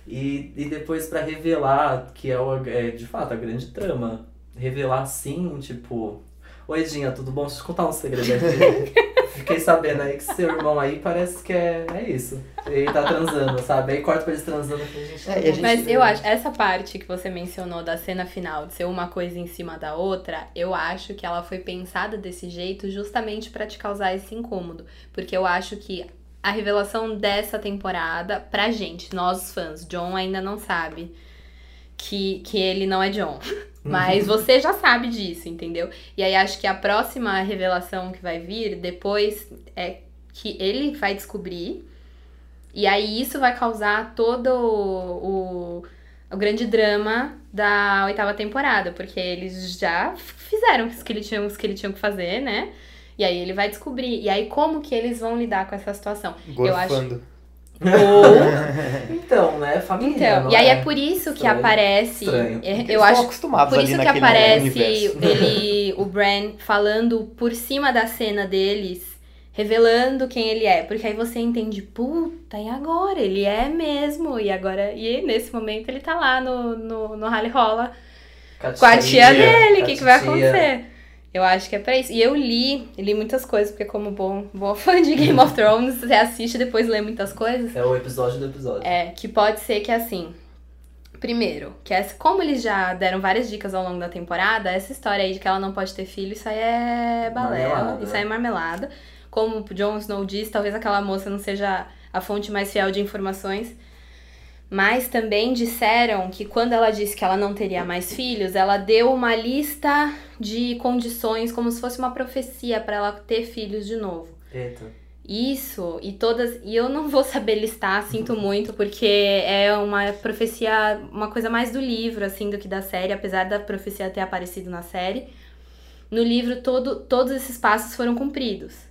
[SPEAKER 2] E, e depois pra revelar, que é, o, é de fato a grande trama. Revelar assim, tipo. Oi, Dinha, tudo bom? Deixa eu te contar um segredo aqui. Fiquei sabendo aí que seu irmão aí parece que é, é isso. Ele tá transando, sabe? Aí corta pra eles transando. eu falei, gente,
[SPEAKER 4] É, e a gente-
[SPEAKER 3] Mas eu acho, essa parte que você mencionou da cena final, de ser uma coisa em cima da outra, eu acho que ela foi pensada desse jeito justamente pra te causar esse incômodo. Porque eu acho que a revelação dessa temporada, pra gente, nós fãs, John ainda não sabe que, que ele não é John.
[SPEAKER 4] Uhum.
[SPEAKER 3] Mas você já sabe disso, entendeu? E aí acho que a próxima revelação que vai vir depois é que ele vai descobrir. E aí isso vai causar todo o, o grande drama da oitava temporada, porque eles já fizeram os que eles tinham, os que eles tinham que fazer, né? E aí ele vai descobrir. E aí como que eles vão lidar com essa situação?
[SPEAKER 4] Gorfando.
[SPEAKER 2] Ou. Então, né? Família.
[SPEAKER 3] Então,
[SPEAKER 2] não
[SPEAKER 3] e aí
[SPEAKER 2] é?
[SPEAKER 3] é por isso que
[SPEAKER 2] Estranho.
[SPEAKER 3] aparece,
[SPEAKER 2] Estranho.
[SPEAKER 3] é, eu
[SPEAKER 4] Porque eles estão
[SPEAKER 3] acho
[SPEAKER 4] acostumados
[SPEAKER 3] Por
[SPEAKER 4] ali
[SPEAKER 3] isso que
[SPEAKER 4] naquele
[SPEAKER 3] aparece
[SPEAKER 4] universo.
[SPEAKER 3] ele, o Bran falando por cima da cena deles, revelando quem ele é. Porque aí você entende, puta, e agora? Ele é mesmo. E agora, e nesse momento ele tá lá no, no, no Rally Rola com a tia dele, o que, que vai acontecer? Eu acho que é pra isso. E eu li, li muitas coisas, porque como bom, boa fã de Game of Thrones, você assiste e depois lê muitas coisas.
[SPEAKER 2] É o episódio do episódio.
[SPEAKER 3] É, que pode ser que assim. Primeiro, que essa, como eles já deram várias dicas ao longo da temporada, essa história aí de que ela não pode ter filho, isso aí é balela,
[SPEAKER 2] Marmelada,
[SPEAKER 3] isso
[SPEAKER 2] né?
[SPEAKER 3] aí é marmelada. Como o Jon Snow diz, talvez aquela moça não seja a fonte mais fiel de informações. Mas também disseram que quando ela disse que ela não teria mais filhos, ela deu uma lista de condições, como se fosse uma profecia para ela ter filhos de novo.
[SPEAKER 2] Eita.
[SPEAKER 3] Isso, e todas. E eu não vou saber listar, sinto muito, porque é uma profecia, uma coisa mais do livro, assim, do que da série, apesar da profecia ter aparecido na série. No livro, todo, todos esses passos foram cumpridos.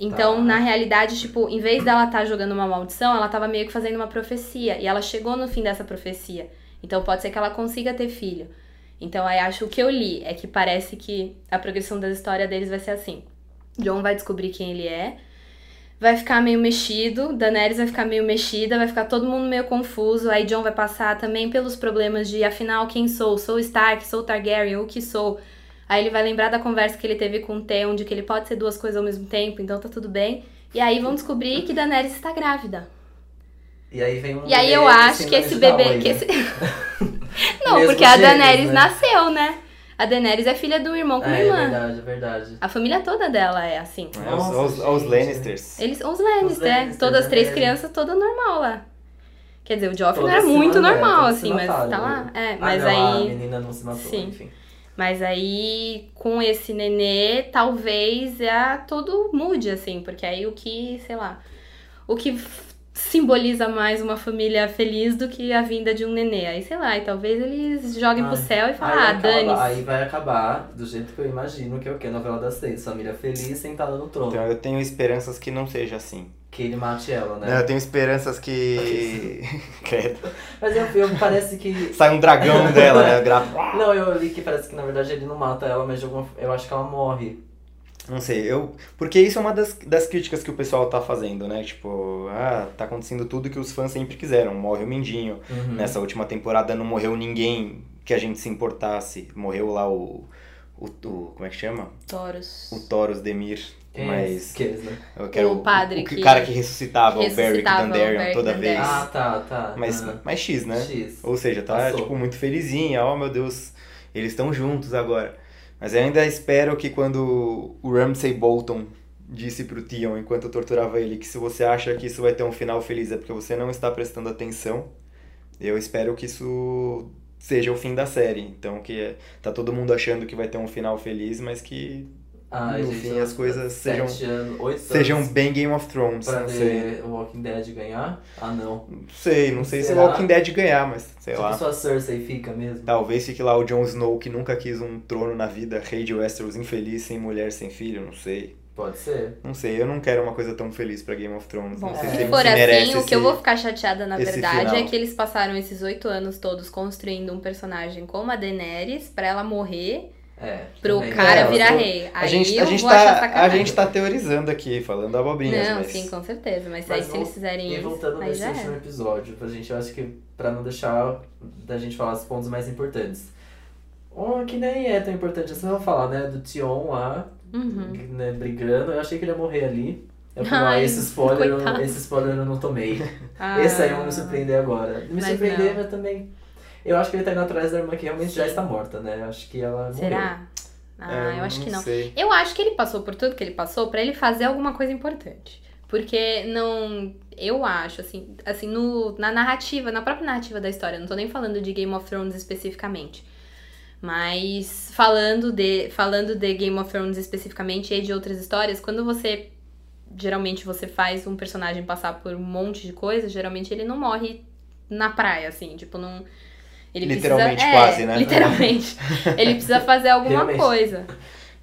[SPEAKER 3] Então,
[SPEAKER 2] Tá.
[SPEAKER 3] na realidade, tipo, em vez dela estar jogando uma maldição, ela tava meio que fazendo uma profecia. E ela chegou no fim dessa profecia. Então, pode ser que ela consiga ter filho. Então, aí acho o que eu li é que parece que a progressão da história deles vai ser assim. John vai descobrir quem ele é, vai ficar meio mexido, Daenerys vai ficar meio mexida, vai ficar todo mundo meio confuso, aí John vai passar também pelos problemas de afinal quem sou, sou Stark, sou Targaryen, o que sou. Aí ele vai lembrar da conversa que ele teve com o Theon, de que ele pode ser duas coisas ao mesmo tempo, então tá tudo bem. E aí vão descobrir que Daenerys está grávida.
[SPEAKER 2] E aí vem um
[SPEAKER 3] E aí
[SPEAKER 2] bebê
[SPEAKER 3] eu
[SPEAKER 2] com
[SPEAKER 3] acho que
[SPEAKER 2] síndrome
[SPEAKER 3] esse
[SPEAKER 2] de Down
[SPEAKER 3] bebê.
[SPEAKER 2] aí,
[SPEAKER 3] Que
[SPEAKER 2] né?
[SPEAKER 3] esse... Não,
[SPEAKER 2] Mesmo
[SPEAKER 3] porque a
[SPEAKER 2] gêmeos,
[SPEAKER 3] Daenerys
[SPEAKER 2] né?
[SPEAKER 3] nasceu, né? A Daenerys é filha do irmão com a
[SPEAKER 2] É, é
[SPEAKER 3] irmã.
[SPEAKER 2] verdade, é verdade.
[SPEAKER 3] a família toda dela é assim.
[SPEAKER 4] É, os-
[SPEAKER 2] Nossa,
[SPEAKER 4] os, os
[SPEAKER 2] gente.
[SPEAKER 4] Lannisters.
[SPEAKER 3] Eles são os Lannisters,
[SPEAKER 2] Os
[SPEAKER 3] né?
[SPEAKER 2] Lannisters,
[SPEAKER 3] Todas as três
[SPEAKER 2] é.
[SPEAKER 3] crianças, toda normal lá. Quer dizer, o Joffrey não
[SPEAKER 2] Todas
[SPEAKER 3] era
[SPEAKER 2] se
[SPEAKER 3] muito
[SPEAKER 2] mataram,
[SPEAKER 3] normal,
[SPEAKER 2] todas se
[SPEAKER 3] assim, mas
[SPEAKER 2] mataram,
[SPEAKER 3] tá lá.
[SPEAKER 2] né?
[SPEAKER 3] É,
[SPEAKER 2] Ah,
[SPEAKER 3] mas
[SPEAKER 2] não, A
[SPEAKER 3] aí.
[SPEAKER 2] menina não se matou,
[SPEAKER 3] Sim.
[SPEAKER 2] enfim.
[SPEAKER 3] Mas aí, com esse nenê, talvez é todo mude, assim, porque aí o que, sei lá. O que f- simboliza mais uma família feliz do que a vinda de um nenê. Aí, sei lá, e talvez eles joguem
[SPEAKER 2] Ai,
[SPEAKER 3] pro céu e falem, ah,
[SPEAKER 2] Aí, acaba- aí
[SPEAKER 3] dane-se.
[SPEAKER 2] vai acabar do jeito que eu imagino que é o que? Novela das seis. Família feliz sentada no trono.
[SPEAKER 4] Então eu tenho esperanças que não seja assim.
[SPEAKER 2] Que ele mate ela, né?
[SPEAKER 4] Não, Eu tenho esperanças que. Credo.
[SPEAKER 2] Mas eu, eu parece que.
[SPEAKER 4] Sai um dragão dela, né? Gra-
[SPEAKER 2] Não, eu li que parece que na verdade ele não mata ela, mas de alguma... eu acho que ela morre.
[SPEAKER 4] Não sei, eu. Porque isso é uma das, das críticas que o pessoal tá fazendo, né? Tipo, ah, tá acontecendo tudo que os fãs sempre quiseram. Morre o Mindinho.
[SPEAKER 2] Uhum.
[SPEAKER 4] Nessa última temporada não morreu ninguém que a gente se importasse. Morreu lá o. O, o- como é que chama?
[SPEAKER 3] Toros.
[SPEAKER 4] O Taurus Demir.
[SPEAKER 2] Quem é esse?
[SPEAKER 4] mas.
[SPEAKER 2] Que eles, né?
[SPEAKER 4] Eu quero
[SPEAKER 3] O padre
[SPEAKER 4] o,
[SPEAKER 3] que-
[SPEAKER 4] cara que ressuscitava,
[SPEAKER 3] que
[SPEAKER 4] o Beric
[SPEAKER 3] ressuscitava o
[SPEAKER 4] Dandelion
[SPEAKER 3] Beric
[SPEAKER 4] toda
[SPEAKER 3] Dondarrion.
[SPEAKER 4] vez.
[SPEAKER 2] Ah, tá, tá.
[SPEAKER 4] Mas,
[SPEAKER 2] Ah,
[SPEAKER 4] mas X, né?
[SPEAKER 2] X.
[SPEAKER 4] Ou seja, tá
[SPEAKER 2] Passou.
[SPEAKER 4] tipo muito felizinha, oh meu Deus, eles estão juntos agora. Mas eu ainda espero que quando o Ramsay Bolton disse pro Theon enquanto eu torturava ele que se você acha que isso vai ter um final feliz é porque você não está prestando atenção, eu espero que isso seja o fim da série. Então que tá todo mundo achando que vai ter um final feliz, mas que
[SPEAKER 2] Ai,
[SPEAKER 4] no
[SPEAKER 2] gente,
[SPEAKER 4] fim as coisas sejam
[SPEAKER 2] sete anos, oito
[SPEAKER 4] sejam
[SPEAKER 2] anos
[SPEAKER 4] bem Game of Thrones,
[SPEAKER 2] pra
[SPEAKER 4] não sei.
[SPEAKER 2] ver o Walking Dead ganhar. Ah, não.
[SPEAKER 4] Não sei, não sei se é
[SPEAKER 2] Será?
[SPEAKER 4] o Walking Dead ganhar, mas sei
[SPEAKER 2] Tipo,
[SPEAKER 4] lá.
[SPEAKER 2] só a Cersei fica mesmo.
[SPEAKER 4] Talvez fique lá o Jon Snow que nunca quis um trono na vida, rei de Westeros, infeliz, sem mulher, sem filho, não sei.
[SPEAKER 2] Pode ser.
[SPEAKER 4] Não sei, eu não quero uma coisa tão feliz pra Game of Thrones.
[SPEAKER 3] Bom,
[SPEAKER 4] não sei
[SPEAKER 2] é.
[SPEAKER 3] se,
[SPEAKER 4] se,
[SPEAKER 2] ele
[SPEAKER 3] for
[SPEAKER 4] merece
[SPEAKER 3] assim, o que eu
[SPEAKER 4] esse-
[SPEAKER 3] vou ficar chateada, na
[SPEAKER 4] esse
[SPEAKER 3] verdade, é
[SPEAKER 4] final.
[SPEAKER 3] que eles passaram esses oito anos todos construindo um personagem como a Daenerys pra ela morrer,
[SPEAKER 2] É.
[SPEAKER 3] pro
[SPEAKER 2] também.
[SPEAKER 3] cara
[SPEAKER 4] É,
[SPEAKER 3] virar
[SPEAKER 4] eu-
[SPEAKER 3] rei. Aí
[SPEAKER 4] A gente,
[SPEAKER 3] eu
[SPEAKER 4] a, gente
[SPEAKER 3] vou achar
[SPEAKER 4] tá, a
[SPEAKER 3] sacanagem.
[SPEAKER 4] gente tá teorizando aqui, falando abobrinhas,
[SPEAKER 3] Não,
[SPEAKER 4] mas...
[SPEAKER 3] sim, com certeza. Mas, aí
[SPEAKER 2] Mas
[SPEAKER 3] se
[SPEAKER 2] vol-
[SPEAKER 3] eles fizerem
[SPEAKER 2] E
[SPEAKER 3] isso,
[SPEAKER 2] voltando
[SPEAKER 3] aí
[SPEAKER 2] nesse né?
[SPEAKER 3] já
[SPEAKER 2] último
[SPEAKER 3] é.
[SPEAKER 2] episódio, pra gente, eu acho que pra não deixar da gente falar os pontos mais importantes. Um que nem é tão importante assim, vamos falar, né? Do Tion lá,
[SPEAKER 3] Uhum.
[SPEAKER 2] né, brigando. Eu achei que ele ia morrer ali. Eu falei,
[SPEAKER 3] Ai,
[SPEAKER 2] ah, esse spoiler, eu-
[SPEAKER 3] coitado.
[SPEAKER 2] esse spoiler eu não tomei. Esse aí é um eu vou me surpreender agora. Me
[SPEAKER 3] Ah. Mas
[SPEAKER 2] surpreender,
[SPEAKER 3] não.
[SPEAKER 2] mas também. Eu acho que ele tá indo atrás da irmã que realmente já está morta, né? Eu acho que ela morreu.
[SPEAKER 3] Será? Ah, eu acho que não.
[SPEAKER 4] é, sei.
[SPEAKER 3] Eu acho que ele passou por tudo que ele passou pra ele fazer alguma coisa importante. Porque não. Eu acho, assim, assim no, na narrativa, na própria narrativa da história, não tô nem falando de Game of Thrones especificamente. Mas falando de, falando de Game of Thrones especificamente e de outras histórias, quando você. Geralmente você faz um personagem passar por um monte de coisa, geralmente ele não morre na praia, assim, tipo, não. Ele
[SPEAKER 4] Literalmente,
[SPEAKER 3] precisa,
[SPEAKER 4] quase,
[SPEAKER 3] é,
[SPEAKER 4] né?
[SPEAKER 3] Literalmente. ele precisa fazer alguma
[SPEAKER 2] Realmente.
[SPEAKER 3] coisa.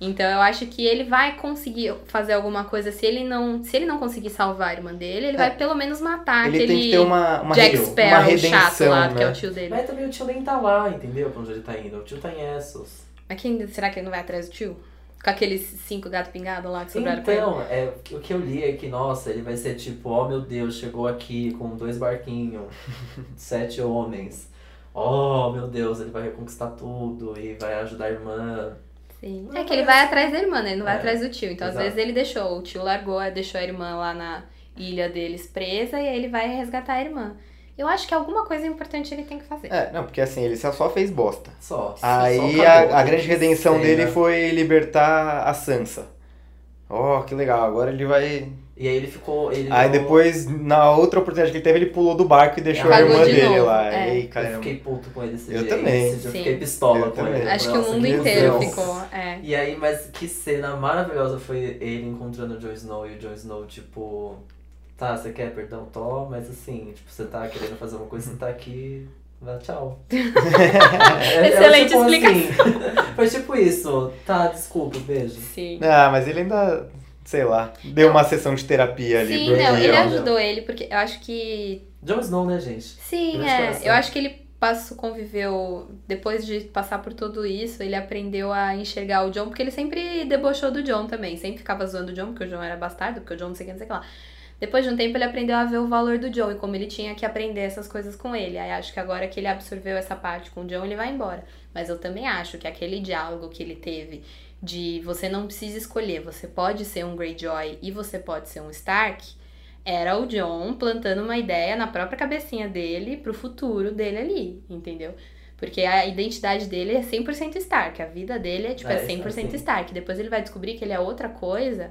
[SPEAKER 3] Então eu acho que ele vai conseguir fazer alguma coisa. Se ele não, se ele não conseguir salvar a irmã dele, ele vai pelo menos matar
[SPEAKER 4] É. Ele
[SPEAKER 3] Ah, aquele
[SPEAKER 4] tem que ter uma, uma,
[SPEAKER 3] Jack
[SPEAKER 4] re- uma
[SPEAKER 3] Sparrow chato
[SPEAKER 4] redenção,
[SPEAKER 3] lá, que é o
[SPEAKER 4] né?
[SPEAKER 3] tio dele.
[SPEAKER 2] Mas também o tio nem tá lá, entendeu? Pra onde ele tá indo. O tio tá em Essos.
[SPEAKER 3] Mas quem, será que ele não vai atrás do tio? Com aqueles cinco gato pingado lá que sobraram pra ele.
[SPEAKER 2] Então, é, o que eu li é que, nossa, ele vai ser tipo, ó meu Deus, chegou aqui com dois barquinhos, sete homens. Oh meu Deus, ele vai reconquistar tudo e vai ajudar a irmã.
[SPEAKER 3] Sim. É que ele vai atrás da irmã, né? Ele não vai
[SPEAKER 2] É,
[SPEAKER 3] atrás do tio. Então,
[SPEAKER 2] exato.
[SPEAKER 3] às vezes, ele deixou. O tio largou, deixou a irmã lá na ilha deles presa e aí ele vai resgatar a irmã. Eu acho que alguma coisa importante ele tem que fazer.
[SPEAKER 4] É, não, porque assim, ele só só fez bosta.
[SPEAKER 2] Só.
[SPEAKER 4] Aí
[SPEAKER 2] só
[SPEAKER 3] né?
[SPEAKER 2] acabou.
[SPEAKER 4] a, a grande redenção
[SPEAKER 2] Sim,
[SPEAKER 4] dele
[SPEAKER 2] né?
[SPEAKER 4] foi libertar a Sansa. Oh, que legal, agora ele vai.
[SPEAKER 2] E aí ele ficou. Ele
[SPEAKER 4] Aí
[SPEAKER 2] não-
[SPEAKER 4] depois, na outra oportunidade que ele teve, ele pulou do barco e deixou a
[SPEAKER 2] Cagou
[SPEAKER 4] irmã
[SPEAKER 2] de
[SPEAKER 4] dele
[SPEAKER 3] novo,
[SPEAKER 4] lá.
[SPEAKER 3] é.
[SPEAKER 4] Ei,
[SPEAKER 2] Eu
[SPEAKER 4] caramba.
[SPEAKER 2] fiquei puto com ele esse
[SPEAKER 4] Eu
[SPEAKER 2] dia.
[SPEAKER 4] também.
[SPEAKER 2] Esse dia eu
[SPEAKER 3] Sim.
[SPEAKER 2] fiquei pistola com
[SPEAKER 4] Eu também.
[SPEAKER 2] ele.
[SPEAKER 3] acho que
[SPEAKER 2] Nossa,
[SPEAKER 3] o mundo
[SPEAKER 4] que
[SPEAKER 3] inteiro
[SPEAKER 2] cuzão.
[SPEAKER 4] cuzão.
[SPEAKER 3] ficou. É.
[SPEAKER 2] E aí, mas que cena maravilhosa foi ele encontrando o Jon Snow e o Jon Snow, tipo, tá, você quer perdão, Tó, mas assim, tipo, você tá querendo fazer uma coisa, você tá aqui, vá, tchau. É, é
[SPEAKER 3] Excelente
[SPEAKER 2] Assim, foi tipo isso, tá, desculpa, beijo.
[SPEAKER 3] Sim.
[SPEAKER 4] Ah, mas ele ainda, sei lá, deu uma sessão de terapia ali.
[SPEAKER 3] Sim,
[SPEAKER 4] pro
[SPEAKER 3] não, ele é-
[SPEAKER 4] Tyrion.
[SPEAKER 3] ajudou ele, porque eu acho que.
[SPEAKER 2] Jon Snow, né, gente?
[SPEAKER 3] Sim,
[SPEAKER 2] Grande
[SPEAKER 3] é.
[SPEAKER 2] coração.
[SPEAKER 3] Eu acho que ele passou, conviveu. Depois de passar por tudo isso, ele aprendeu a enxergar o John, porque ele sempre debochou do John também. Sempre ficava zoando o John, porque o John era bastardo, porque o John não sei o que, não sei o que lá. Depois de um tempo, ele aprendeu a ver o valor do John e como ele tinha que aprender essas coisas com ele. Aí acho que agora que ele absorveu essa parte com o John, ele vai embora. Mas eu também acho que aquele diálogo que ele teve de você não precisa escolher, você pode ser um Greyjoy e você pode ser um Stark, era o John plantando uma ideia na própria cabecinha dele pro futuro dele ali, entendeu? Porque a identidade dele é 100% Stark, a vida dele é tipo
[SPEAKER 2] É,
[SPEAKER 3] é,
[SPEAKER 2] isso,
[SPEAKER 3] 100%
[SPEAKER 2] sim.
[SPEAKER 3] Stark. Depois ele vai descobrir que ele é outra coisa.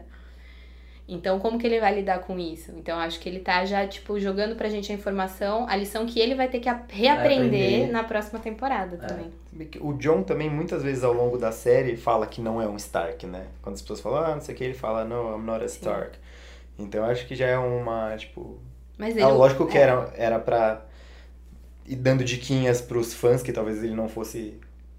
[SPEAKER 3] Então, como que ele vai lidar com isso? Então, acho que ele tá já, tipo, jogando pra gente a informação, a lição que ele vai ter que a- reaprender
[SPEAKER 2] Aprender.
[SPEAKER 3] na próxima temporada
[SPEAKER 2] É.
[SPEAKER 3] também.
[SPEAKER 4] Se bem que O John também, muitas vezes ao longo da série, fala que não é um Stark, né? Quando as pessoas falam, ah, não sei o que, ele fala, no, I'm not a Stark. Então acho que já é uma, tipo...
[SPEAKER 3] Mas
[SPEAKER 4] Ah, lógico
[SPEAKER 3] é.
[SPEAKER 4] que era, era pra ir dando diquinhas pros fãs que talvez ele não fosse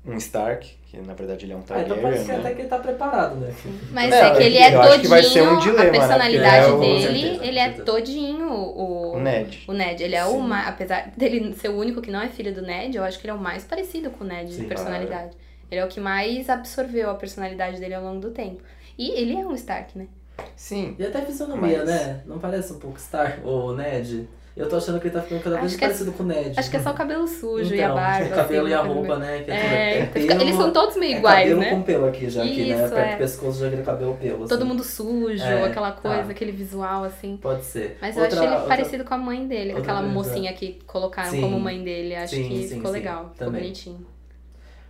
[SPEAKER 4] um Stark, que na verdade ele é um
[SPEAKER 2] Ah, então
[SPEAKER 4] Targaryen,
[SPEAKER 2] parece que
[SPEAKER 4] né?
[SPEAKER 2] até que ele tá preparado, né?
[SPEAKER 3] Mas
[SPEAKER 4] É,
[SPEAKER 3] é, que ele é
[SPEAKER 4] eu
[SPEAKER 3] todinho,
[SPEAKER 4] acho que vai ser um dilema,
[SPEAKER 3] a
[SPEAKER 4] né?
[SPEAKER 3] personalidade
[SPEAKER 4] Porque é o-
[SPEAKER 3] dele,
[SPEAKER 2] Com certeza,
[SPEAKER 3] ele é
[SPEAKER 2] com certeza.
[SPEAKER 3] todinho o,
[SPEAKER 4] O Um Ned.
[SPEAKER 3] o Ned. Ele é o
[SPEAKER 2] Sim.
[SPEAKER 3] mais, apesar dele ser o único que não é filho do Ned, eu acho que ele é o mais parecido com o Ned de
[SPEAKER 2] Sim,
[SPEAKER 3] personalidade. Ele é o que mais absorveu a personalidade dele ao longo do tempo. E ele é um Stark, né?
[SPEAKER 4] Sim.
[SPEAKER 2] E até fisionomia,
[SPEAKER 4] Mas-
[SPEAKER 2] né? Não parece um pouco Star ou Ned? Eu tô achando que ele tá ficando cada vez
[SPEAKER 3] Acho que é-
[SPEAKER 2] parecido com o Ned.
[SPEAKER 3] Acho que é só o cabelo sujo e a
[SPEAKER 2] Então,
[SPEAKER 3] barba.
[SPEAKER 2] O cabelo
[SPEAKER 3] assim,
[SPEAKER 2] e a
[SPEAKER 3] uma coisa
[SPEAKER 2] roupa,
[SPEAKER 3] meio-
[SPEAKER 2] né? Que é tudo-
[SPEAKER 3] É,
[SPEAKER 2] é
[SPEAKER 3] então fica- eles
[SPEAKER 2] pelo-
[SPEAKER 3] são todos meio
[SPEAKER 2] É
[SPEAKER 3] iguais,
[SPEAKER 2] cabelo
[SPEAKER 3] né?
[SPEAKER 2] com pelo aqui, já aqui, né?
[SPEAKER 3] Isso,
[SPEAKER 2] Perto
[SPEAKER 3] é.
[SPEAKER 2] do pescoço já vira cabelo pelo.
[SPEAKER 3] Todo
[SPEAKER 2] assim.
[SPEAKER 3] mundo sujo,
[SPEAKER 2] É,
[SPEAKER 3] aquela coisa,
[SPEAKER 2] tá.
[SPEAKER 3] aquele visual, assim.
[SPEAKER 2] Pode ser.
[SPEAKER 3] Mas
[SPEAKER 2] Outra-
[SPEAKER 3] eu acho ele
[SPEAKER 2] outra-
[SPEAKER 3] parecido com a mãe dele, com
[SPEAKER 2] outra
[SPEAKER 3] aquela
[SPEAKER 2] coisa.
[SPEAKER 3] mocinha que colocaram
[SPEAKER 2] Sim.
[SPEAKER 3] como mãe dele. Acho
[SPEAKER 2] Sim,
[SPEAKER 3] que
[SPEAKER 2] sim,
[SPEAKER 3] ficou
[SPEAKER 2] sim.
[SPEAKER 3] legal, ficou
[SPEAKER 2] Também.
[SPEAKER 3] bonitinho.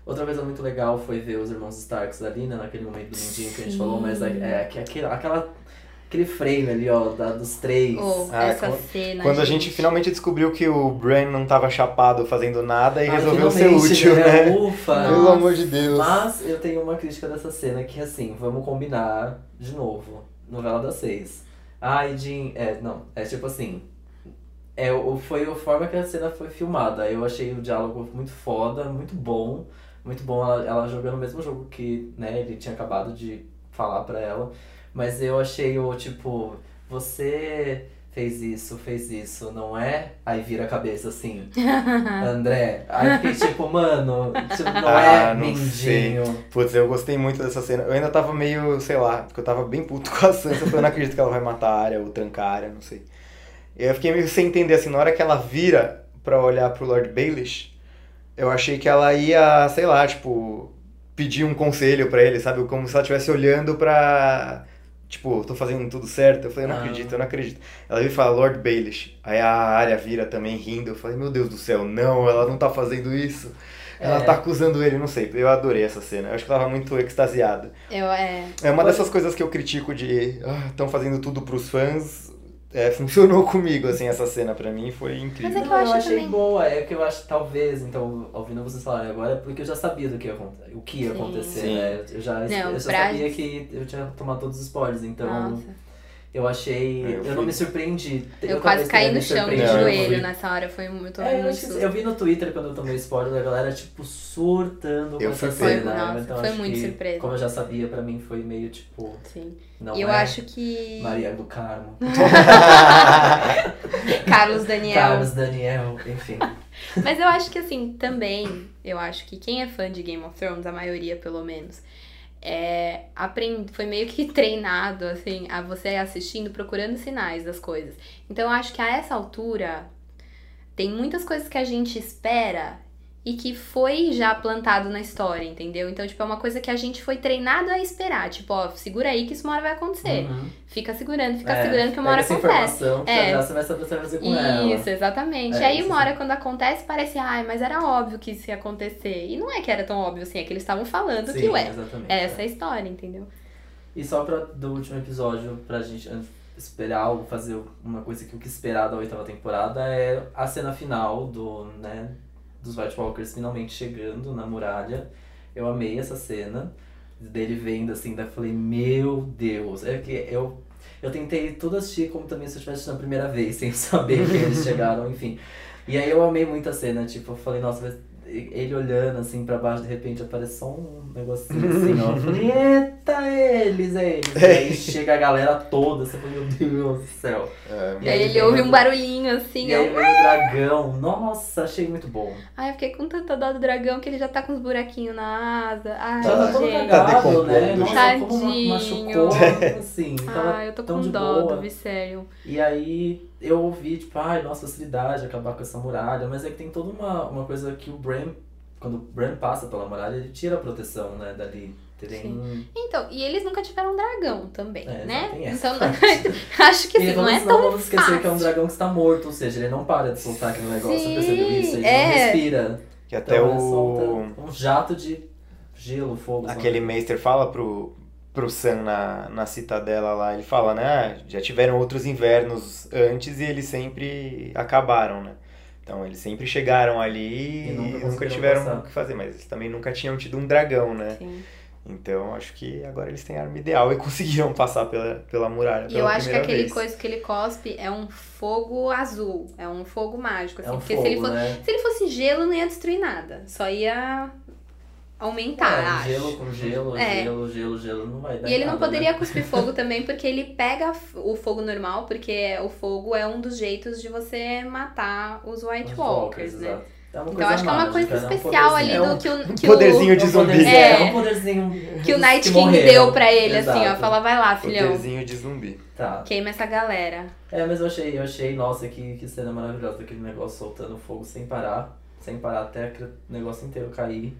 [SPEAKER 2] Outra coisa muito legal foi ver os irmãos Starks ali, né? Naquele momento do lindinho que a gente
[SPEAKER 3] Sim.
[SPEAKER 2] falou, mas é, é, aquele, aquela, aquele frame ali, ó, da, dos três.
[SPEAKER 3] Ou
[SPEAKER 4] Ah,
[SPEAKER 3] essa
[SPEAKER 4] quando-
[SPEAKER 3] cena.
[SPEAKER 4] Quando a gente finalmente descobriu que o Bran não tava chapado fazendo nada e
[SPEAKER 2] Ah,
[SPEAKER 4] resolveu ser
[SPEAKER 2] finalmente,
[SPEAKER 4] útil, né?
[SPEAKER 2] Ufa!
[SPEAKER 4] Pelo amor de Deus.
[SPEAKER 2] Mas eu tenho uma crítica dessa cena que, assim, vamos combinar de novo. Novela das seis. Ai, Jim. É, não. É tipo assim. É, o- foi a forma que a cena foi filmada. Eu achei o diálogo muito foda, muito bom. Muito bom ela, ela jogando o mesmo jogo que né, ele tinha acabado de falar pra ela. Mas eu achei o tipo. Você fez isso, fez isso, não é? Aí vira a cabeça assim.
[SPEAKER 3] Ah.
[SPEAKER 2] André. Aí fiquei tipo, mano, tipo, não
[SPEAKER 4] Ah,
[SPEAKER 2] é
[SPEAKER 4] não sei.
[SPEAKER 2] mindinho.
[SPEAKER 4] Putz, eu gostei muito dessa cena. Eu ainda tava meio, sei lá, porque eu tava bem puto com a Sansa, porque eu não acredito que ela vai matar a área ou trancar a área, não sei. Eu fiquei meio sem entender, assim, na hora que ela vira pra olhar pro Lord Baelish, eu achei que ela ia, sei lá, tipo, pedir um conselho pra ele, sabe? Como se ela estivesse olhando pra. Tipo, tô fazendo tudo certo. Eu falei, eu não
[SPEAKER 2] Ah.
[SPEAKER 4] acredito, eu não acredito. Ela veio e fala, Lord Baelish. Aí a área vira também rindo. Eu falei, meu Deus do céu, não, ela não tá fazendo isso. Ela
[SPEAKER 2] É.
[SPEAKER 4] tá acusando ele, não sei. Eu adorei essa cena. Eu acho que ela tava muito extasiada.
[SPEAKER 3] Eu, é,
[SPEAKER 4] É uma dessas coisas que eu critico de. Estão fazendo tudo pros fãs. É, funcionou comigo, assim, essa cena pra mim. Foi
[SPEAKER 3] Mas é
[SPEAKER 4] incrível.
[SPEAKER 3] que-
[SPEAKER 2] Não,
[SPEAKER 3] eu acho
[SPEAKER 2] achei
[SPEAKER 3] também.
[SPEAKER 2] boa, é que eu acho, talvez, então, ouvindo vocês falarem agora, é porque eu já sabia do que ia acontecer, o que ia
[SPEAKER 3] Sim.
[SPEAKER 2] acontecer,
[SPEAKER 4] Sim.
[SPEAKER 2] né? Eu já, eu já
[SPEAKER 3] pra-
[SPEAKER 2] sabia que eu tinha tomado todos os spoilers, então
[SPEAKER 3] nossa.
[SPEAKER 2] eu achei.
[SPEAKER 4] É, eu
[SPEAKER 2] eu
[SPEAKER 4] fui-
[SPEAKER 2] não me surpreendi.
[SPEAKER 3] Eu,
[SPEAKER 2] talvez
[SPEAKER 3] quase
[SPEAKER 2] tenha
[SPEAKER 3] caí no
[SPEAKER 2] me
[SPEAKER 3] chão de
[SPEAKER 4] surpreendeu,
[SPEAKER 2] surpreendido.
[SPEAKER 4] eu
[SPEAKER 3] joelho
[SPEAKER 4] vi.
[SPEAKER 3] nessa hora. Foi um- eu tô
[SPEAKER 2] né? É, eu,
[SPEAKER 3] muito
[SPEAKER 2] acho que-
[SPEAKER 3] susto.
[SPEAKER 2] eu vi no Twitter quando eu tomei spoiler, a galera, tipo, surtando com
[SPEAKER 4] Eu
[SPEAKER 2] essa
[SPEAKER 4] fui Foi,
[SPEAKER 2] cena.
[SPEAKER 3] nossa,
[SPEAKER 2] então,
[SPEAKER 3] foi
[SPEAKER 2] acho
[SPEAKER 3] muito
[SPEAKER 2] que,
[SPEAKER 3] surpresa.
[SPEAKER 2] Como eu já sabia, pra mim foi meio tipo.
[SPEAKER 3] Sim.
[SPEAKER 2] Não
[SPEAKER 3] e eu
[SPEAKER 2] é
[SPEAKER 3] acho que.
[SPEAKER 2] Maria do Carmo, é
[SPEAKER 3] Carlos Daniel.
[SPEAKER 2] Carlos Daniel, enfim.
[SPEAKER 3] Mas eu acho que assim, também, eu acho que quem é fã de Game of Thrones, a maioria pelo menos, é, aprend... foi meio que treinado, assim, a você assistindo, procurando sinais das coisas. Então eu acho que a essa altura tem muitas coisas que a gente espera e que foi já plantado na história, entendeu? Então, tipo, é uma coisa que a gente foi treinado a esperar. Tipo, ó, segura aí que isso uma hora vai acontecer.
[SPEAKER 2] Uhum.
[SPEAKER 3] Fica segurando, fica
[SPEAKER 2] É,
[SPEAKER 3] tá segurando que uma
[SPEAKER 2] pega
[SPEAKER 3] hora
[SPEAKER 2] essa
[SPEAKER 3] acontece.
[SPEAKER 2] informação, que
[SPEAKER 3] É.
[SPEAKER 2] já você vai saber o que você vai fazer com
[SPEAKER 3] Isso, exatamente.
[SPEAKER 2] É,
[SPEAKER 3] E aí
[SPEAKER 2] isso,
[SPEAKER 3] uma hora quando acontece, parece, ai, mas era óbvio que isso ia acontecer. E não é que era tão óbvio assim, é que eles estavam falando
[SPEAKER 2] ela.
[SPEAKER 3] que
[SPEAKER 2] Sim,
[SPEAKER 3] ué.
[SPEAKER 2] exatamente.
[SPEAKER 3] É essa é a história, entendeu?
[SPEAKER 2] E só pra, do último episódio, pra gente an- esperar ou fazer uma coisa que o que esperar da oitava temporada é a cena final do, né, dos White Walkers finalmente chegando na muralha. Eu amei essa cena dele vendo assim, daí eu falei, meu Deus, é que eu eu tentei tudo assistir como também se eu estivesse assistindo a primeira vez, sem saber que eles chegaram, enfim. E aí eu amei muito a cena, tipo, eu falei, nossa, mas ele olhando assim pra baixo, de repente aparece só um negocinho assim, ó. Eu falei, eita, eles, eles. E aí chega a galera toda, você fala, meu Deus do céu.
[SPEAKER 4] É,
[SPEAKER 2] E
[SPEAKER 3] E
[SPEAKER 2] aí
[SPEAKER 3] aí ele
[SPEAKER 2] vem
[SPEAKER 3] ouve
[SPEAKER 2] o-
[SPEAKER 3] um barulhinho assim,
[SPEAKER 2] E aí
[SPEAKER 3] eu...
[SPEAKER 2] vem o dragão, nossa, achei muito bom.
[SPEAKER 3] ai, eu fiquei com tanta dó do dragão que ele já tá com uns buraquinhos na asa. Ai,
[SPEAKER 2] Já tá todo
[SPEAKER 3] gente.
[SPEAKER 4] Tá
[SPEAKER 2] cagado, né?
[SPEAKER 4] decompondo,
[SPEAKER 2] Nossa,
[SPEAKER 3] gente.
[SPEAKER 2] como ma- machucou, assim. tava
[SPEAKER 3] Ai, eu tô
[SPEAKER 2] tão
[SPEAKER 3] com
[SPEAKER 2] de
[SPEAKER 3] dó
[SPEAKER 2] boa.
[SPEAKER 3] do Viserion.
[SPEAKER 2] E aí eu ouvi, tipo, ai, nossa, facilidade acabar com essa muralha. Mas é que tem toda uma, uma coisa que o Bran, quando o Bran passa pela muralha, ele tira a proteção, né, dali. Tem...
[SPEAKER 3] Então, e eles nunca tiveram um dragão também,
[SPEAKER 2] É,
[SPEAKER 3] né?
[SPEAKER 2] tem essa
[SPEAKER 3] Então, acho que
[SPEAKER 2] e
[SPEAKER 3] assim, não
[SPEAKER 2] vamos,
[SPEAKER 3] é tão
[SPEAKER 2] vamos esquecer que é um
[SPEAKER 3] fácil.
[SPEAKER 2] dragão que está morto, ou seja, ele não para de soltar aquele negócio, você
[SPEAKER 3] Sim,
[SPEAKER 2] percebeu isso? Ele não
[SPEAKER 3] é.
[SPEAKER 2] respira.
[SPEAKER 4] que até
[SPEAKER 2] Então ele
[SPEAKER 4] o.
[SPEAKER 2] solta um jato de gelo, fogo. sei lá.
[SPEAKER 4] Aquele Meister fala pro, pro Sam na, na citadela lá, ele fala, né? "Ah, Já tiveram outros invernos antes e eles sempre acabaram, né? Então eles sempre chegaram ali
[SPEAKER 2] E
[SPEAKER 4] e
[SPEAKER 2] nunca
[SPEAKER 4] nunca,
[SPEAKER 2] conseguiram
[SPEAKER 4] tiveram
[SPEAKER 2] passar.
[SPEAKER 4] o que fazer, mas eles também nunca tinham tido um dragão,
[SPEAKER 2] É.
[SPEAKER 4] né?
[SPEAKER 3] Sim.
[SPEAKER 4] Então acho que agora eles têm a arma ideal e conseguiram passar pela, pela muralha.
[SPEAKER 3] E
[SPEAKER 2] Então, é
[SPEAKER 4] pela
[SPEAKER 3] eu acho que
[SPEAKER 4] primeira
[SPEAKER 3] aquele
[SPEAKER 4] vez.
[SPEAKER 3] coisa que ele cospe é um fogo azul, é um fogo mágico. Assim,
[SPEAKER 2] É um
[SPEAKER 3] porque
[SPEAKER 2] fogo,
[SPEAKER 3] se, ele fosse,
[SPEAKER 2] né?
[SPEAKER 3] se ele fosse gelo, não ia destruir nada. Só ia aumentar, Tá, acho.
[SPEAKER 2] É, gelo com gelo,
[SPEAKER 3] É.
[SPEAKER 2] gelo, gelo, gelo, não vai dar
[SPEAKER 3] E ele não
[SPEAKER 2] nada, né?
[SPEAKER 3] poderia cuspir fogo também, porque ele pega f- o fogo normal, porque o fogo é um dos jeitos de você matar os White
[SPEAKER 2] Os
[SPEAKER 3] Walkers, né?
[SPEAKER 2] exato. É uma
[SPEAKER 3] Então
[SPEAKER 2] coisa
[SPEAKER 3] acho que é uma
[SPEAKER 2] mágica,
[SPEAKER 3] coisa
[SPEAKER 2] né? Um
[SPEAKER 3] especial ali
[SPEAKER 2] poderzinho.
[SPEAKER 3] do que o, que
[SPEAKER 4] poderzinho
[SPEAKER 3] o,
[SPEAKER 4] de
[SPEAKER 2] É um
[SPEAKER 4] zumbi.
[SPEAKER 2] poderzinho, É,
[SPEAKER 3] É.
[SPEAKER 2] um poderzinho
[SPEAKER 3] que o
[SPEAKER 2] dos
[SPEAKER 3] Night King
[SPEAKER 2] morreram.
[SPEAKER 3] deu pra ele, assim, ó.
[SPEAKER 2] né? Exato. Um
[SPEAKER 3] Fala, vai lá, filhão.
[SPEAKER 4] Poderzinho de zumbi.
[SPEAKER 2] Tá.
[SPEAKER 3] Queima essa galera.
[SPEAKER 2] É, mas eu achei, eu achei, nossa, que, que cena maravilhosa, aquele negócio soltando fogo sem parar, sem parar até aquele negócio inteiro cair.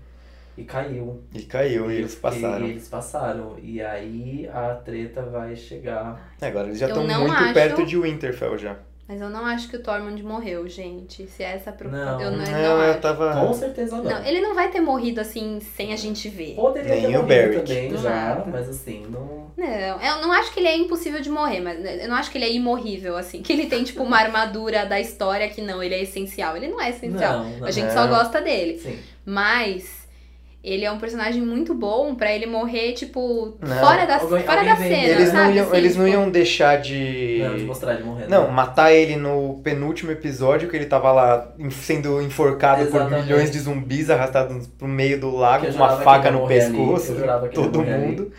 [SPEAKER 2] E caiu.
[SPEAKER 4] E caiu, e
[SPEAKER 2] eu
[SPEAKER 4] eles
[SPEAKER 2] fiquei-
[SPEAKER 4] passaram.
[SPEAKER 2] E eles passaram. E aí a treta vai chegar.
[SPEAKER 4] É, Agora eles já
[SPEAKER 3] Eu
[SPEAKER 4] estão
[SPEAKER 3] não
[SPEAKER 4] muito
[SPEAKER 3] acho-
[SPEAKER 4] perto de Winterfell já.
[SPEAKER 3] Mas eu não acho que o Tormund morreu, gente. Se é essa
[SPEAKER 2] Não.
[SPEAKER 3] preocupação. Eu não, eu não
[SPEAKER 4] Não, eu
[SPEAKER 3] acho.
[SPEAKER 4] tava.
[SPEAKER 2] Com certeza não.
[SPEAKER 3] Não, ele não vai ter morrido assim sem a gente ver.
[SPEAKER 2] Poderia
[SPEAKER 4] Nem
[SPEAKER 2] ter
[SPEAKER 4] o
[SPEAKER 2] morrido
[SPEAKER 4] Barrick.
[SPEAKER 2] também
[SPEAKER 3] Do
[SPEAKER 2] já,
[SPEAKER 3] nada.
[SPEAKER 2] mas assim, não.
[SPEAKER 3] Não, eu não acho que ele é impossível de morrer, mas eu não acho que ele é imorrível, assim. Que ele tem, tipo, uma armadura da história que não, ele é essencial. Ele não é essencial.
[SPEAKER 2] Não, não.
[SPEAKER 3] a gente só
[SPEAKER 4] Não. é.
[SPEAKER 3] gosta dele.
[SPEAKER 2] Sim.
[SPEAKER 3] Mas ele é um personagem muito bom pra ele morrer, tipo,
[SPEAKER 4] Não.
[SPEAKER 3] fora da,
[SPEAKER 2] Alguém-
[SPEAKER 3] fora
[SPEAKER 2] alguém
[SPEAKER 3] da
[SPEAKER 2] vem-
[SPEAKER 3] cena,
[SPEAKER 4] Eles não
[SPEAKER 3] sabe?
[SPEAKER 4] iam,
[SPEAKER 3] Assim,
[SPEAKER 4] eles não
[SPEAKER 3] tipo,
[SPEAKER 4] iam deixar de.
[SPEAKER 2] Não, de mostrar ele morrendo.
[SPEAKER 4] Não, matar ele no penúltimo episódio, que ele tava lá em- sendo enforcado por
[SPEAKER 2] Exatamente.
[SPEAKER 4] milhões de zumbis arrastados pro meio do
[SPEAKER 2] Que
[SPEAKER 4] lago,
[SPEAKER 2] eu
[SPEAKER 4] com uma
[SPEAKER 2] jurava que
[SPEAKER 4] faca
[SPEAKER 2] ele ia
[SPEAKER 4] no
[SPEAKER 2] morrer ali,
[SPEAKER 4] pescoço,
[SPEAKER 2] eu jurava que ele ia
[SPEAKER 4] todo
[SPEAKER 2] morrer ali.
[SPEAKER 4] mundo.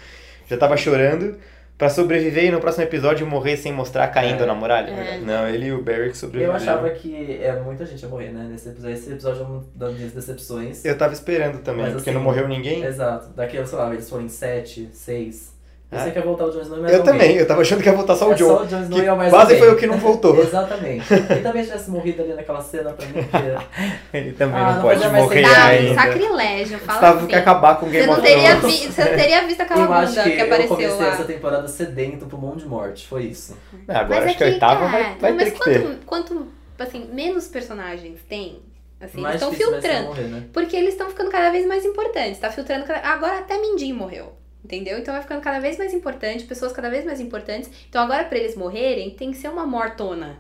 [SPEAKER 4] Já tava chorando. Pra sobreviver e no próximo episódio morrer sem mostrar caindo
[SPEAKER 2] É.
[SPEAKER 4] na muralha.
[SPEAKER 3] É.
[SPEAKER 4] Não, ele e o Barrick
[SPEAKER 2] Eu
[SPEAKER 4] sobreviveram.
[SPEAKER 2] achava que é, muita gente ia morrer, né? Nesse episódio, esse episódio é uma das minhas decepções.
[SPEAKER 4] Eu tava esperando também,
[SPEAKER 2] Mas
[SPEAKER 4] porque
[SPEAKER 2] assim,
[SPEAKER 4] não morreu ninguém.
[SPEAKER 2] Exato. Daqui, sei lá, eles foram em 7, 6. Eu
[SPEAKER 4] Ah.
[SPEAKER 2] sei que ia voltar o Jon Snow, mas é.
[SPEAKER 4] Eu também, eu tava achando que ia voltar só o John.
[SPEAKER 2] Só o Jon Snow
[SPEAKER 4] Que
[SPEAKER 2] e é o mais
[SPEAKER 4] quase
[SPEAKER 2] alguém.
[SPEAKER 4] foi o que não voltou.
[SPEAKER 2] Exatamente. E também tivesse morrido ali naquela cena pra mim. Porque...
[SPEAKER 4] Ele também
[SPEAKER 2] Ah,
[SPEAKER 4] não,
[SPEAKER 2] não
[SPEAKER 4] pode
[SPEAKER 2] fazia mais
[SPEAKER 4] morrer
[SPEAKER 2] sentido.
[SPEAKER 3] Tá, um
[SPEAKER 4] ainda.
[SPEAKER 3] sacrilégio, fala
[SPEAKER 4] Tava que
[SPEAKER 3] assim.
[SPEAKER 4] acabar com o
[SPEAKER 3] Você
[SPEAKER 4] Game
[SPEAKER 3] não,
[SPEAKER 4] of
[SPEAKER 3] teria
[SPEAKER 4] Thrones.
[SPEAKER 3] vi, você não teria visto aquela
[SPEAKER 2] Eu acho
[SPEAKER 3] bunda
[SPEAKER 2] que,
[SPEAKER 3] que
[SPEAKER 2] eu
[SPEAKER 3] apareceu
[SPEAKER 2] comecei
[SPEAKER 3] lá.
[SPEAKER 2] essa temporada sedento pro monte de morte. Foi isso.
[SPEAKER 4] Ah, Agora
[SPEAKER 3] mas
[SPEAKER 4] acho
[SPEAKER 3] é
[SPEAKER 4] que a oitava vai,
[SPEAKER 3] cara,
[SPEAKER 4] vai
[SPEAKER 3] não,
[SPEAKER 4] ter
[SPEAKER 3] mas
[SPEAKER 4] que ter.
[SPEAKER 3] quanto, quanto, assim, menos personagens tem, assim, eles
[SPEAKER 2] Mais
[SPEAKER 3] estão
[SPEAKER 2] difícil vai ser
[SPEAKER 3] filtrando.
[SPEAKER 2] morrer, né?
[SPEAKER 3] Porque eles estão ficando cada vez mais importantes, tá filtrando cada... Agora até Mindinho morreu, entendeu? Então vai ficando cada vez mais importante, pessoas cada vez mais importantes. Então agora pra eles morrerem, tem que ser uma mortona,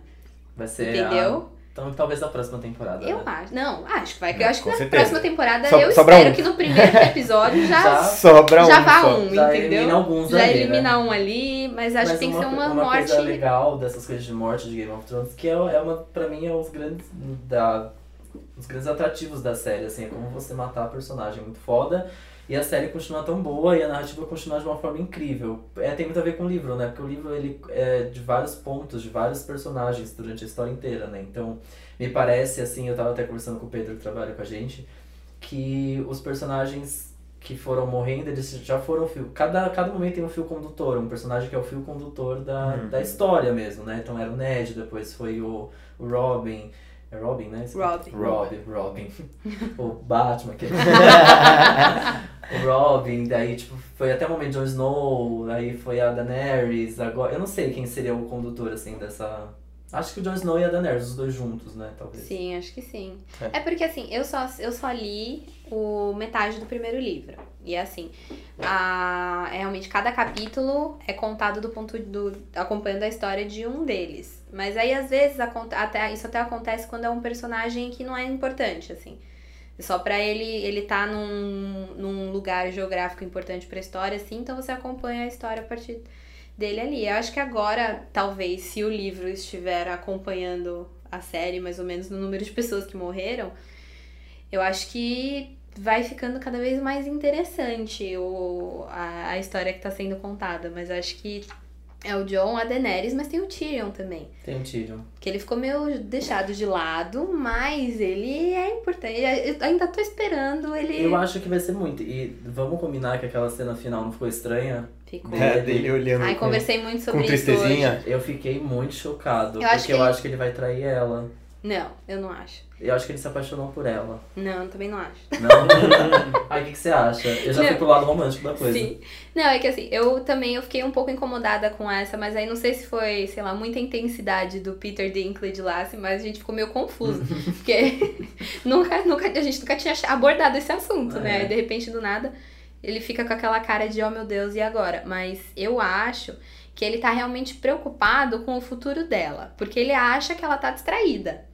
[SPEAKER 2] Vai ser.
[SPEAKER 3] entendeu?
[SPEAKER 2] a- Então talvez na próxima temporada.
[SPEAKER 3] Eu
[SPEAKER 2] né?
[SPEAKER 3] acho. Não, acho que vai.
[SPEAKER 4] Não,
[SPEAKER 3] eu acho que
[SPEAKER 4] com
[SPEAKER 3] na
[SPEAKER 4] certeza.
[SPEAKER 3] próxima temporada
[SPEAKER 4] So-
[SPEAKER 3] eu
[SPEAKER 4] sobra
[SPEAKER 3] espero
[SPEAKER 4] um.
[SPEAKER 3] que no primeiro episódio já,
[SPEAKER 4] Sobra
[SPEAKER 3] já
[SPEAKER 4] um
[SPEAKER 3] vá
[SPEAKER 4] só.
[SPEAKER 3] um,
[SPEAKER 2] Já
[SPEAKER 3] entendeu?
[SPEAKER 2] elimina alguns
[SPEAKER 3] já
[SPEAKER 2] ali, né?
[SPEAKER 3] elimina um ali, mas acho
[SPEAKER 2] Mas
[SPEAKER 3] que tem que ser uma,
[SPEAKER 2] uma
[SPEAKER 3] morte.
[SPEAKER 2] coisa legal dessas coisas de morte de Game of Thrones, que é, é uma, pra mim, é um dos grandes, da, os grandes atrativos da série, assim, é como você matar a personagem é muito foda. E a série continua tão boa e a narrativa continua de uma forma incrível. É, tem muito a ver com o livro, né? Porque o livro ele é de vários pontos, de vários personagens durante a história inteira, né? Então, me parece, assim, eu tava até conversando com o Pedro que trabalha com a gente, que os personagens que foram morrendo, eles já foram fio. Cada, cada momento tem um fio condutor, um personagem que é o fio condutor da,
[SPEAKER 4] Uhum.
[SPEAKER 2] da história mesmo, né? Então era o Ned, depois foi o, o Robin. É Robin, né? Esse-
[SPEAKER 3] Robin.
[SPEAKER 2] Robin, Robin. o Batman. Que... o Robin, daí tipo, foi até o momento de Jon Snow, aí foi a Daenerys, agora... Eu não sei quem seria o condutor, assim, dessa... Acho que o Jon Snow e a Daenerys, os dois juntos, né? Talvez.
[SPEAKER 3] Sim, acho que sim.
[SPEAKER 9] É.
[SPEAKER 3] É, porque assim, eu só, eu só li o metade do primeiro livro. E é assim, a, é realmente cada capítulo é contado do ponto do. acompanhando a história de um deles. Mas aí, às vezes, aconte- até, isso até acontece quando é um personagem que não é importante, assim. Só pra ele ele tá num, num lugar geográfico importante pra história, assim, então você acompanha a história a partir dele ali. Eu acho que agora, talvez, se o livro estiver acompanhando a série, mais ou menos no número de pessoas que morreram, eu acho que vai ficando cada vez mais interessante o, a, a história que tá sendo contada. Mas eu acho que é o John, a Daenerys, mas tem o Tyrion também.
[SPEAKER 2] Tem o Tyrion.
[SPEAKER 3] Que ele ficou meio deixado de lado, mas ele é importante. Eu ainda tô esperando ele.
[SPEAKER 2] Eu acho que vai ser muito. E vamos combinar que aquela cena final não ficou estranha?
[SPEAKER 3] Ficou.
[SPEAKER 9] É, dele olhando
[SPEAKER 3] Ai,
[SPEAKER 9] com,
[SPEAKER 3] conversei muito
[SPEAKER 9] com
[SPEAKER 3] sobre isso hoje.
[SPEAKER 9] tristezinha.
[SPEAKER 2] Eu fiquei muito chocado.
[SPEAKER 3] Eu acho
[SPEAKER 2] porque
[SPEAKER 3] que
[SPEAKER 2] eu
[SPEAKER 3] ele-
[SPEAKER 2] acho que ele vai trair ela.
[SPEAKER 3] Não, eu não acho.
[SPEAKER 2] Eu acho que ele se apaixonou por ela.
[SPEAKER 3] Não, eu também não acho.
[SPEAKER 2] Não? Aí o que, que você acha? Eu já fui
[SPEAKER 3] Não.
[SPEAKER 2] pro lado romântico da coisa.
[SPEAKER 3] Sim. Não, é que assim, eu também eu fiquei um pouco incomodada com essa, mas aí não sei se foi, sei lá, muita intensidade do Peter Dinklage lá, assim, mas a gente ficou meio confuso. porque nunca, nunca, a gente nunca tinha abordado esse assunto, né?
[SPEAKER 2] É.
[SPEAKER 3] Aí, de repente, do nada, ele fica com aquela cara de, oh meu Deus, e agora? Mas eu acho que ele tá realmente preocupado com o futuro dela. Porque ele acha que ela tá distraída.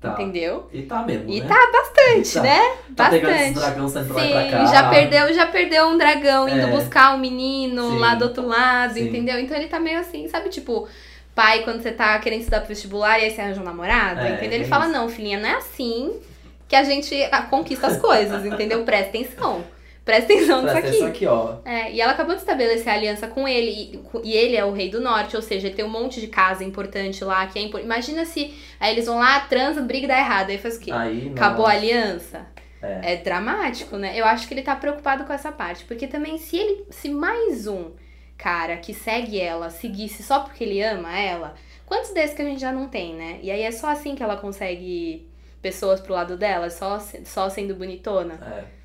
[SPEAKER 2] Tá.
[SPEAKER 3] Entendeu?
[SPEAKER 2] E tá mesmo,
[SPEAKER 3] E
[SPEAKER 2] né?
[SPEAKER 3] tá bastante,
[SPEAKER 2] E tá.
[SPEAKER 3] né?
[SPEAKER 2] Tá pegando esses
[SPEAKER 3] bastante.
[SPEAKER 2] dragão saindo pra lá e pra
[SPEAKER 3] Sim,
[SPEAKER 2] cá.
[SPEAKER 3] já perdeu, já perdeu um dragão
[SPEAKER 2] É.
[SPEAKER 3] indo buscar o menino
[SPEAKER 2] Sim.
[SPEAKER 3] lá do outro lado,
[SPEAKER 2] Sim.
[SPEAKER 3] entendeu? Então ele tá meio assim, sabe, tipo, pai quando você tá querendo estudar pro vestibular e aí você arranja um namorado,
[SPEAKER 2] É,
[SPEAKER 3] entendeu?
[SPEAKER 2] tem
[SPEAKER 3] Ele fala,
[SPEAKER 2] isso.
[SPEAKER 3] não, filhinha, não é assim que a gente ah, conquista as coisas, entendeu? Presta atenção. Presta atenção nisso
[SPEAKER 2] Presta atenção aqui,
[SPEAKER 3] aqui.
[SPEAKER 2] ó.
[SPEAKER 3] É, e ela acabou de estabelecer a aliança com ele, e, com- e ele é o rei do norte, ou seja, ele tem um monte de casa importante lá, que é impor- Imagina se aí eles vão lá, transam, briga e dá errado, aí faz o quê?
[SPEAKER 2] Aí, não.
[SPEAKER 3] Acabou a aliança.
[SPEAKER 2] É.
[SPEAKER 3] É. dramático, né? Eu acho que ele tá preocupado com essa parte. Porque também, se ele. Se mais um cara que segue ela seguisse só porque ele ama ela, quantos desses que a gente já não tem, né? E aí é só assim que ela consegue pessoas pro lado dela, só, se- só sendo bonitona.
[SPEAKER 2] É.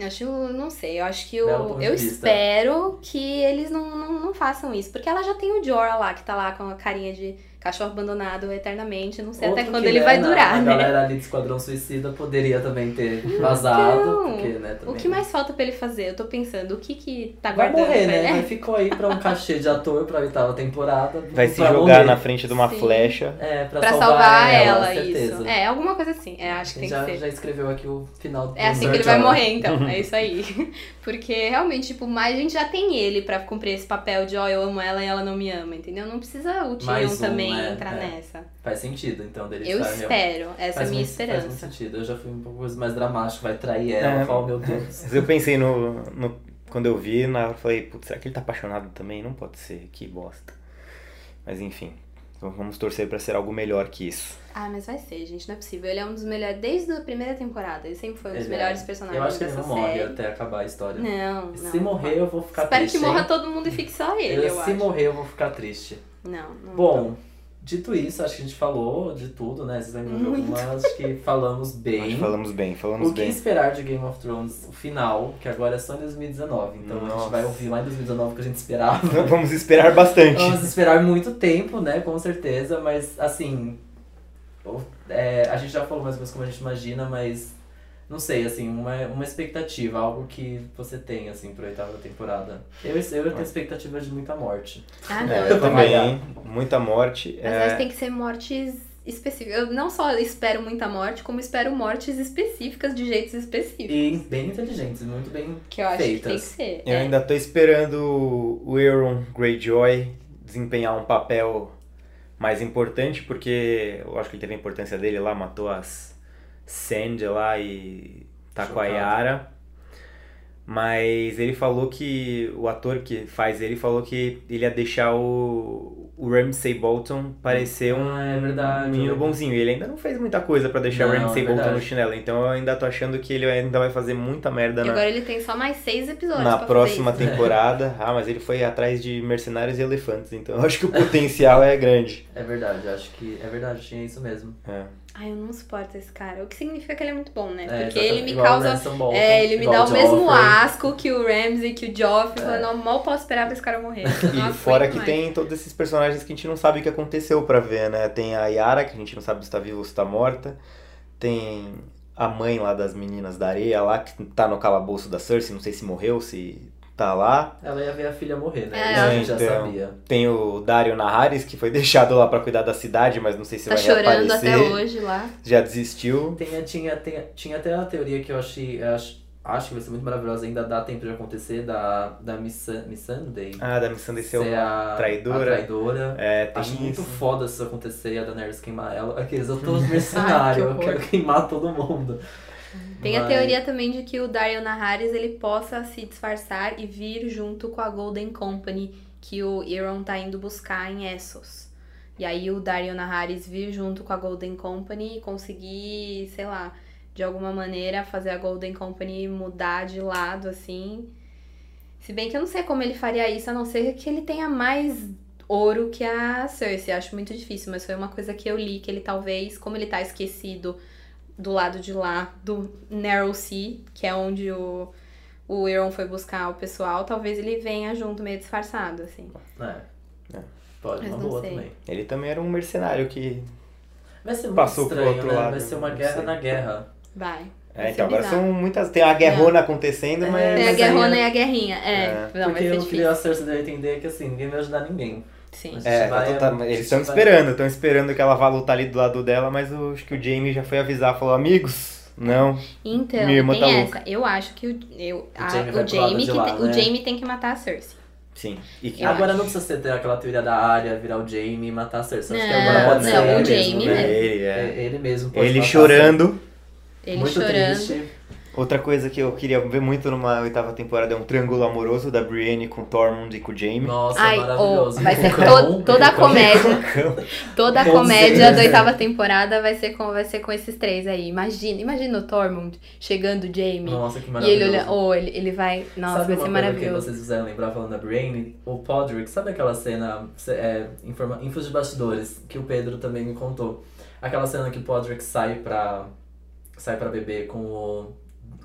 [SPEAKER 3] Eu Acho, não sei, eu acho que
[SPEAKER 2] Belo
[SPEAKER 3] eu,
[SPEAKER 2] ponto
[SPEAKER 3] eu
[SPEAKER 2] de vista.
[SPEAKER 3] espero que eles não, não, não façam isso. Porque ela já tem o Jorah lá, que tá lá com a carinha de cachorro abandonado eternamente. Não sei
[SPEAKER 2] Outro
[SPEAKER 3] até quando
[SPEAKER 2] que,
[SPEAKER 3] ele
[SPEAKER 2] né,
[SPEAKER 3] vai
[SPEAKER 2] na-
[SPEAKER 3] durar,
[SPEAKER 2] a
[SPEAKER 3] né?
[SPEAKER 2] galera ali do Esquadrão Suicida poderia também ter vazado.
[SPEAKER 3] Então,
[SPEAKER 2] porque, né,
[SPEAKER 3] O
[SPEAKER 2] também,
[SPEAKER 3] que mais falta pra ele fazer? Eu tô pensando, o que que tá
[SPEAKER 2] Vai
[SPEAKER 3] guardando
[SPEAKER 2] morrer,
[SPEAKER 3] pra
[SPEAKER 2] né?
[SPEAKER 3] ele?
[SPEAKER 2] Mas ficou aí pra um cachê de ator pra oitava temporada.
[SPEAKER 4] Vai se
[SPEAKER 2] pra um
[SPEAKER 4] jogar
[SPEAKER 2] morrer.
[SPEAKER 4] na frente de uma
[SPEAKER 3] Sim.
[SPEAKER 4] flecha.
[SPEAKER 2] É, pra,
[SPEAKER 3] Pra
[SPEAKER 2] salvar, ela, certeza.
[SPEAKER 3] isso. É, alguma coisa assim. É, acho que tem
[SPEAKER 2] já,
[SPEAKER 3] que ser.
[SPEAKER 2] já né? escreveu aqui o final do
[SPEAKER 3] É assim que ele vai morrer, então. É isso aí. Porque realmente, tipo, mais a gente já tem ele pra cumprir esse papel de ó, eu amo ela e ela não me ama, entendeu? Não precisa o
[SPEAKER 2] Mais
[SPEAKER 3] Tyrion
[SPEAKER 2] um,
[SPEAKER 3] também
[SPEAKER 2] né?
[SPEAKER 3] entrar
[SPEAKER 2] É.
[SPEAKER 3] nessa.
[SPEAKER 2] Faz sentido, então, dele
[SPEAKER 3] eu
[SPEAKER 2] estar realmente-
[SPEAKER 3] espero. Essa é a
[SPEAKER 2] faz
[SPEAKER 3] minha
[SPEAKER 2] muito- Faz
[SPEAKER 3] esperança.
[SPEAKER 2] muito sentido. Eu já fui um pouco mais dramático, vai trair ela.
[SPEAKER 4] É.
[SPEAKER 2] Fala, meu Deus.
[SPEAKER 4] Mas eu pensei no, no- Quando eu vi, na hora eu falei, putz, será que ele tá apaixonado também? Não pode ser, que bosta. Mas enfim. Então vamos torcer pra ser algo melhor que isso.
[SPEAKER 3] Ah, mas vai ser, gente. Não é possível. Ele é um dos melhores. Desde a primeira temporada. Ele sempre foi um dos
[SPEAKER 2] Ele é-
[SPEAKER 3] melhores personagens
[SPEAKER 2] Eu acho que ele
[SPEAKER 3] dessa
[SPEAKER 2] não morre
[SPEAKER 3] série.
[SPEAKER 2] até acabar a história.
[SPEAKER 3] Não, não.
[SPEAKER 2] se morrer, eu vou ficar
[SPEAKER 3] Espero
[SPEAKER 2] triste.
[SPEAKER 3] que morra
[SPEAKER 2] hein?
[SPEAKER 3] todo mundo e fique só ele, eu,
[SPEAKER 2] se
[SPEAKER 3] acho. Então.
[SPEAKER 2] morrer, eu vou ficar triste.
[SPEAKER 3] Não, não.
[SPEAKER 2] Bom, dito isso, acho que a gente falou de tudo, né? Vocês lembram de
[SPEAKER 3] Muito.
[SPEAKER 2] algumas? Acho que falamos bem.
[SPEAKER 4] Acho que falamos bem, falamos
[SPEAKER 2] O que
[SPEAKER 4] bem.
[SPEAKER 2] esperar de Game of Thrones, o final, que agora é só em 2019. Então a
[SPEAKER 4] Nossa.
[SPEAKER 2] gente vai ouvir lá em 2019 o que a gente esperava.
[SPEAKER 4] Vamos esperar bastante.
[SPEAKER 2] Vamos esperar muito tempo, né? Com certeza, mas assim. o- é, a gente já falou mais ou menos como a gente imagina, mas. Não sei, assim, uma, uma expectativa, algo que você tem, assim, pra oitava temporada. Eu, eu tenho expectativa de muita morte.
[SPEAKER 3] Ah, não.
[SPEAKER 4] É,
[SPEAKER 2] Eu
[SPEAKER 4] eu também,
[SPEAKER 2] também.
[SPEAKER 4] hein? muita morte.
[SPEAKER 3] Mas
[SPEAKER 4] é,
[SPEAKER 3] elas têm que ser mortes específicas. Eu não só espero muita morte, como espero mortes específicas de jeitos específicos.
[SPEAKER 2] E bem inteligentes, muito bem
[SPEAKER 3] Que eu acho que tem que
[SPEAKER 2] Feitas.
[SPEAKER 3] ser.
[SPEAKER 4] Eu
[SPEAKER 3] É.
[SPEAKER 4] ainda tô esperando o Euron Greyjoy desempenhar um papel mais importante, porque eu acho que ele teve a importância dele lá, matou as Sandy lá e tá com a
[SPEAKER 2] Chocado.
[SPEAKER 4] Yara. Mas ele falou que. O ator que faz ele falou que ele ia deixar o, o Ramsay Bolton parecer um
[SPEAKER 2] Ah, é verdade.
[SPEAKER 4] menino bonzinho. E ele ainda não fez muita coisa pra deixar
[SPEAKER 2] Não,
[SPEAKER 4] o Ramsay
[SPEAKER 2] é
[SPEAKER 4] Bolton no
[SPEAKER 2] verdade.
[SPEAKER 4] chinelo. Então eu ainda tô achando que ele ainda vai fazer muita merda
[SPEAKER 3] E
[SPEAKER 4] na,
[SPEAKER 3] agora ele tem só mais seis episódios
[SPEAKER 4] na
[SPEAKER 3] pra
[SPEAKER 4] próxima
[SPEAKER 3] fazer isso.
[SPEAKER 4] temporada. Ah, mas ele foi atrás de mercenários e elefantes. Então eu acho que o potencial é grande.
[SPEAKER 2] É verdade, eu acho que. É verdade, tinha isso mesmo.
[SPEAKER 4] É.
[SPEAKER 3] Ai, eu não suporto esse cara. O que significa que ele é muito bom, né?
[SPEAKER 2] É, exatamente,
[SPEAKER 3] Porque ele me
[SPEAKER 2] igual o
[SPEAKER 3] causa...
[SPEAKER 4] né?
[SPEAKER 2] Ransom Bolton,
[SPEAKER 3] É, ele me
[SPEAKER 2] igual
[SPEAKER 3] dá o mesmo
[SPEAKER 2] Joffrey.
[SPEAKER 3] asco que o Ramsey, que o Joffrey. Falando, "Não, mal posso esperar pra esse cara morrer.
[SPEAKER 4] É. E
[SPEAKER 3] Não
[SPEAKER 4] fora
[SPEAKER 3] aguento
[SPEAKER 4] que
[SPEAKER 3] mais.
[SPEAKER 4] tem todos esses personagens que a gente não sabe o que aconteceu pra ver, né? Tem a Yara, que a gente não sabe se tá viva ou se tá morta. Tem a mãe lá das meninas da areia, lá que tá no calabouço da Cersei, não sei se morreu, se tá lá.
[SPEAKER 2] Ela ia ver a filha morrer, né?
[SPEAKER 3] É.
[SPEAKER 2] Isso a gente já
[SPEAKER 4] Então.
[SPEAKER 2] sabia.
[SPEAKER 4] Tem o Dario Naharis, que foi deixado lá pra cuidar da cidade, mas não sei se
[SPEAKER 3] Tá
[SPEAKER 4] vai
[SPEAKER 3] chorando
[SPEAKER 4] reaparecer.
[SPEAKER 3] até hoje lá.
[SPEAKER 4] Já desistiu.
[SPEAKER 2] Tem, tinha, tem, tinha até a teoria que eu achei. eu acho, acho que vai ser muito maravilhosa, ainda dá tempo de acontecer, da, da Miss, Sun- Miss Sunday.
[SPEAKER 4] Ah, da missão de ser
[SPEAKER 2] ser
[SPEAKER 4] uma
[SPEAKER 2] a
[SPEAKER 4] traidora.
[SPEAKER 2] a traidora.
[SPEAKER 4] É, tem
[SPEAKER 2] Acho muito
[SPEAKER 4] isso.
[SPEAKER 2] foda se isso acontecer e a Daenerys queimar ela. Aqueles, eu tô
[SPEAKER 3] Ai, que
[SPEAKER 2] mercenário, eu
[SPEAKER 3] horror.
[SPEAKER 2] quero queimar todo mundo.
[SPEAKER 3] Tem a
[SPEAKER 2] Mas-
[SPEAKER 3] teoria também de que o Dario Naharis ele possa se disfarçar e vir junto com a Golden Company que o Euron tá indo buscar em Essos. E aí o Dario Naharis vir junto com a Golden Company e conseguir, sei lá, de alguma maneira fazer a Golden Company mudar de lado assim. Se bem que eu não sei como ele faria isso, a não ser que ele tenha mais ouro que a Cersei. Acho muito difícil, mas foi uma coisa que eu li que ele talvez, como ele tá esquecido do lado de lá do Narrow Sea, que é onde o, o Euron foi buscar o pessoal, talvez ele venha junto meio disfarçado, assim.
[SPEAKER 2] É.
[SPEAKER 4] É.
[SPEAKER 2] Pode,
[SPEAKER 3] Mas
[SPEAKER 2] uma
[SPEAKER 3] não
[SPEAKER 2] boa
[SPEAKER 3] sei.
[SPEAKER 2] também.
[SPEAKER 4] Ele também era um mercenário que.
[SPEAKER 2] Vai ser muito
[SPEAKER 4] Passou pro
[SPEAKER 2] estranho,
[SPEAKER 4] outro
[SPEAKER 2] né?
[SPEAKER 4] lado,
[SPEAKER 2] Vai ser uma
[SPEAKER 4] não
[SPEAKER 2] guerra
[SPEAKER 4] sei.
[SPEAKER 2] na guerra.
[SPEAKER 3] Vai. Vai
[SPEAKER 4] É,
[SPEAKER 3] ser
[SPEAKER 4] então agora
[SPEAKER 3] bizarro.
[SPEAKER 4] são muitas. Tem a guerrona acontecendo, mas.
[SPEAKER 2] É,
[SPEAKER 3] Tem a
[SPEAKER 2] mas aí
[SPEAKER 3] guerrona
[SPEAKER 2] é-
[SPEAKER 3] e a guerrinha. É,
[SPEAKER 4] É.
[SPEAKER 3] não, vai
[SPEAKER 2] Porque
[SPEAKER 3] ser
[SPEAKER 2] o que
[SPEAKER 3] difícil.
[SPEAKER 2] a Cersei deu a entender que assim, ninguém vai ajudar ninguém.
[SPEAKER 3] Sim.
[SPEAKER 2] Mas-
[SPEAKER 4] É,
[SPEAKER 2] Vai,
[SPEAKER 4] tá total-
[SPEAKER 2] é,
[SPEAKER 4] eles estão
[SPEAKER 2] vai.
[SPEAKER 4] esperando, estão esperando que ela vá lutar ali do lado dela, mas eu acho que o Jamie já foi avisar, falou, amigos, não.
[SPEAKER 3] Então,
[SPEAKER 4] Minha irmã
[SPEAKER 3] tem
[SPEAKER 4] tá
[SPEAKER 3] essa. Eu acho que o, eu, a-
[SPEAKER 2] Jaime vai pro
[SPEAKER 3] o
[SPEAKER 2] lado
[SPEAKER 3] Jamie
[SPEAKER 2] de
[SPEAKER 3] que
[SPEAKER 2] lá,
[SPEAKER 3] tem-
[SPEAKER 2] né?
[SPEAKER 3] o Jaime tem que matar a Cersei.
[SPEAKER 4] Sim. E que
[SPEAKER 3] Eu
[SPEAKER 2] agora
[SPEAKER 3] acho.
[SPEAKER 2] não precisa ser ter aquela teoria da área, virar o Jamie e matar a Cersei.
[SPEAKER 4] Ah,
[SPEAKER 2] Acho que
[SPEAKER 3] Não,
[SPEAKER 2] agora pode ser
[SPEAKER 3] não,
[SPEAKER 2] ele
[SPEAKER 3] o
[SPEAKER 2] mesmo,
[SPEAKER 3] Jaime
[SPEAKER 2] né?
[SPEAKER 3] mesmo.
[SPEAKER 4] Ele, é.
[SPEAKER 2] É, Ele mesmo pode
[SPEAKER 4] ele
[SPEAKER 2] matar a
[SPEAKER 4] chorando.
[SPEAKER 3] Ele
[SPEAKER 2] Muito
[SPEAKER 3] chorando.
[SPEAKER 2] triste.
[SPEAKER 4] Outra coisa que eu queria ver muito numa oitava temporada é um triângulo amoroso da Brienne com o Tormund e com o Jaime.
[SPEAKER 2] Nossa,
[SPEAKER 3] Ai,
[SPEAKER 2] maravilhoso.
[SPEAKER 3] oh, vai ser
[SPEAKER 2] Com
[SPEAKER 3] to-
[SPEAKER 2] cão,
[SPEAKER 3] toda a
[SPEAKER 2] com cão.
[SPEAKER 3] comédia. Toda a
[SPEAKER 2] Com
[SPEAKER 3] comédia
[SPEAKER 2] certeza.
[SPEAKER 3] da oitava temporada vai ser, com, vai ser com esses três aí. Imagina, imagina o Tormund chegando o Jamie.
[SPEAKER 2] Nossa, que
[SPEAKER 3] E ele
[SPEAKER 2] maravilhoso.
[SPEAKER 3] olha, oh, ele, ele vai. Nossa,
[SPEAKER 2] sabe uma
[SPEAKER 3] vai ser
[SPEAKER 2] coisa que
[SPEAKER 3] maravilhoso.
[SPEAKER 2] vocês fizeram lembrar falando da Brain? O Podrick, sabe aquela cena, é, informa- infos de bastidores, que o Pedro também me contou? Aquela cena que o Podrick sai pra, sai pra beber com o...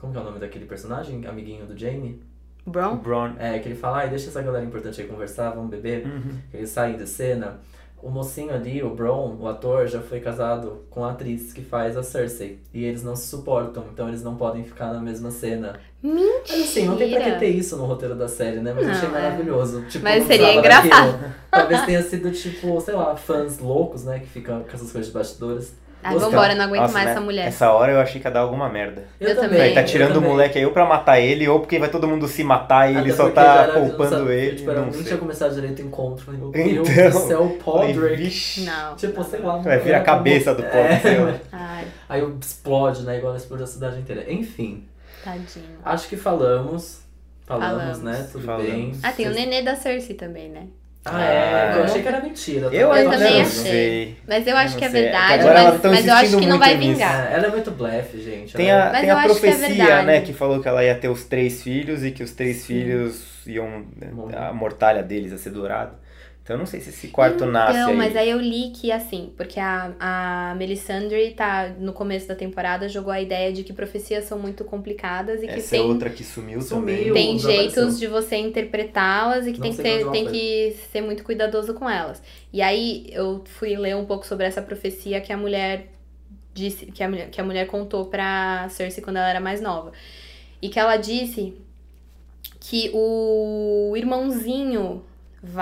[SPEAKER 2] Como que é o nome daquele personagem? Amiguinho do Jamie?
[SPEAKER 4] O
[SPEAKER 3] Bron?
[SPEAKER 4] Bron.
[SPEAKER 2] É, que ele fala, ai, deixa essa galera importante aí conversar, vamos beber.
[SPEAKER 4] Uhum.
[SPEAKER 2] Eles saem de cena. O mocinho ali, o Bron, o ator, já foi casado com a atriz que faz a Cersei. E eles não se suportam, então eles não podem ficar na mesma cena. Mas assim, não tem pra que ter
[SPEAKER 3] Mentira.
[SPEAKER 2] isso no roteiro da série, né? Mas eu
[SPEAKER 3] Não,
[SPEAKER 2] achei
[SPEAKER 3] é.
[SPEAKER 2] maravilhoso. Tipo,
[SPEAKER 3] Mas
[SPEAKER 2] não
[SPEAKER 3] seria
[SPEAKER 2] precisava
[SPEAKER 3] engraçado.
[SPEAKER 2] daquilo. Talvez tenha sido, tipo, sei lá, fãs loucos, né? Que ficam com essas coisas de bastidores.
[SPEAKER 3] Ai,
[SPEAKER 2] Oscar,
[SPEAKER 3] vambora, eu não aguento
[SPEAKER 4] Nossa,
[SPEAKER 3] mais
[SPEAKER 4] né?
[SPEAKER 3] essa mulher.
[SPEAKER 4] Essa hora eu achei que ia dar alguma merda.
[SPEAKER 2] Eu,
[SPEAKER 3] Eu também.
[SPEAKER 2] também.
[SPEAKER 4] Ele tá tirando o moleque aí ou pra matar ele, ou porque vai todo mundo se matar e ele só tá poupando ele.
[SPEAKER 2] Tipo, era-
[SPEAKER 4] não
[SPEAKER 2] nem
[SPEAKER 4] sei.
[SPEAKER 2] tinha começado direito o encontro. Falei, meu Deus
[SPEAKER 4] Então,
[SPEAKER 2] do céu, o
[SPEAKER 4] Falei,
[SPEAKER 2] Podrick.
[SPEAKER 4] "Vixe".
[SPEAKER 3] Não.
[SPEAKER 2] Tipo, sei lá.
[SPEAKER 4] Vai vir a cabeça do
[SPEAKER 2] É.
[SPEAKER 4] Podrick.
[SPEAKER 3] Ai,
[SPEAKER 2] Aí explode, né? Igual explode a cidade inteira. Enfim,
[SPEAKER 3] tadinho.
[SPEAKER 2] acho que falamos. Falamos,
[SPEAKER 3] Falamos.
[SPEAKER 2] né? Tudo
[SPEAKER 4] Falamos.
[SPEAKER 2] bem.
[SPEAKER 3] Ah, tem o
[SPEAKER 2] Vocês-
[SPEAKER 3] nenê da Cersei também, né?
[SPEAKER 2] Ah, é. Eu
[SPEAKER 4] Ah.
[SPEAKER 2] achei que é era mentira.
[SPEAKER 4] Eu
[SPEAKER 3] Eu
[SPEAKER 4] ainda
[SPEAKER 3] também
[SPEAKER 4] não
[SPEAKER 3] achei.
[SPEAKER 4] sei.
[SPEAKER 3] Mas eu acho
[SPEAKER 4] não
[SPEAKER 3] que é
[SPEAKER 4] sei, é que
[SPEAKER 3] verdade,
[SPEAKER 4] agora elas
[SPEAKER 3] mas,
[SPEAKER 4] tão
[SPEAKER 3] mas eu acho
[SPEAKER 4] insistindo
[SPEAKER 3] que não
[SPEAKER 4] muito
[SPEAKER 3] vai
[SPEAKER 4] nisso.
[SPEAKER 3] vingar.
[SPEAKER 2] É, Ela é muito blefe, gente.
[SPEAKER 4] Tem
[SPEAKER 2] Ela-
[SPEAKER 4] a,
[SPEAKER 3] Mas
[SPEAKER 4] tem
[SPEAKER 3] eu
[SPEAKER 4] a
[SPEAKER 3] acho que é
[SPEAKER 4] profecia,
[SPEAKER 3] verdade.
[SPEAKER 4] né, que falou que ela ia ter os três filhos e que os três filhos iam. né,
[SPEAKER 2] Morrer.
[SPEAKER 4] A mortalha deles ia ser dourada. Então eu não sei se esse quarto nasce.
[SPEAKER 3] Então,
[SPEAKER 4] aí.
[SPEAKER 3] mas aí eu li que assim, porque a, a Melisandre tá no começo da temporada jogou a ideia de que profecias são muito complicadas e que
[SPEAKER 4] Essa é
[SPEAKER 3] tem,
[SPEAKER 4] outra que sumiu,
[SPEAKER 2] Sumiu.
[SPEAKER 4] também.
[SPEAKER 3] tem
[SPEAKER 2] Desapareceu.
[SPEAKER 3] jeitos de você interpretá-las e que
[SPEAKER 2] né, Não
[SPEAKER 3] tem que,
[SPEAKER 2] sei
[SPEAKER 3] ter-
[SPEAKER 2] quando
[SPEAKER 3] tem
[SPEAKER 2] ela
[SPEAKER 3] que ser muito cuidadoso com elas. E aí eu fui ler um pouco sobre essa profecia que a mulher disse, que a mulher, que a mulher contou pra Cersei quando ela era mais nova. E que ela disse que o irmãozinho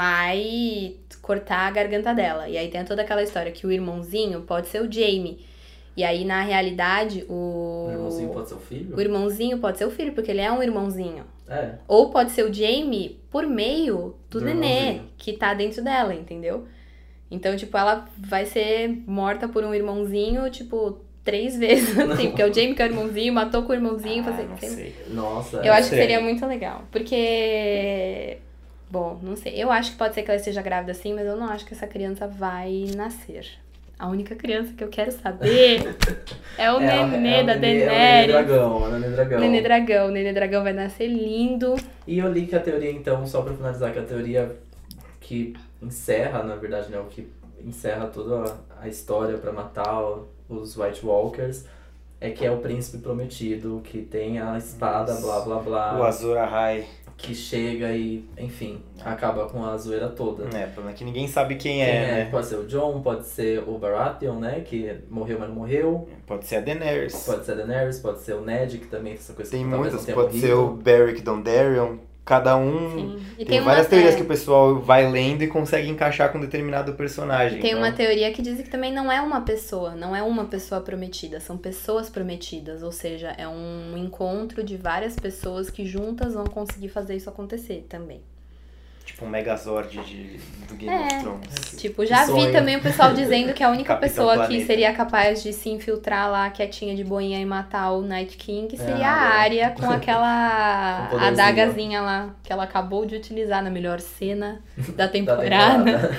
[SPEAKER 3] vai cortar a garganta dela. E aí tem toda aquela história que o irmãozinho pode ser o Jamie. E aí, na realidade, o.
[SPEAKER 2] O um irmãozinho pode ser o filho?
[SPEAKER 3] O irmãozinho pode ser o filho, porque ele é um irmãozinho.
[SPEAKER 2] É.
[SPEAKER 3] Ou pode ser o Jamie por meio do,
[SPEAKER 2] Do
[SPEAKER 3] nenê
[SPEAKER 2] irmãozinho.
[SPEAKER 3] que tá dentro dela, entendeu? Então, tipo, ela vai ser morta por um irmãozinho, tipo, três vezes, assim, porque o Jamie, que é o irmãozinho, matou com o
[SPEAKER 4] Ah,
[SPEAKER 3] irmãozinho, fazer.
[SPEAKER 10] não
[SPEAKER 3] sei-
[SPEAKER 10] sei.
[SPEAKER 2] Nossa.
[SPEAKER 3] Eu acho que
[SPEAKER 10] estranho.
[SPEAKER 3] seria muito legal. Porque. Bom, não sei. Eu acho que pode ser que ela esteja grávida sim, mas eu não acho que essa criança vai nascer. A única criança que eu quero saber é o
[SPEAKER 2] É,
[SPEAKER 3] nenê
[SPEAKER 2] é o
[SPEAKER 3] da
[SPEAKER 2] nenê- é o Nenê
[SPEAKER 3] Daenerys.
[SPEAKER 2] Dragão, é o Nenê Dragão.
[SPEAKER 3] Nenê Dragão. Nenê Dragão vai nascer lindo.
[SPEAKER 2] E eu li que a teoria, então, só pra finalizar, que a teoria que encerra, na verdade, né, o que encerra toda a- a história pra matar o- os White Walkers, é que é o príncipe prometido, que tem a espada, blá blá
[SPEAKER 10] O
[SPEAKER 2] blá,
[SPEAKER 10] Azor Ahai.
[SPEAKER 2] que chega e, enfim, acaba com a zoeira toda.
[SPEAKER 4] né,
[SPEAKER 10] É, problema é que ninguém sabe quem
[SPEAKER 2] Quem
[SPEAKER 10] é, né?
[SPEAKER 2] Pode ser o John, pode ser o Baratheon, né, que morreu, mas não morreu.
[SPEAKER 4] né.
[SPEAKER 10] Pode ser a Daenerys.
[SPEAKER 2] Pode ser a Daenerys, pode ser o Ned, que também essa coisa
[SPEAKER 10] Tem
[SPEAKER 2] que tá talvez
[SPEAKER 10] muitas,
[SPEAKER 2] não tenha
[SPEAKER 10] pode ser o
[SPEAKER 2] morrido.
[SPEAKER 10] Beric Dondarrion. Cada um
[SPEAKER 3] Sim. E
[SPEAKER 10] tem,
[SPEAKER 3] tem, uma,
[SPEAKER 10] várias teorias
[SPEAKER 3] é,
[SPEAKER 10] que o pessoal vai lendo e consegue encaixar com determinado personagem.
[SPEAKER 3] tem
[SPEAKER 10] então,
[SPEAKER 3] uma teoria que diz que também não é uma pessoa, não é uma pessoa prometida, são pessoas prometidas, ou seja, é um encontro de várias pessoas que juntas vão conseguir fazer isso acontecer também.
[SPEAKER 10] Tipo um Megazord de, do Game
[SPEAKER 3] É.
[SPEAKER 10] of Thrones.
[SPEAKER 3] Tipo, já
[SPEAKER 2] Uhum. Sonho.
[SPEAKER 3] vi também o pessoal dizendo que a única
[SPEAKER 10] Capitão
[SPEAKER 3] pessoa que
[SPEAKER 10] Planeta.
[SPEAKER 3] seria capaz de se infiltrar lá quietinha de boinha e matar o Night King seria a
[SPEAKER 2] a Arya.
[SPEAKER 3] Arya com aquela
[SPEAKER 2] É, Com o poderzinho.
[SPEAKER 3] adagazinha lá que ela acabou de utilizar na melhor cena da
[SPEAKER 2] Da
[SPEAKER 3] temporada.
[SPEAKER 2] temporada.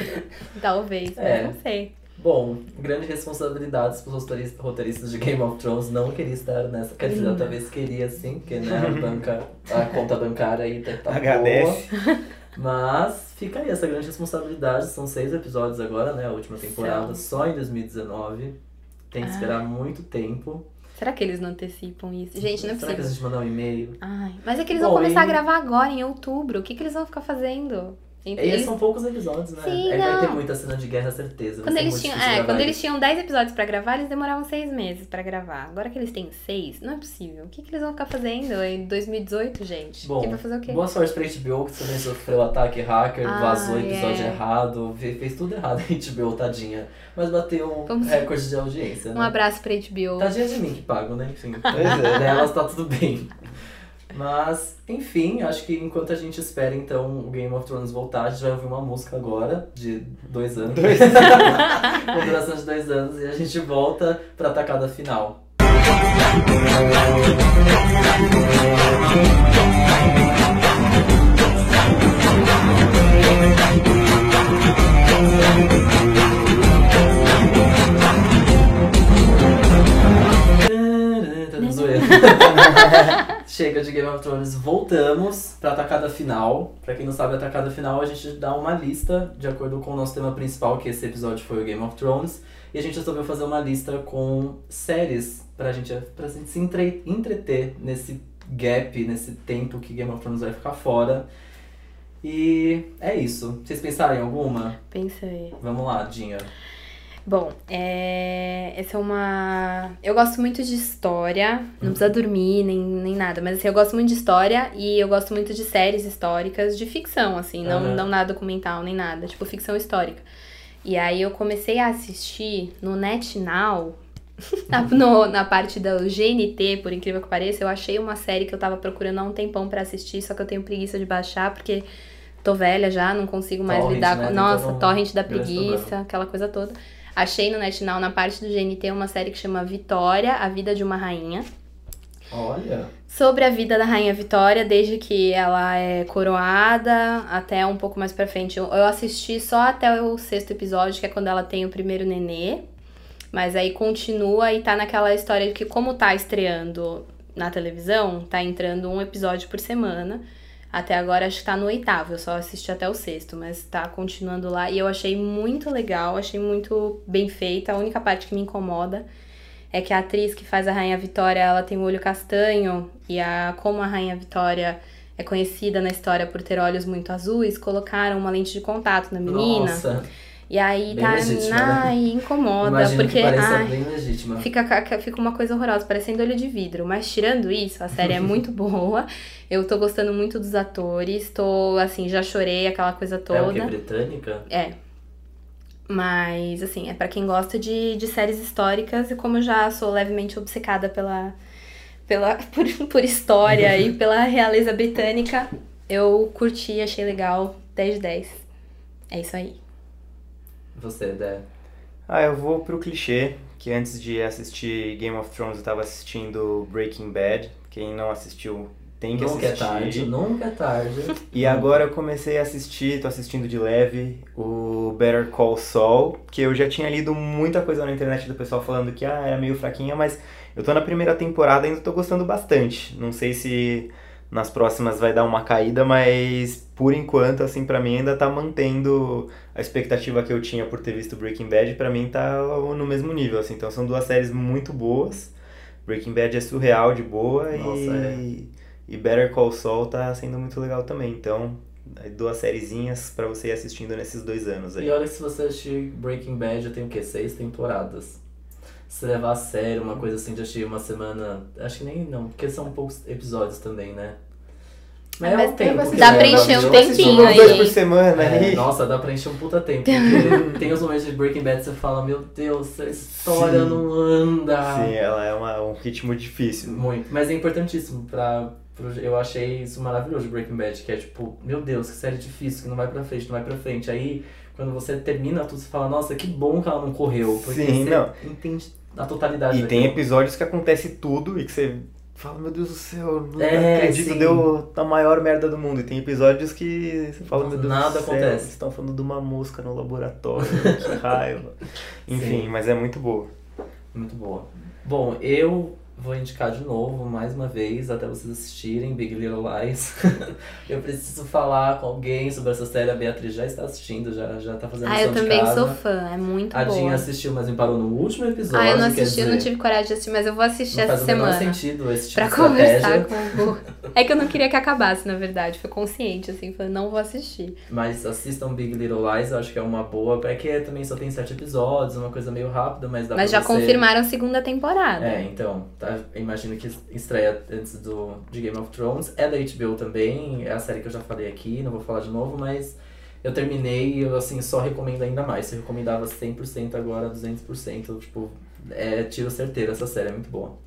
[SPEAKER 3] Talvez, mas
[SPEAKER 2] É.
[SPEAKER 3] não sei.
[SPEAKER 2] Bom, grande responsabilidade para os roteiristas- roteiristas de Game of Thrones não queria estar nessa. Quer dizer, talvez queria sim, porque né, a, banca, a conta bancária aí tá, tá boa.
[SPEAKER 10] Agradece.
[SPEAKER 2] Mas fica aí essa grande responsabilidade. São seis episódios agora, né? A última temporada, só em 2019. Tem
[SPEAKER 3] Ah.
[SPEAKER 2] que esperar muito tempo.
[SPEAKER 3] Será que eles não antecipam isso? Gente, não
[SPEAKER 2] Será
[SPEAKER 3] é
[SPEAKER 2] que a
[SPEAKER 3] possível.
[SPEAKER 2] gente mandar um e-mail?
[SPEAKER 3] Ai, mas é que eles
[SPEAKER 2] Bom,
[SPEAKER 3] vão começar
[SPEAKER 2] e-
[SPEAKER 3] a gravar agora, em outubro. O que, que eles vão ficar fazendo? Ent-
[SPEAKER 2] Eles, são poucos episódios, né?
[SPEAKER 3] Sim,
[SPEAKER 2] Aí vai ter
[SPEAKER 3] não.
[SPEAKER 2] muita cena de guerra, certeza. Vai
[SPEAKER 3] Quando
[SPEAKER 2] ser
[SPEAKER 3] eles,
[SPEAKER 2] muito
[SPEAKER 3] tinham,
[SPEAKER 2] difícil
[SPEAKER 3] é,
[SPEAKER 2] gravar
[SPEAKER 3] quando
[SPEAKER 2] isso.
[SPEAKER 3] eles tinham 10 episódios pra gravar, eles demoravam 6 meses pra gravar. Agora que eles têm 6, não é possível. O que, que eles vão ficar fazendo em 2018, gente?
[SPEAKER 2] Bom,
[SPEAKER 3] Quem vai fazer o quê?
[SPEAKER 2] Boa sorte pra HBO, que também sofreu ataque hacker,
[SPEAKER 3] Ah,
[SPEAKER 2] vazou episódio
[SPEAKER 3] é.
[SPEAKER 2] errado, fe- fez tudo errado a HBO, tadinha. Mas bateu um
[SPEAKER 3] Vamos-
[SPEAKER 2] recorde de audiência,
[SPEAKER 3] Um
[SPEAKER 2] né?
[SPEAKER 3] abraço pra HBO.
[SPEAKER 2] Tadinha de mim que pago, né? Enfim,
[SPEAKER 10] Pois é.
[SPEAKER 2] delas tá tudo bem. Mas, enfim, acho que enquanto a gente espera, então, o Game of Thrones voltar, a gente vai ouvir uma música agora, de dois anos.
[SPEAKER 10] Dois
[SPEAKER 2] Com duração de dois anos, e a gente volta pra tacada final. Zoeira. Chega de Game of Thrones, voltamos pra tacada final. Pra quem não sabe, a tacada final a gente dá uma lista de acordo com o nosso tema principal, que esse episódio foi o Game of Thrones. E a gente resolveu fazer uma lista com séries pra gente, pra gente se entre- entreter nesse gap, nesse tempo que Game of Thrones vai ficar fora. E é isso. Vocês pensaram em alguma?
[SPEAKER 3] Pensa aí.
[SPEAKER 2] Vamos lá, Dinha.
[SPEAKER 3] Bom, é... essa é uma. Eu gosto muito de história. Não precisa dormir nem, nem nada, mas assim, eu gosto muito de história e eu gosto muito de séries históricas de ficção, assim, não,
[SPEAKER 2] Aham.
[SPEAKER 3] não nada documental nem nada, tipo ficção histórica. E aí eu comecei a assistir no NetNow. Na, no- na parte da GNT, por incrível que pareça, eu achei uma série que eu tava procurando há um tempão pra assistir, só que eu tenho preguiça de baixar, porque tô velha já, não consigo mais
[SPEAKER 2] Torrent,
[SPEAKER 3] lidar
[SPEAKER 2] né?
[SPEAKER 3] com.
[SPEAKER 2] Tem
[SPEAKER 3] Nossa,
[SPEAKER 2] todo um
[SPEAKER 3] torrent da
[SPEAKER 2] grande
[SPEAKER 3] preguiça,
[SPEAKER 2] problema.
[SPEAKER 3] aquela coisa toda. Achei no NetNow, na parte do GNT, uma série que chama Vitória, A Vida de uma Rainha.
[SPEAKER 2] Olha.
[SPEAKER 3] Sobre a vida da Rainha Vitória, desde que ela é coroada até um pouco mais pra frente. Eu eu assisti só até o sexto episódio, que é quando ela tem o primeiro nenê. Mas aí continua e tá naquela história de que, como tá estreando na televisão, tá entrando um episódio por semana. Até agora acho que tá no oitavo, eu só assisti até o sexto, mas tá continuando lá. E eu achei muito legal, achei muito bem feita. A única parte que me incomoda é que a atriz que faz a Rainha Vitória, ela tem o olho castanho e a como a Rainha Vitória é conhecida na história por ter olhos muito azuis, colocaram uma lente de contato na menina.
[SPEAKER 2] Nossa.
[SPEAKER 3] E aí
[SPEAKER 2] Bem
[SPEAKER 3] tá,
[SPEAKER 2] legítima, né?
[SPEAKER 3] ai, incomoda,
[SPEAKER 2] Imagino
[SPEAKER 3] porque
[SPEAKER 2] que pareça
[SPEAKER 3] ai,
[SPEAKER 2] bem legítima.
[SPEAKER 3] Fica, ca- fica uma coisa horrorosa, parecendo olho de vidro. Mas tirando isso, a série é muito boa. Eu tô gostando muito dos atores. Tô, assim, já chorei aquela coisa
[SPEAKER 2] É o que?
[SPEAKER 3] toda.
[SPEAKER 2] Britânica?
[SPEAKER 3] Mas, assim, é pra quem gosta de, de séries históricas. E como eu já sou levemente obcecada pela, pela, por, por história e pela realeza britânica, eu curti, achei legal. 10 de 10. É isso aí.
[SPEAKER 2] Você, Dé.
[SPEAKER 10] Ah, eu vou pro clichê,
[SPEAKER 4] que antes de assistir Game of Thrones eu tava assistindo Breaking Bad. Quem não assistiu tem que
[SPEAKER 2] Nunca é
[SPEAKER 4] assistir.
[SPEAKER 2] tarde, nunca é tarde.
[SPEAKER 4] E agora eu comecei a assistir, tô assistindo de leve, o Better Call Saul, que eu já tinha lido muita coisa na internet do pessoal falando que ah, era meio fraquinha, mas eu tô na primeira temporada e ainda tô gostando bastante. Não sei se nas próximas vai dar uma caída, mas por enquanto, assim, pra mim ainda tá mantendo a expectativa que eu tinha por ter visto Breaking Bad, pra mim tá no mesmo nível, assim. Então são duas séries muito boas. Breaking Bad é surreal de boa
[SPEAKER 2] Nossa, é.
[SPEAKER 4] e... E Better Call Saul tá sendo muito legal também, então duas sériezinhas pra você ir assistindo nesses dois anos aí.
[SPEAKER 2] E olha que se você assistir Breaking Bad, tem o quê? Seis temporadas. Se levar a sério uma coisa assim de assistir uma semana. Acho que nem não, porque são poucos episódios também, né?
[SPEAKER 6] Ah, mas
[SPEAKER 2] um
[SPEAKER 6] tem-
[SPEAKER 2] tempo que
[SPEAKER 3] dá
[SPEAKER 2] você
[SPEAKER 3] pra
[SPEAKER 2] leva
[SPEAKER 3] encher um
[SPEAKER 2] de-
[SPEAKER 3] tempinho
[SPEAKER 4] Assistir uns
[SPEAKER 3] aí,
[SPEAKER 4] dois
[SPEAKER 3] hein?
[SPEAKER 4] por semana
[SPEAKER 2] É,
[SPEAKER 4] aí.
[SPEAKER 2] nossa, dá pra encher um puta tempo. Porque tem os momentos de Breaking Bad que você fala, meu Deus, essa história
[SPEAKER 4] Sim.
[SPEAKER 2] não anda.
[SPEAKER 4] Sim, ela é uma- um ritmo difícil.
[SPEAKER 2] Muito. Mas é importantíssimo pra. pro- Eu achei isso maravilhoso de Breaking Bad, que é tipo, meu Deus, que série difícil, que não vai pra frente, não vai pra frente. Aí, quando você termina tudo, você fala, nossa, que bom que ela não correu. Porque
[SPEAKER 4] Sim,
[SPEAKER 2] você
[SPEAKER 4] não.
[SPEAKER 2] entende a totalidade
[SPEAKER 4] E tem
[SPEAKER 2] daquilo.
[SPEAKER 4] episódios que acontece tudo e que você fala, meu Deus do céu, não
[SPEAKER 2] É,
[SPEAKER 4] acredito,
[SPEAKER 2] sim.
[SPEAKER 4] deu a maior merda do mundo. E tem episódios que você fala, meu Deus
[SPEAKER 2] Nada
[SPEAKER 4] do céu,
[SPEAKER 2] acontece.
[SPEAKER 4] vocês estão falando de uma mosca no laboratório, que raiva. Enfim,
[SPEAKER 2] Sim.
[SPEAKER 4] mas é muito boa.
[SPEAKER 2] Muito boa. Bom, eu vou indicar de novo, mais uma vez, até vocês assistirem Big Little Lies. eu preciso falar com alguém sobre essa série. A Beatriz já está assistindo, já, já tá fazendo
[SPEAKER 3] Ah,
[SPEAKER 2] lição
[SPEAKER 3] eu
[SPEAKER 2] de
[SPEAKER 3] também
[SPEAKER 2] casa.
[SPEAKER 3] sou fã, é muito
[SPEAKER 2] A Dinha
[SPEAKER 3] boa.
[SPEAKER 2] assistiu, mas me parou no último episódio.
[SPEAKER 3] Ah, eu não
[SPEAKER 2] quer
[SPEAKER 3] assisti, eu não
[SPEAKER 2] dizer,
[SPEAKER 3] tive coragem de assistir, mas eu vou assistir
[SPEAKER 2] não
[SPEAKER 3] essa
[SPEAKER 2] faz o menor
[SPEAKER 3] semana.
[SPEAKER 2] sentido esse tipo
[SPEAKER 3] Pra
[SPEAKER 2] de estratégia.
[SPEAKER 3] conversar com o Gu. É que eu não queria que acabasse, na verdade. Foi consciente, assim, falei, não vou assistir.
[SPEAKER 2] Mas assistam Big Little Lies, eu acho que é uma boa. Pra que também só tem sete episódios, uma coisa meio rápida, mas dá
[SPEAKER 3] Mas
[SPEAKER 2] pra
[SPEAKER 3] já
[SPEAKER 2] você...
[SPEAKER 3] confirmaram a segunda temporada.
[SPEAKER 2] É, então, tá, eu imagino que estreia antes do, de Game of Thrones. É da HBO também, é a série que eu já falei aqui, não vou falar de novo, mas eu terminei e eu, assim, só recomendo ainda mais. Se eu recomendava 100%, agora 200%, tipo, é tiro certeiro essa série, é muito boa.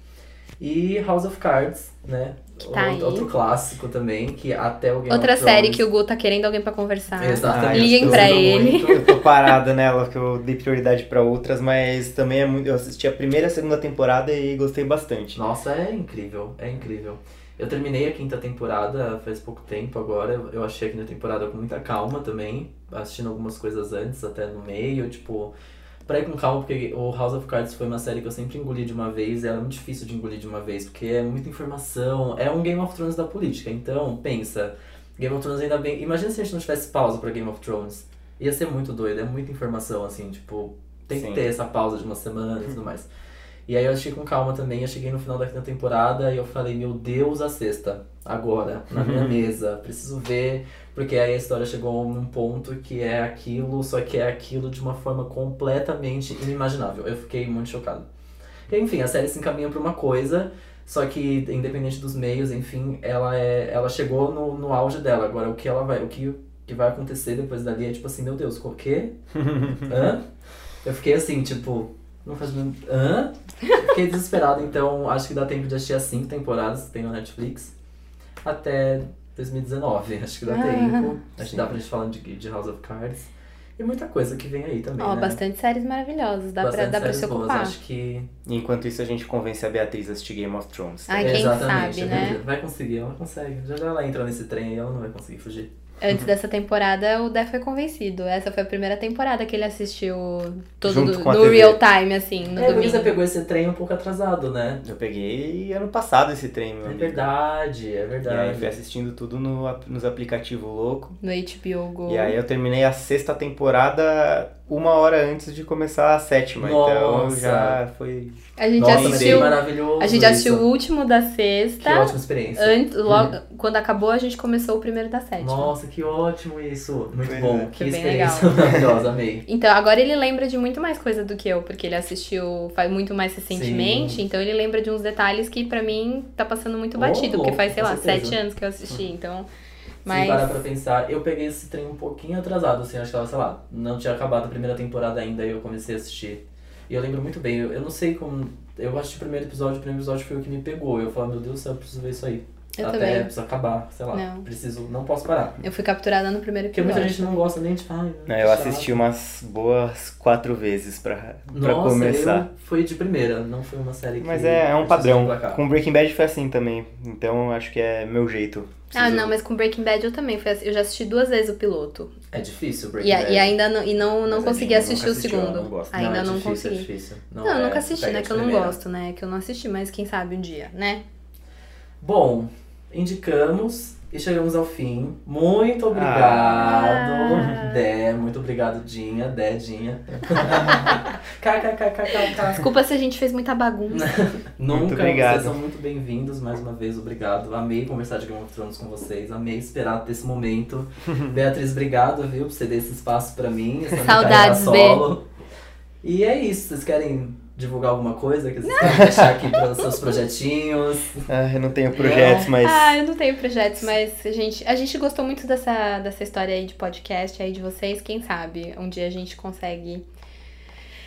[SPEAKER 2] E House of Cards, né?
[SPEAKER 3] Que tá
[SPEAKER 2] outro,
[SPEAKER 3] aí.
[SPEAKER 2] outro clássico também, que até o Game
[SPEAKER 3] Outra
[SPEAKER 2] of Thrones...
[SPEAKER 3] série que o Gu tá querendo alguém pra conversar.
[SPEAKER 2] É, Exatamente.
[SPEAKER 3] Liguem
[SPEAKER 2] eu
[SPEAKER 3] pra
[SPEAKER 2] sinto
[SPEAKER 3] ele.
[SPEAKER 2] muito.
[SPEAKER 4] Eu tô parado nela, porque eu dei prioridade pra outras, mas também é muito. Eu assisti a primeira e a segunda temporada e gostei bastante.
[SPEAKER 2] Nossa, é incrível, é incrível. Eu terminei a quinta temporada faz pouco tempo agora. Eu- Eu achei a quinta temporada com muita calma também, assistindo algumas coisas antes, até no meio, tipo. Pra ir com calma, porque o House of Cards foi uma série que eu sempre engoli de uma vez, e era muito difícil de engolir de uma vez, porque é muita informação, é um Game of Thrones da política. Então, pensa, Game of Thrones ainda bem. Imagina se a gente não tivesse pausa pra Game of Thrones. Ia ser muito doido, é muita informação, assim, tipo, tem
[SPEAKER 4] Sim.
[SPEAKER 2] que ter essa pausa de uma semana e tudo mais. E aí eu achei com calma também, eu cheguei no final da quinta temporada e eu falei, meu Deus, a sexta, agora, na minha mesa, preciso ver, porque aí a história chegou num ponto que é aquilo, só que é aquilo de uma forma completamente inimaginável. Eu fiquei muito chocado. E, enfim, a série se encaminha pra uma coisa, só que independente dos meios, enfim, ela é, ela chegou no, no auge dela. Agora o que ela vai, o que, o que vai acontecer depois dali é tipo assim, meu Deus, o quê? Hã? Eu fiquei assim, tipo, não faz Hã? Fiquei desesperado, então acho que dá tempo de assistir as cinco temporadas que tem na Netflix até 2019. Acho que dá
[SPEAKER 3] Ah,
[SPEAKER 2] tempo. Acho que dá pra gente falar de, de House of Cards. E muita coisa que vem aí também,
[SPEAKER 3] Ó,
[SPEAKER 2] né?
[SPEAKER 3] bastante séries maravilhosas, dá pra,
[SPEAKER 2] Bastante
[SPEAKER 3] dá pra se
[SPEAKER 2] séries boas,
[SPEAKER 3] ocupar.
[SPEAKER 2] Acho que
[SPEAKER 4] Enquanto isso, a gente convence a Beatriz a assistir Game of Thrones.
[SPEAKER 3] Ai, quem
[SPEAKER 2] Exatamente,
[SPEAKER 3] sabe,
[SPEAKER 2] é
[SPEAKER 3] né?
[SPEAKER 2] verdade. Vai conseguir, ela consegue. Já já ela entra nesse trem aí, ela não vai conseguir fugir.
[SPEAKER 3] Antes dessa temporada, o Dé foi convencido. Essa foi a primeira temporada que ele assistiu todo
[SPEAKER 4] Junto
[SPEAKER 3] do-
[SPEAKER 4] com a
[SPEAKER 3] no
[SPEAKER 4] TV.
[SPEAKER 3] real time, assim, no
[SPEAKER 2] é, porque você
[SPEAKER 3] domingo.
[SPEAKER 2] pegou esse trem um pouco atrasado, né?
[SPEAKER 4] Eu peguei ano passado esse trem, meu
[SPEAKER 2] É
[SPEAKER 4] amigo.
[SPEAKER 2] verdade, é
[SPEAKER 4] E aí
[SPEAKER 2] verdade.
[SPEAKER 4] fui assistindo tudo no, ap- nos aplicativos louco.
[SPEAKER 3] No HBO Go.
[SPEAKER 4] E aí eu terminei a sexta temporada uma hora antes de começar a sétima. Então
[SPEAKER 2] Nossa.
[SPEAKER 4] já foi.
[SPEAKER 3] A gente
[SPEAKER 4] Nossa,
[SPEAKER 2] mas
[SPEAKER 3] assistiu.
[SPEAKER 2] que maravilhoso.
[SPEAKER 3] A gente assistiu Tá?
[SPEAKER 2] isso.
[SPEAKER 3] o último da
[SPEAKER 2] Que Uhum.
[SPEAKER 3] sexta.
[SPEAKER 2] ótima experiência.
[SPEAKER 3] Antes, logo, Quando acabou, a gente começou o primeiro da sétima.
[SPEAKER 2] Nossa, que ótimo isso. Muito
[SPEAKER 4] Pois
[SPEAKER 2] bom.
[SPEAKER 4] é.
[SPEAKER 2] Que
[SPEAKER 3] Foi bem
[SPEAKER 2] experiência maravilhosa, amei.
[SPEAKER 3] Então, agora ele lembra de muito mais coisa do que eu, porque ele assistiu faz muito mais recentemente,
[SPEAKER 2] Sim.
[SPEAKER 3] então ele lembra de uns detalhes que pra mim tá passando muito
[SPEAKER 2] Ô,
[SPEAKER 3] batido, porque
[SPEAKER 2] louco,
[SPEAKER 3] faz, sei
[SPEAKER 2] com
[SPEAKER 3] lá,
[SPEAKER 2] certeza.
[SPEAKER 3] sete anos que eu assisti, então.
[SPEAKER 2] Se
[SPEAKER 3] Mas.
[SPEAKER 2] parar pra pensar, eu peguei esse trem um pouquinho atrasado, assim, acho que ela, sei lá, não tinha acabado a primeira temporada ainda e eu comecei a assistir. E eu lembro muito bem, eu, eu não sei como. Eu assisti o primeiro episódio, o primeiro episódio foi o que me pegou. Eu falei, meu Deus do céu, eu preciso ver isso aí.
[SPEAKER 3] Eu
[SPEAKER 2] até
[SPEAKER 3] também.
[SPEAKER 2] preciso acabar, sei lá.
[SPEAKER 3] Não.
[SPEAKER 2] Preciso, não posso parar.
[SPEAKER 3] Eu fui capturada no primeiro
[SPEAKER 2] Porque
[SPEAKER 3] episódio.
[SPEAKER 2] muita gente não gosta nem de falar.
[SPEAKER 4] Né, Eu assisti umas boas quatro vezes pra, pra
[SPEAKER 2] Nossa,
[SPEAKER 4] começar.
[SPEAKER 2] eu fui de primeira, não foi uma série que
[SPEAKER 4] Mas é, é um
[SPEAKER 2] eu
[SPEAKER 4] padrão.
[SPEAKER 2] assisti pra cá.
[SPEAKER 4] Com Breaking Bad foi assim também. Então acho que é meu
[SPEAKER 3] Ah,
[SPEAKER 4] jeito. Preciso-
[SPEAKER 3] não, mas com Breaking Bad eu também. fui assi- Eu já assisti duas vezes o piloto.
[SPEAKER 2] É difícil Breaking
[SPEAKER 3] E, a-
[SPEAKER 2] Bad.
[SPEAKER 3] e ainda não, e não,
[SPEAKER 4] Mas a
[SPEAKER 3] não
[SPEAKER 4] gente
[SPEAKER 3] consegui
[SPEAKER 4] nunca
[SPEAKER 3] assistir o
[SPEAKER 4] assistiu, eu não
[SPEAKER 3] segundo.
[SPEAKER 4] gosto.
[SPEAKER 3] ainda
[SPEAKER 2] é
[SPEAKER 3] não
[SPEAKER 2] difícil,
[SPEAKER 3] consegui.
[SPEAKER 2] É difícil. Não,
[SPEAKER 3] Não, eu
[SPEAKER 2] é-
[SPEAKER 3] nunca assisti,
[SPEAKER 2] pega
[SPEAKER 3] né?
[SPEAKER 2] de
[SPEAKER 3] Que eu não
[SPEAKER 2] primeira.
[SPEAKER 3] gosto, né? Que eu não assisti, mas quem sabe um dia, né?
[SPEAKER 2] Bom, indicamos e chegamos ao fim. Muito
[SPEAKER 4] Ah.
[SPEAKER 2] obrigado,
[SPEAKER 3] Ah.
[SPEAKER 2] Dé. Muito obrigado, Dinha. Dé, Dinha. KKKKKK.
[SPEAKER 3] Desculpa se a gente fez muita bagunça.
[SPEAKER 2] Nunca,
[SPEAKER 4] Muito obrigado.
[SPEAKER 2] vocês são muito bem-vindos mais uma vez. Obrigado. Amei conversar de Game of Thrones com vocês. Amei esperar desse momento. Beatriz, obrigado, viu, por ceder esse espaço pra mim. Essa minha
[SPEAKER 3] Saudades,
[SPEAKER 2] carreira solo. E é isso. Vocês querem divulgar alguma coisa que vocês querem deixar aqui para os seus projetinhos?
[SPEAKER 4] Ah, eu não tenho projetos, mas.
[SPEAKER 3] Ah, eu não tenho projetos, mas a gente, a gente gostou muito dessa, dessa história aí de podcast aí de vocês. Quem sabe um dia a gente consegue.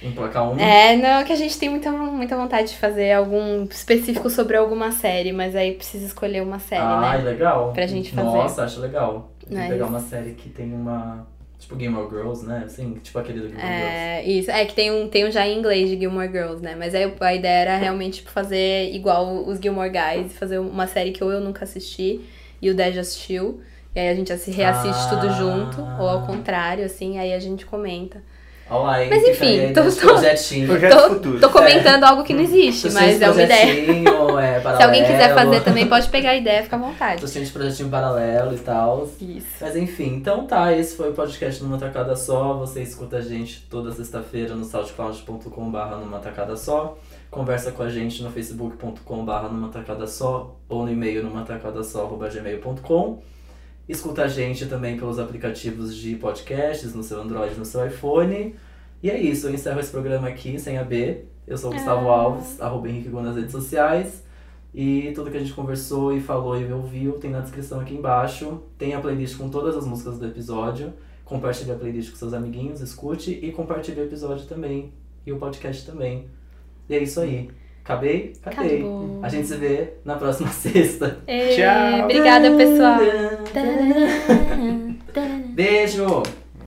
[SPEAKER 2] Emplacar um.
[SPEAKER 3] É, não, que a gente tem muita, muita vontade de fazer algum específico sobre alguma série, mas aí precisa escolher uma série,
[SPEAKER 2] ah,
[SPEAKER 3] né?
[SPEAKER 2] legal.
[SPEAKER 3] Pra gente fazer. é
[SPEAKER 2] Nossa, acho legal. Tem que
[SPEAKER 3] Mas-
[SPEAKER 2] pegar uma série que tem uma. Tipo Game of Girls, né? Assim, tipo aquele do Game of Girls.
[SPEAKER 3] É, isso. É que tem um, tem um já em inglês de Gilmore Girls, né? Mas aí a ideia era realmente tipo, fazer igual os Gilmore Guys, fazer uma série que ou eu nunca assisti e o Dad já assistiu. E aí a gente já se reassiste tudo
[SPEAKER 2] Ah.
[SPEAKER 3] junto, ou ao contrário, assim, aí a gente comenta.
[SPEAKER 2] Olha lá, hein?
[SPEAKER 3] Mas
[SPEAKER 2] Fica
[SPEAKER 3] enfim,
[SPEAKER 2] aí aí
[SPEAKER 3] tô-
[SPEAKER 2] nos
[SPEAKER 3] tô-
[SPEAKER 2] projetinhos.
[SPEAKER 4] Projetos
[SPEAKER 3] tô-
[SPEAKER 4] futuros.
[SPEAKER 3] Tô comentando algo que não existe,
[SPEAKER 2] Tô cheio
[SPEAKER 3] mas
[SPEAKER 2] de
[SPEAKER 3] é uma ideia.
[SPEAKER 2] projetinho, é,
[SPEAKER 3] Se alguém quiser
[SPEAKER 2] paralelo.
[SPEAKER 3] fazer também, pode pegar a ideia, fica à vontade.
[SPEAKER 2] Tô cheio de projetinho paralelo e tal.
[SPEAKER 3] Isso.
[SPEAKER 2] Mas enfim, então tá, esse foi o podcast Numa Tacada Só. Você escuta a gente toda sexta-feira no soundcloud.com.br Numa Tacada Só. Conversa com a gente no facebook.com.br Numa Tacada Só ou no e-mail numa tacada só, arroba gmail.com. Escuta a gente também pelos aplicativos de podcasts, no seu Android, no seu iPhone. E é isso, eu encerro esse programa aqui sem a B. Eu sou o Gustavo
[SPEAKER 3] Ah.
[SPEAKER 2] Alves, arroba Henrique Gu nas redes sociais. E tudo que a gente conversou e falou e ouviu tem na descrição aqui embaixo. Tem a playlist com todas as músicas do episódio. Compartilhe a playlist com seus amiguinhos, escute e compartilhe o episódio também. E o podcast também. E é isso aí. Acabei? Acabei.
[SPEAKER 3] Acabou.
[SPEAKER 2] A gente se vê na próxima sexta.
[SPEAKER 3] Ei,
[SPEAKER 4] Tchau.
[SPEAKER 3] Obrigada, pessoal.
[SPEAKER 2] Beijo!